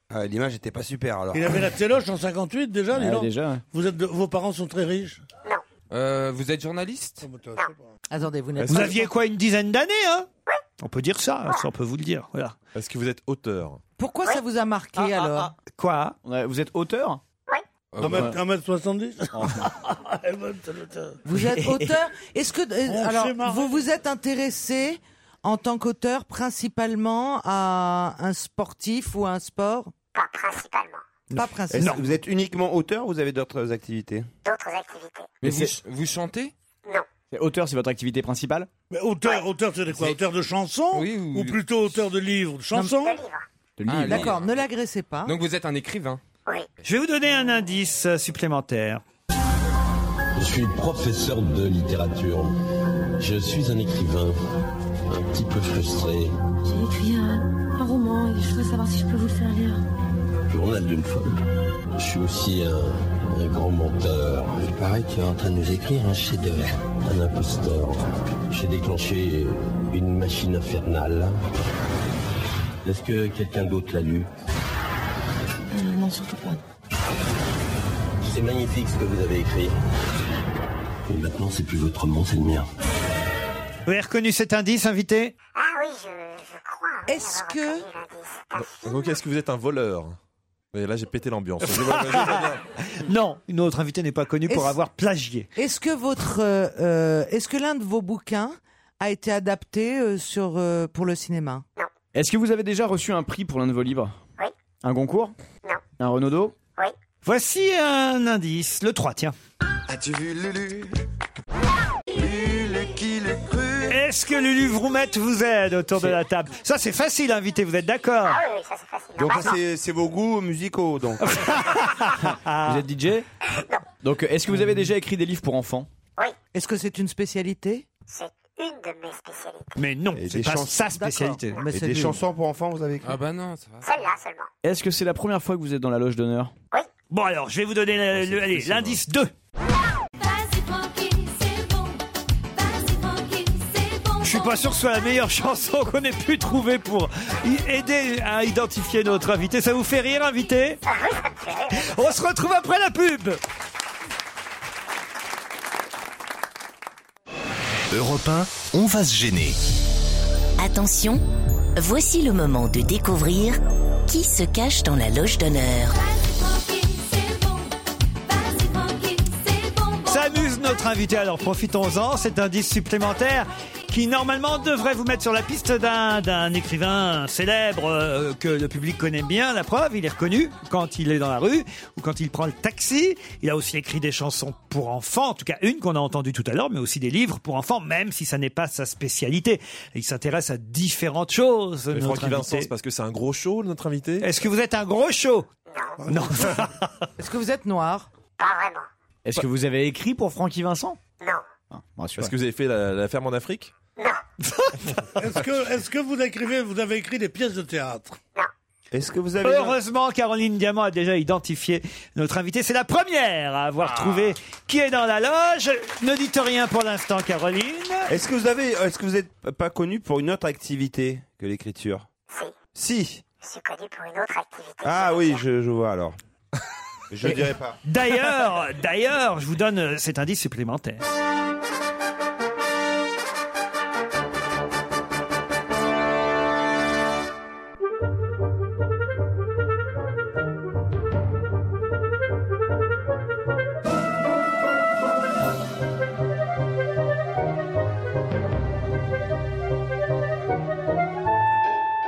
L: Ah, L'image n'était pas super alors.
J: Il avait la téloche en 58 déjà, dis
N: Ouais,
J: donc.
N: déjà, ouais.
J: Vous êtes de- vos parents sont très riches
T: Euh, vous êtes journaliste
I: Attendez, vous n'êtes
E: Vous
I: pas-
E: aviez quoi, une dizaine d'années, hein On peut dire ça, hein, ça, on peut vous le dire. Voilà.
F: Est-ce que vous êtes auteur
I: Pourquoi ça vous a marqué
E: Ah,
I: alors
E: Quoi
N: Vous êtes auteur Euh,
J: Ouais.
N: bah,
J: 1m70
I: Vous êtes auteur. Est-ce que euh,
E: Oh,
J: On s'est
I: alors
J: marré.
I: vous vous êtes intéressé en tant qu'auteur principalement à un sportif ou à un sport Pas principalement. Pas
L: Est-ce
I: principalement.
L: que Vous êtes uniquement auteur ou vous avez d'autres activités
R: D'autres activités.
N: Mais
L: vous-
T: vous chantez
N: Non. Auteur, c'est votre activité principale
J: Mais auteur, auteur, c'est quoi Auteur de chansons ou... plutôt auteur de livres, de chansons
N: De
T: livres.
I: D'accord, ne l'agressez pas.
T: Donc vous êtes un écrivain
E: Je vais vous donner un indice euh, supplémentaire.
B: Je suis professeur de littérature. Je suis un écrivain un petit peu frustré.
V: J'ai écrit un, un roman et je voudrais savoir si je peux vous le faire lire.
B: Journal d'une folle. Je suis aussi un, un grand menteur. Il paraît tu es en train de nous écrire un chef-d'œuvre. Un imposteur. J'ai déclenché une machine infernale. Est-ce que quelqu'un d'autre l'a lu
V: Euh, non, surtout pas.
B: C'est magnifique ce que vous avez écrit. Et maintenant, c'est plus votre roman, c'est le mien.
E: Vous avez reconnu cet indice, invité
V: Ah oui, je, je crois.
I: Est-ce que
F: Donc est-ce que vous êtes un voleur Et là j'ai pété l'ambiance.
E: Non, une autre invitée n'est pas connue pour
I: Est-ce-
E: avoir plagié.
I: Est-ce que votre euh, euh, est-ce que l'un de vos bouquins a été adapté euh, sur euh, pour le cinéma
N: Est-ce que vous avez déjà reçu un prix pour l'un de vos livres Oui. Un Goncourt Non. Un Renaudot
V: Oui.
E: Voici un indice, le 3, tiens.
G: As-tu vu Lulu
E: Est-ce que Lulu Vroumette vous aide autour de la table Ça, c'est facile, invité, vous êtes d'accord
L: Ah.
V: Ah
L: Donc ça, c'est- c'est vos goûts musicaux donc.
N: Vous êtes DJ Donc, euh, est-ce que vous avez déjà écrit des livres pour enfants
I: Est-ce que c'est une spécialité
V: C'est une de mes spécialités.
E: Mais non,
N: c'est pas sa spécialité.
L: D'accord.
N: Mais
L: Et
N: c'est
L: des
N: nul.
L: chansons pour enfants, vous avez écrit
T: Ah bah non, ça va.
V: Celle-là seulement.
N: Est-ce que c'est la première fois que vous êtes dans la loge d'honneur
E: Bon, alors, je vais vous donner le- le- allez, l'indice 2. Je suis pas sûr que ce soit la meilleure chanson qu'on ait pu trouver pour y- aider à identifier notre invité. Ça vous fait rire, invité On se retrouve après la pub
D: Europe 1, on va se gêner.
C: Attention, voici le moment de découvrir qui se cache dans la loge d'honneur.
E: Ça amuse notre invité, alors profitons-en. Cet indice supplémentaire qui normalement devrait vous mettre sur la piste d'un d'un écrivain célèbre euh, que le public connaît bien. La preuve, il est reconnu quand il est dans la rue ou quand il prend le taxi. Il a aussi écrit des chansons pour enfants, en tout cas une qu'on a entendue tout à l'heure, mais aussi des livres pour enfants, même si ça n'est pas sa spécialité. Il s'intéresse à différentes choses.
F: Mais
E: notre
F: Francky Vincent, c'est
E: invité.
F: parce que c'est un gros show notre invité
E: Est-ce que vous êtes un gros show Non.
I: Est-ce que vous êtes noir
V: Pas vraiment.
N: Est-ce que vous avez écrit pour Francky Vincent
V: Non.
F: Est-ce que vous avez fait la, la ferme en Afrique
J: Est-ce que, est-ce que vous écrivez, vous avez écrit des pièces de théâtre
L: Est-ce que vous
E: Heureusement, Caroline Diamant a déjà identifié notre invité. C'est la première à
J: Ah.
E: avoir trouvé qui est dans la loge. Ne dites rien pour l'instant, Caroline.
L: Est-ce que vous avez, euh, est-ce que vous êtes pas connu pour une autre activité que l'écriture Si. Si.
V: Je suis connu pour une autre activité.
L: Ah oui, je, je vois alors. Je ne dirai pas.
E: D'ailleurs, d'ailleurs, je vous donne euh, cet indice supplémentaire.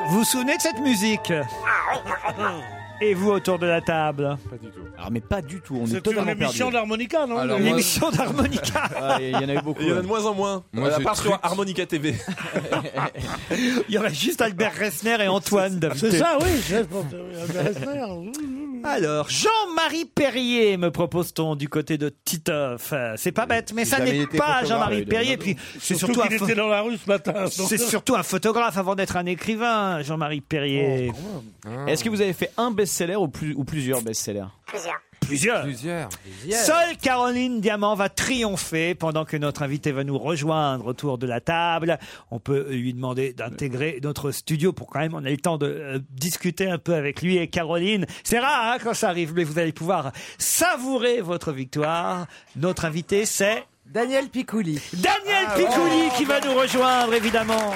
E: Vous vous souvenez de cette musique
J: Ah.
E: Et vous autour de la table Ah,
T: Pas du tout.
N: Alors, mais pas du tout, on est,
J: C'est une
N: totalement
J: émission
N: perdu.
J: d'harmonica, non
N: Alors,
J: Une
N: moi-
J: émission
E: d'harmonica
N: Ah, Il y en a eu beaucoup.
F: Il y en a
N: ouais.
F: de moins en moins.
N: Moi,
F: à
N: je
F: part sur
N: truc.
F: Harmonica TV.
E: Il y aurait juste Albert Ressner et Antoine d'invités.
J: C'est ça, oui. je pense, oui, Albert Esner.
E: Alors, Jean-Marie Perrier, me propose-t-on du côté de Titoff. Euh, C'est pas bête, mais ça
J: jamais
E: n'est
J: été
E: pas
J: photographe,
E: Jean-Marie
J: il est
E: Perrier.
J: dans-
E: Puis c'est
J: Surtout
E: surtout, un
J: qu'il
E: pho-
J: était dans la rue ce matin, donc-
E: C'est surtout un photographe avant d'être un écrivain, Jean-Marie Perrier.
J: Oh,
N: Est-ce que vous avez fait un best-seller ou, plus- ou plusieurs best-sellers
V: Plusieurs.
E: plusieurs. Seule Caroline Diamant va triompher pendant que notre invité va nous rejoindre autour de la table. On peut lui demander d'intégrer notre studio pour quand même on ait le temps de euh, discuter un peu avec lui et Caroline. C'est rare hein, quand ça arrive, mais vous allez pouvoir savourer votre victoire. Notre invité, c'est Daniel Picouli. Ah, Daniel Picouli qui va nous rejoindre évidemment.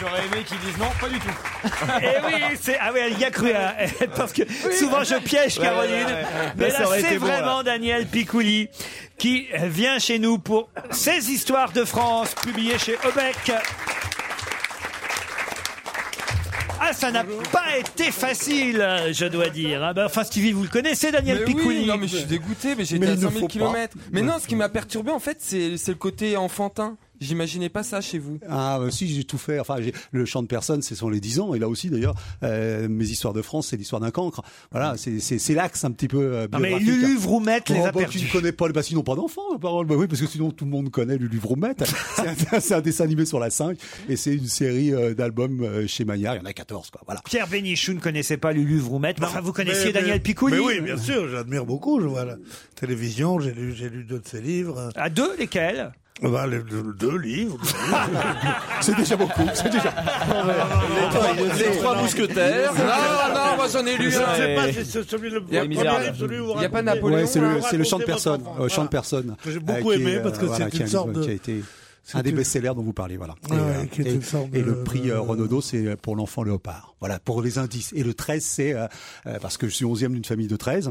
N: J'aurais aimé qu'ils disent non, pas du tout.
E: Eh oui, c'est ah oui, elle y a cru hein, parce que souvent je piège
N: Ouais,
E: Caroline,
N: ouais, ouais, ouais.
E: mais
N: Là,
E: là,
N: ça aurait
E: c'est
N: été bon,
E: vraiment
N: là.
E: Daniel Picouli qui vient chez nous pour ses histoires de France publiées chez Obec. Ah, ça n'a pas été facile, je dois dire. Ah ben, enfin, Stevie, vous le connaissez, Daniel
T: Mais oui,
E: Picouli
T: non, mais je suis dégoûté, mais j'ai
E: Mais
T: été à
E: il ne
T: 5000
E: faut pas.
T: km. Mais non, ce qui m'a perturbé, en fait, c'est c'est le côté enfantin. J'imaginais pas ça chez vous.
H: Ah, bah, si, j'ai tout fait. Enfin, j'ai- le chant de personne, ce sont les 10 ans. Et là aussi, d'ailleurs, euh, mes histoires de France, c'est l'histoire d'un cancre. Voilà, c'est- c'est c'est l'axe un petit peu euh,
E: Non, mais
H: biographique.
E: Lulu Vroumette les
H: Oh,
E: a
H: bah,
E: perdus.
H: Tu ne connais pas, bah, sinon pas d'enfant, la parole. Bah oui, parce que sinon tout le monde connaît Lulu Vroumette. C'est un, c'est un dessin animé sur la 5 et c'est une série euh, d'albums euh, chez Maillard. Il y en a 14, quoi. Voilà.
E: Pierre Bénichou ne connaissait pas Lulu Vroumette, mais enfin, vous connaissiez
J: Mais-
E: Daniel
J: mais-
E: Picouli
J: Mais oui, bien sûr, j'admire beaucoup. Je vois la télévision, j'ai lu, j'ai lu deux de ses livres.
E: À Ah, deux, lesquels
J: bah, les deux, deux livres.
H: c'est déjà beaucoup, c'est déjà.
J: Les
T: trois mousquetaires. Non, non, moi, j'en ai lu
J: Je
T: un.
J: ne sais pas si c'est celui le
T: Il y a
J: premier
T: Misérable.
J: livre, celui où vous
T: Il y a pas
J: racontez-
T: Napoléon,
H: Ouais, c'est le,
T: là,
H: c'est le chant de
T: racontez
H: personne.
T: votre
H: euh, chant de personne.
J: Que j'ai
H: euh, qui
J: beaucoup
H: est,
J: aimé parce que
H: euh, voilà,
J: c'est
H: qui
J: une
H: est un
J: sorte
H: livre
J: de-
H: Qui a été un des best-sellers dont vous parlez, voilà.
J: Ouais,
H: et, euh,
J: Ah ouais, qui est
H: et-
J: une sorte
H: et
J: de-
H: le prix euh, Renaudot, c'est pour l'enfant léopard. Voilà, pour les indices. Et le 13, c'est euh, euh, parce que je suis 11e d'une famille de 13.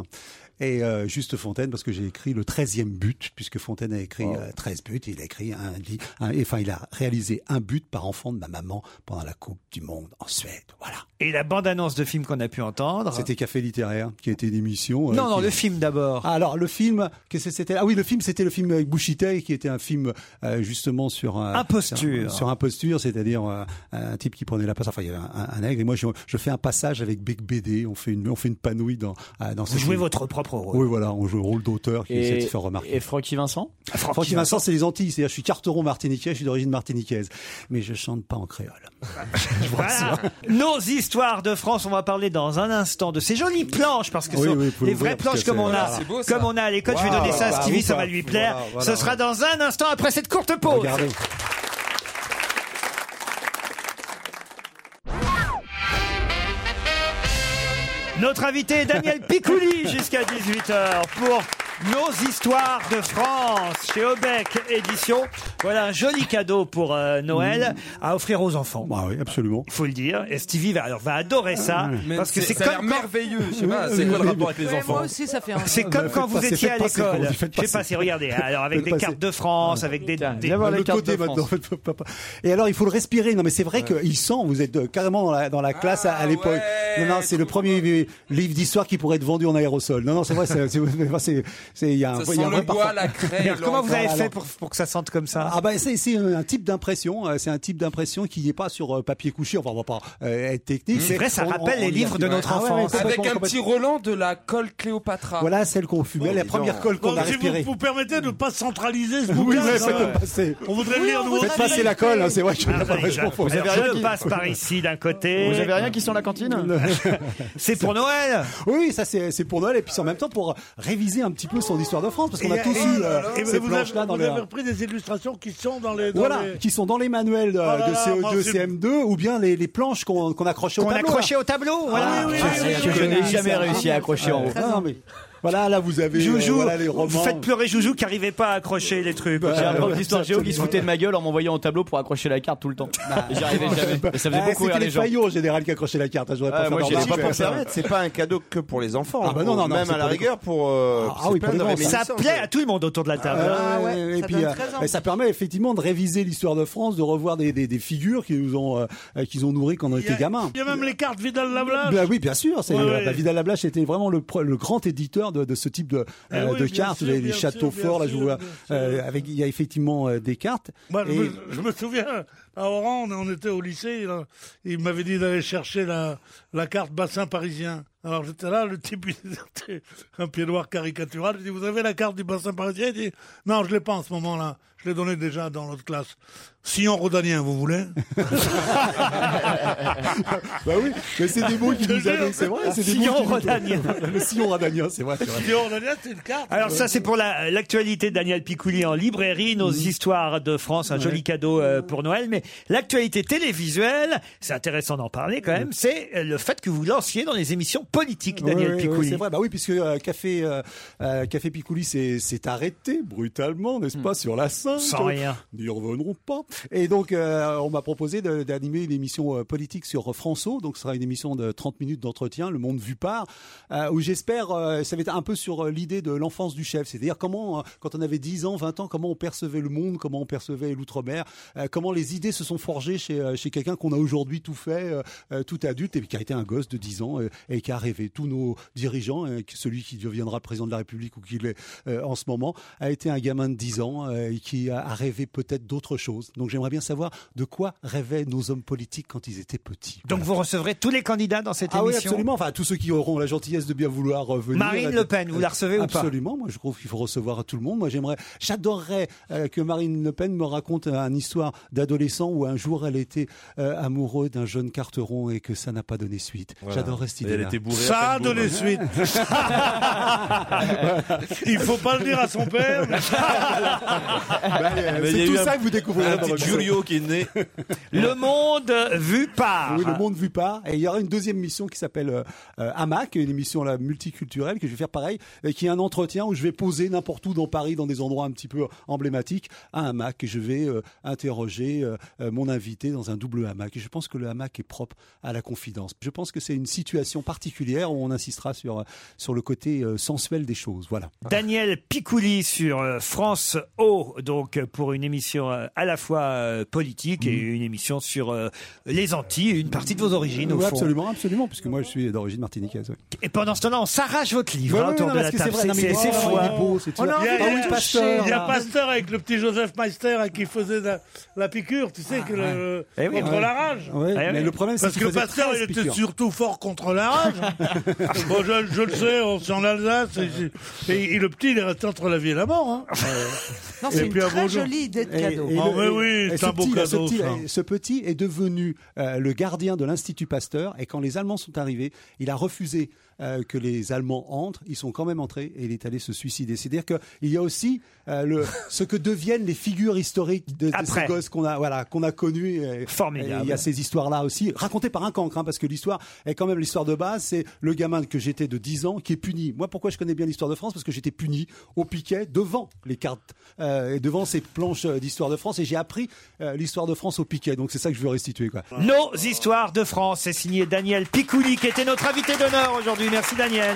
H: Et euh, juste Fontaine, parce que j'ai écrit le 13e but, puisque Fontaine a écrit euh, 13 buts, il a écrit un, li- un- et, enfin, il a réalisé un but par enfant de ma maman pendant la Coupe du Monde en Suède. Voilà.
E: Et la bande-annonce de film qu'on a pu entendre.
H: C'était Café Littéraire, qui a été une émission. euh,
E: Ah. Non, non,
H: qui-
E: le film d'abord.
H: ah, alors le film, qu'est-ce que c'était Ah oui, le film, c'était le film avec Bouchitaille, qui était un film euh, justement sur euh,
E: Imposture.
H: sur, sur imposture, c'est-à-dire euh, un type qui prenait la place. Enfin, il y avait un, un aigle et moi je, je fais un passage avec Bec BD. On fait une on fait une panouille dans euh, dans.
E: Vous jouez votre propre rôle.
H: Oui, voilà, on joue le rôle d'auteur qui essaie de se faire remarquer. Ah,
N: et Francky Vincent
H: Francky Vincent, c'est les Antilles. C'est-à-dire, je suis carteron martiniquais, je suis d'origine martiniquaise, mais je chante pas en créole.
E: Voilà. Nos histoires de France, on va parler dans un instant de ces jolies planches parce que
H: Oui,
E: ce sont
H: oui, vous pouvez
E: les
H: ouvrir,
E: vraies
H: parce
E: planches
H: que
E: comme on
H: c'est-
E: a,
H: voilà. C'est beau, ça.
E: comme on a à l'école. Je vais
H: Waouh,
E: donner ça à
H: bah,
E: Stevie,
H: ou
E: ça va
H: pas.
E: lui plaire.
H: Voilà, voilà.
E: Ce sera dans un instant après cette courte pause.
H: Regardez.
E: Notre invité est Daniel Picouli jusqu'à 18h pour nos histoires de France chez Obec Édition. Voilà un joli cadeau pour euh, Noël à offrir aux enfants.
H: Ah oui, absolument.
E: Il faut le dire. Et Stevie va, alors, va adorer ça
T: Mais
E: parce que
T: c'est-
E: c'est
T: ça a l'air
E: comme
T: merveilleux, je sais pas, c'est quoi le rapport avec les Ouais, enfants moi aussi, ça fait un-
E: C'est comme
T: Mais
E: quand
T: faites
E: vous
T: passer,
E: étiez à
T: faites passer,
E: l'école.
T: comment on dit,
E: Je sais
T: faites
E: pas
T: passer.
E: si regardez, alors avec
H: Faites
E: des
H: passer.
E: cartes de France, avec des, des-
H: Viens voir les cartes de France. Et alors, il faut le respirer. Non, mais c'est vrai qu'il sent. Vous êtes euh, carrément dans la, dans
T: Ah,
H: la classe à, à l'époque. non, non, c'est le premier vi- livre d'histoire qui pourrait être vendu en aérosol. Non, non, c'est vrai. c'est- c'est- c'est- c'est- Il y a un,
T: Ça
H: il y a
T: sent
H: un
T: le
H: vrai
T: bois,
H: parfum.
T: la craie,
H: Alors,
E: Comment vous avez
H: alors,
E: fait pour, pour que ça sente comme ça
H: ah ben c'est c'est un type d'impression, euh, c'est un type d'impression qui n'est pas sur euh, papier couché. Enfin, on va pas euh, être technique.
T: C'est vrai, ça rappelle les livres de notre
H: enfance.
T: Avec un petit Roland de la colle Cléopâtra.
H: Voilà celle qu'on fumait, la première colle qu'on
T: Donc,
H: a
T: si vous-
H: respirée.
J: Vous permettez de ne pas centraliser ce
H: Oui,
J: bouquin
H: mais
J: ça,
H: faites-le
J: ouais.
H: passer.
J: On voudrait
H: Oui,
J: le lire,
H: on
J: nous
H: voudrait
J: aussi.
H: Faites passer la colle, hein, c'est vrai, je-
E: Ah, vous avez-
H: je confonds.
E: vous avez rien qui passe par ici d'un côté.
N: Vous avez rien qui sent la cantine
E: C'est pour Noël
H: Oui, ça c'est c'est pour Noël et puis c'est en même temps pour réviser un petit peu son histoire de France parce qu'on a
J: Et-
H: tous
J: et-
H: eu euh,
J: et
H: ces
J: vous avez,
H: planches-là dans
J: vous
H: le...
J: avez repris des illustrations qui sont dans les. dans
H: Voilà,
J: les-
H: qui sont dans les manuels de,
J: là
H: de
J: là, moi,
H: CO2,
J: c'est-
H: CM2 ou bien les, les planches qu'on qu'on accrochait au
E: Qu'on
H: tableau.
E: accrochait
H: là.
E: au tableau, voilà.
H: Ah,
E: oui,
H: tiens,
E: oui,
H: c'est
E: oui,
H: que
E: oui,
H: j'ai
E: oui,
H: jamais
E: ça.
H: réussi à accrocher en haut.
E: Ah,
H: Non, mais Voilà, là vous avez euh,
E: Joujou,
H: voilà, les
E: vous
H: romans. Bah,
E: faites pleurer Joujou qui arrivait pas à accrocher les trucs.
N: J'ai un prof d'histoire géo qui se foutait de ma gueule en m'envoyant au tableau pour accrocher la carte tout le temps.
E: Bah,
N: J'y arrivais jamais. Mais ça faisait
H: Bah, Ah,
N: beaucoup
H: c'était
N: rire les
H: les
N: gens.
H: faillots en général qui accrochaient la carte. hein, J'aurais
N: Ah,
H: pas fait
N: moi,
H: normal.
N: j'étais
L: pas
H: Ouais.
L: pour se permettre, c'est pas un cadeau que pour les enfants.
H: Ah, bah non, non, non,
L: Même
H: c'est
L: à la
H: pour les-
L: rigueur pour. euh,
H: Ah oui,
L: c'est
H: pour les
L: plein de
H: enfants.
E: Ça
L: réminiscences.
E: plaît à tout le monde autour de la table.
J: hein.
H: Euh, et puis, euh, et ça permet effectivement de réviser l'histoire de France, de revoir des, des, des figures qui nous ont, euh, qu'ils ont nourries quand on était gamin.
J: Il y a même les cartes Vidal Lablache.
H: Bah oui, bien sûr. C'est
J: Ouais,
H: euh,
J: ouais.
H: bah, Vidal Lablache était vraiment le, pre- le grand éditeur de, de ce type de, euh,
J: Eh oui,
H: de
J: bien
H: cartes,
J: sûr,
H: les, les
J: bien sûr,
H: châteaux
J: bien
H: forts. Là,
J: sûr,
H: je vois,
J: bien
H: euh, avec il y a effectivement euh, des cartes.
J: Moi, je,
H: Et-
J: me, je me souviens, à Oran, on on était au lycée, là, il m'avait dit d'aller chercher la, la carte bassin parisien. Alors j'étais là, le type, il était un pied noir caricatural. Je dis, vous avez la carte du bassin parisien Il dit, non, je l'ai pas en ce moment-là. Je l'ai donnée déjà dans l'autre classe. Sillon rhodanien, vous voulez
O: Bah oui, mais c'est des mots qui nous avaient, c'est vrai. c'est des mots qui nous-
E: Le sillon rhodanien, c'est vrai.
J: Sillon rhodanien, c'est une carte.
E: Alors ça, c'est pour la- l'actualité de Daniel Picouli en librairie, nos histoires de France, un joli cadeau euh, pour Noël. Mais l'actualité télévisuelle, c'est intéressant d'en parler quand même, c'est euh, le fait que vous lanciez dans les émissions politiques,
H: Oui,
E: Daniel
H: oui, oui,
E: Picouli.
H: c'est vrai, bah oui, puisque euh, Café, euh, euh, Café Picouli s'est s'est arrêté brutalement, n'est-ce pas, sur la scène.
E: Hmm. Sans rien.
H: N'y revenons pas. Et donc, euh, on m'a proposé de- d'animer une émission euh, politique sur François. Donc, ce sera une émission de 30 minutes d'entretien, Le Monde vu par, euh, où j'espère, euh, ça va être un peu sur euh, l'idée de l'enfance du chef. C'est-à-dire comment, euh, quand on avait 10 ans, 20 ans, comment on percevait le monde, comment on percevait l'outre-mer, euh, comment les idées se sont forgées chez, euh, chez quelqu'un qu'on a aujourd'hui tout fait, euh, euh, tout adulte, et puis qui a été un gosse de 10 ans euh, et qui a rêvé. Tous nos dirigeants, euh, celui qui deviendra président de la République ou qui l'est euh, en ce moment, a été un gamin de 10 ans euh, et qui a, a rêvé peut-être d'autres choses. Donc j'aimerais bien savoir de quoi rêvaient nos hommes politiques quand ils étaient petits.
E: Donc vous recevrez tous les candidats dans cette
H: Ah oui,
E: émission
H: absolument. Enfin, tous ceux qui auront la gentillesse de bien vouloir euh, venir.
E: Marine Le Pen, vous la recevez ou pas
H: Absolument. Moi, je trouve qu'il faut recevoir tout le monde. Moi, j'aimerais, j'adorerais euh, que Marine Le Pen me raconte euh, une histoire d'adolescent où un jour elle était euh, amoureuse d'un jeune carteron et que ça n'a pas donné suite.
F: Voilà.
H: J'adorerais cette
F: Et elle
H: idée-là.
F: était bourrée
J: Ça a donné suite. Il faut pas le dire à son père.
F: Mais il y a
H: Bah, c'est tout
F: eu un-
H: ça que vous découvrirez
F: Un
H: dans
F: petit
H: votre-
F: Giulio qui est né.
E: Le monde vu par.
H: Oui, le monde vu par. Et il y aura une deuxième mission qui s'appelle euh, euh, Hamac, une émission là, multiculturelle que je vais faire pareil, et qui est un entretien où je vais poser n'importe où dans Paris, dans des endroits un petit peu emblématiques, un hamac. Et je vais euh, interroger euh, euh, mon invité dans un double hamac. Et je pense que le hamac est propre à la confidence. Je pense que c'est une situation particulière où on insistera sur, euh, sur le côté euh, sensuel des choses. Voilà.
E: Daniel Picouli sur euh, France O, donc euh, pour une émission euh, à la fois euh, politique et
H: Mm.
E: une émission sur euh, les Antilles, une partie de vos origines au
H: Oui,
E: fond.
H: absolument, absolument, puisque moi je suis d'origine martiniquaise. oui.
E: Et pendant ce temps-là, on s'arrache votre livre
H: Ouais,
E: hein,
H: ouais,
E: autour
H: non,
E: de la
H: parce que
E: table.
H: c'est vrai,
E: C'est
H: non, mais
E: c'est-
H: oh,
E: c'est
H: il est
E: fou. hein.
H: beau, c'est-
J: On a-
H: Ah
J: il y a,
H: oui, Pasteur,
J: il y a
H: là.
J: Pasteur avec le petit Joseph Meister à qui faisait la, la piqûre, tu sais, que le-
H: Eh oui,
J: contre
H: ouais.
J: la rage.
H: Ouais,
E: Ah
H: Eh mais oui. le problème, c'est
J: Parce
H: qu'il
J: que
H: faisait
J: Pasteur,
H: 13
J: il était
H: piqûres.
J: surtout fort contre la rage. bon, je, je le sais, on s'en en Alsace. Et, et- et le petit, il est resté entre la vie et la mort. hein.
I: Non,
J: Et
I: c'est une
J: puis un
I: très
J: beau jour-
I: jolie idée de
H: Et-
I: cadeau.
H: et
J: Ah
H: le-
J: oui,
H: et-
J: oui,
H: et
J: c'est
H: ce
J: un beau
H: petit, là,
J: cadeau,
H: Ce petit,
J: ça.
H: là, ce petit est devenu euh, le gardien de l'Institut Pasteur et quand les Allemands sont arrivés, il a refusé euh, que les Allemands entrent. Ils sont quand même entrés et il est allé se suicider. C'est-à-dire qu'il y a aussi euh, le, ce que deviennent les figures historiques de, de ces
E: Après.
H: gosses qu'on a, voilà, qu'on a connus. et-
E: Formidable.
H: et Il y a ces histoires-là aussi, racontées par un cancre, hein, parce que l'histoire est quand même l'histoire de base. C'est le gamin que j'étais de 10 ans qui est puni. Moi, pourquoi je connais bien l'histoire de France Parce que j'étais puni au piquet devant les cartes euh, et devant ces planches euh, d'histoire de France, et j'ai appris euh, l'histoire de France au piquet. Donc c'est ça que je veux restituer, quoi.
E: Nos histoires de France, c'est signé Daniel Picouli qui était notre invité d'honneur aujourd'hui. Merci Daniel.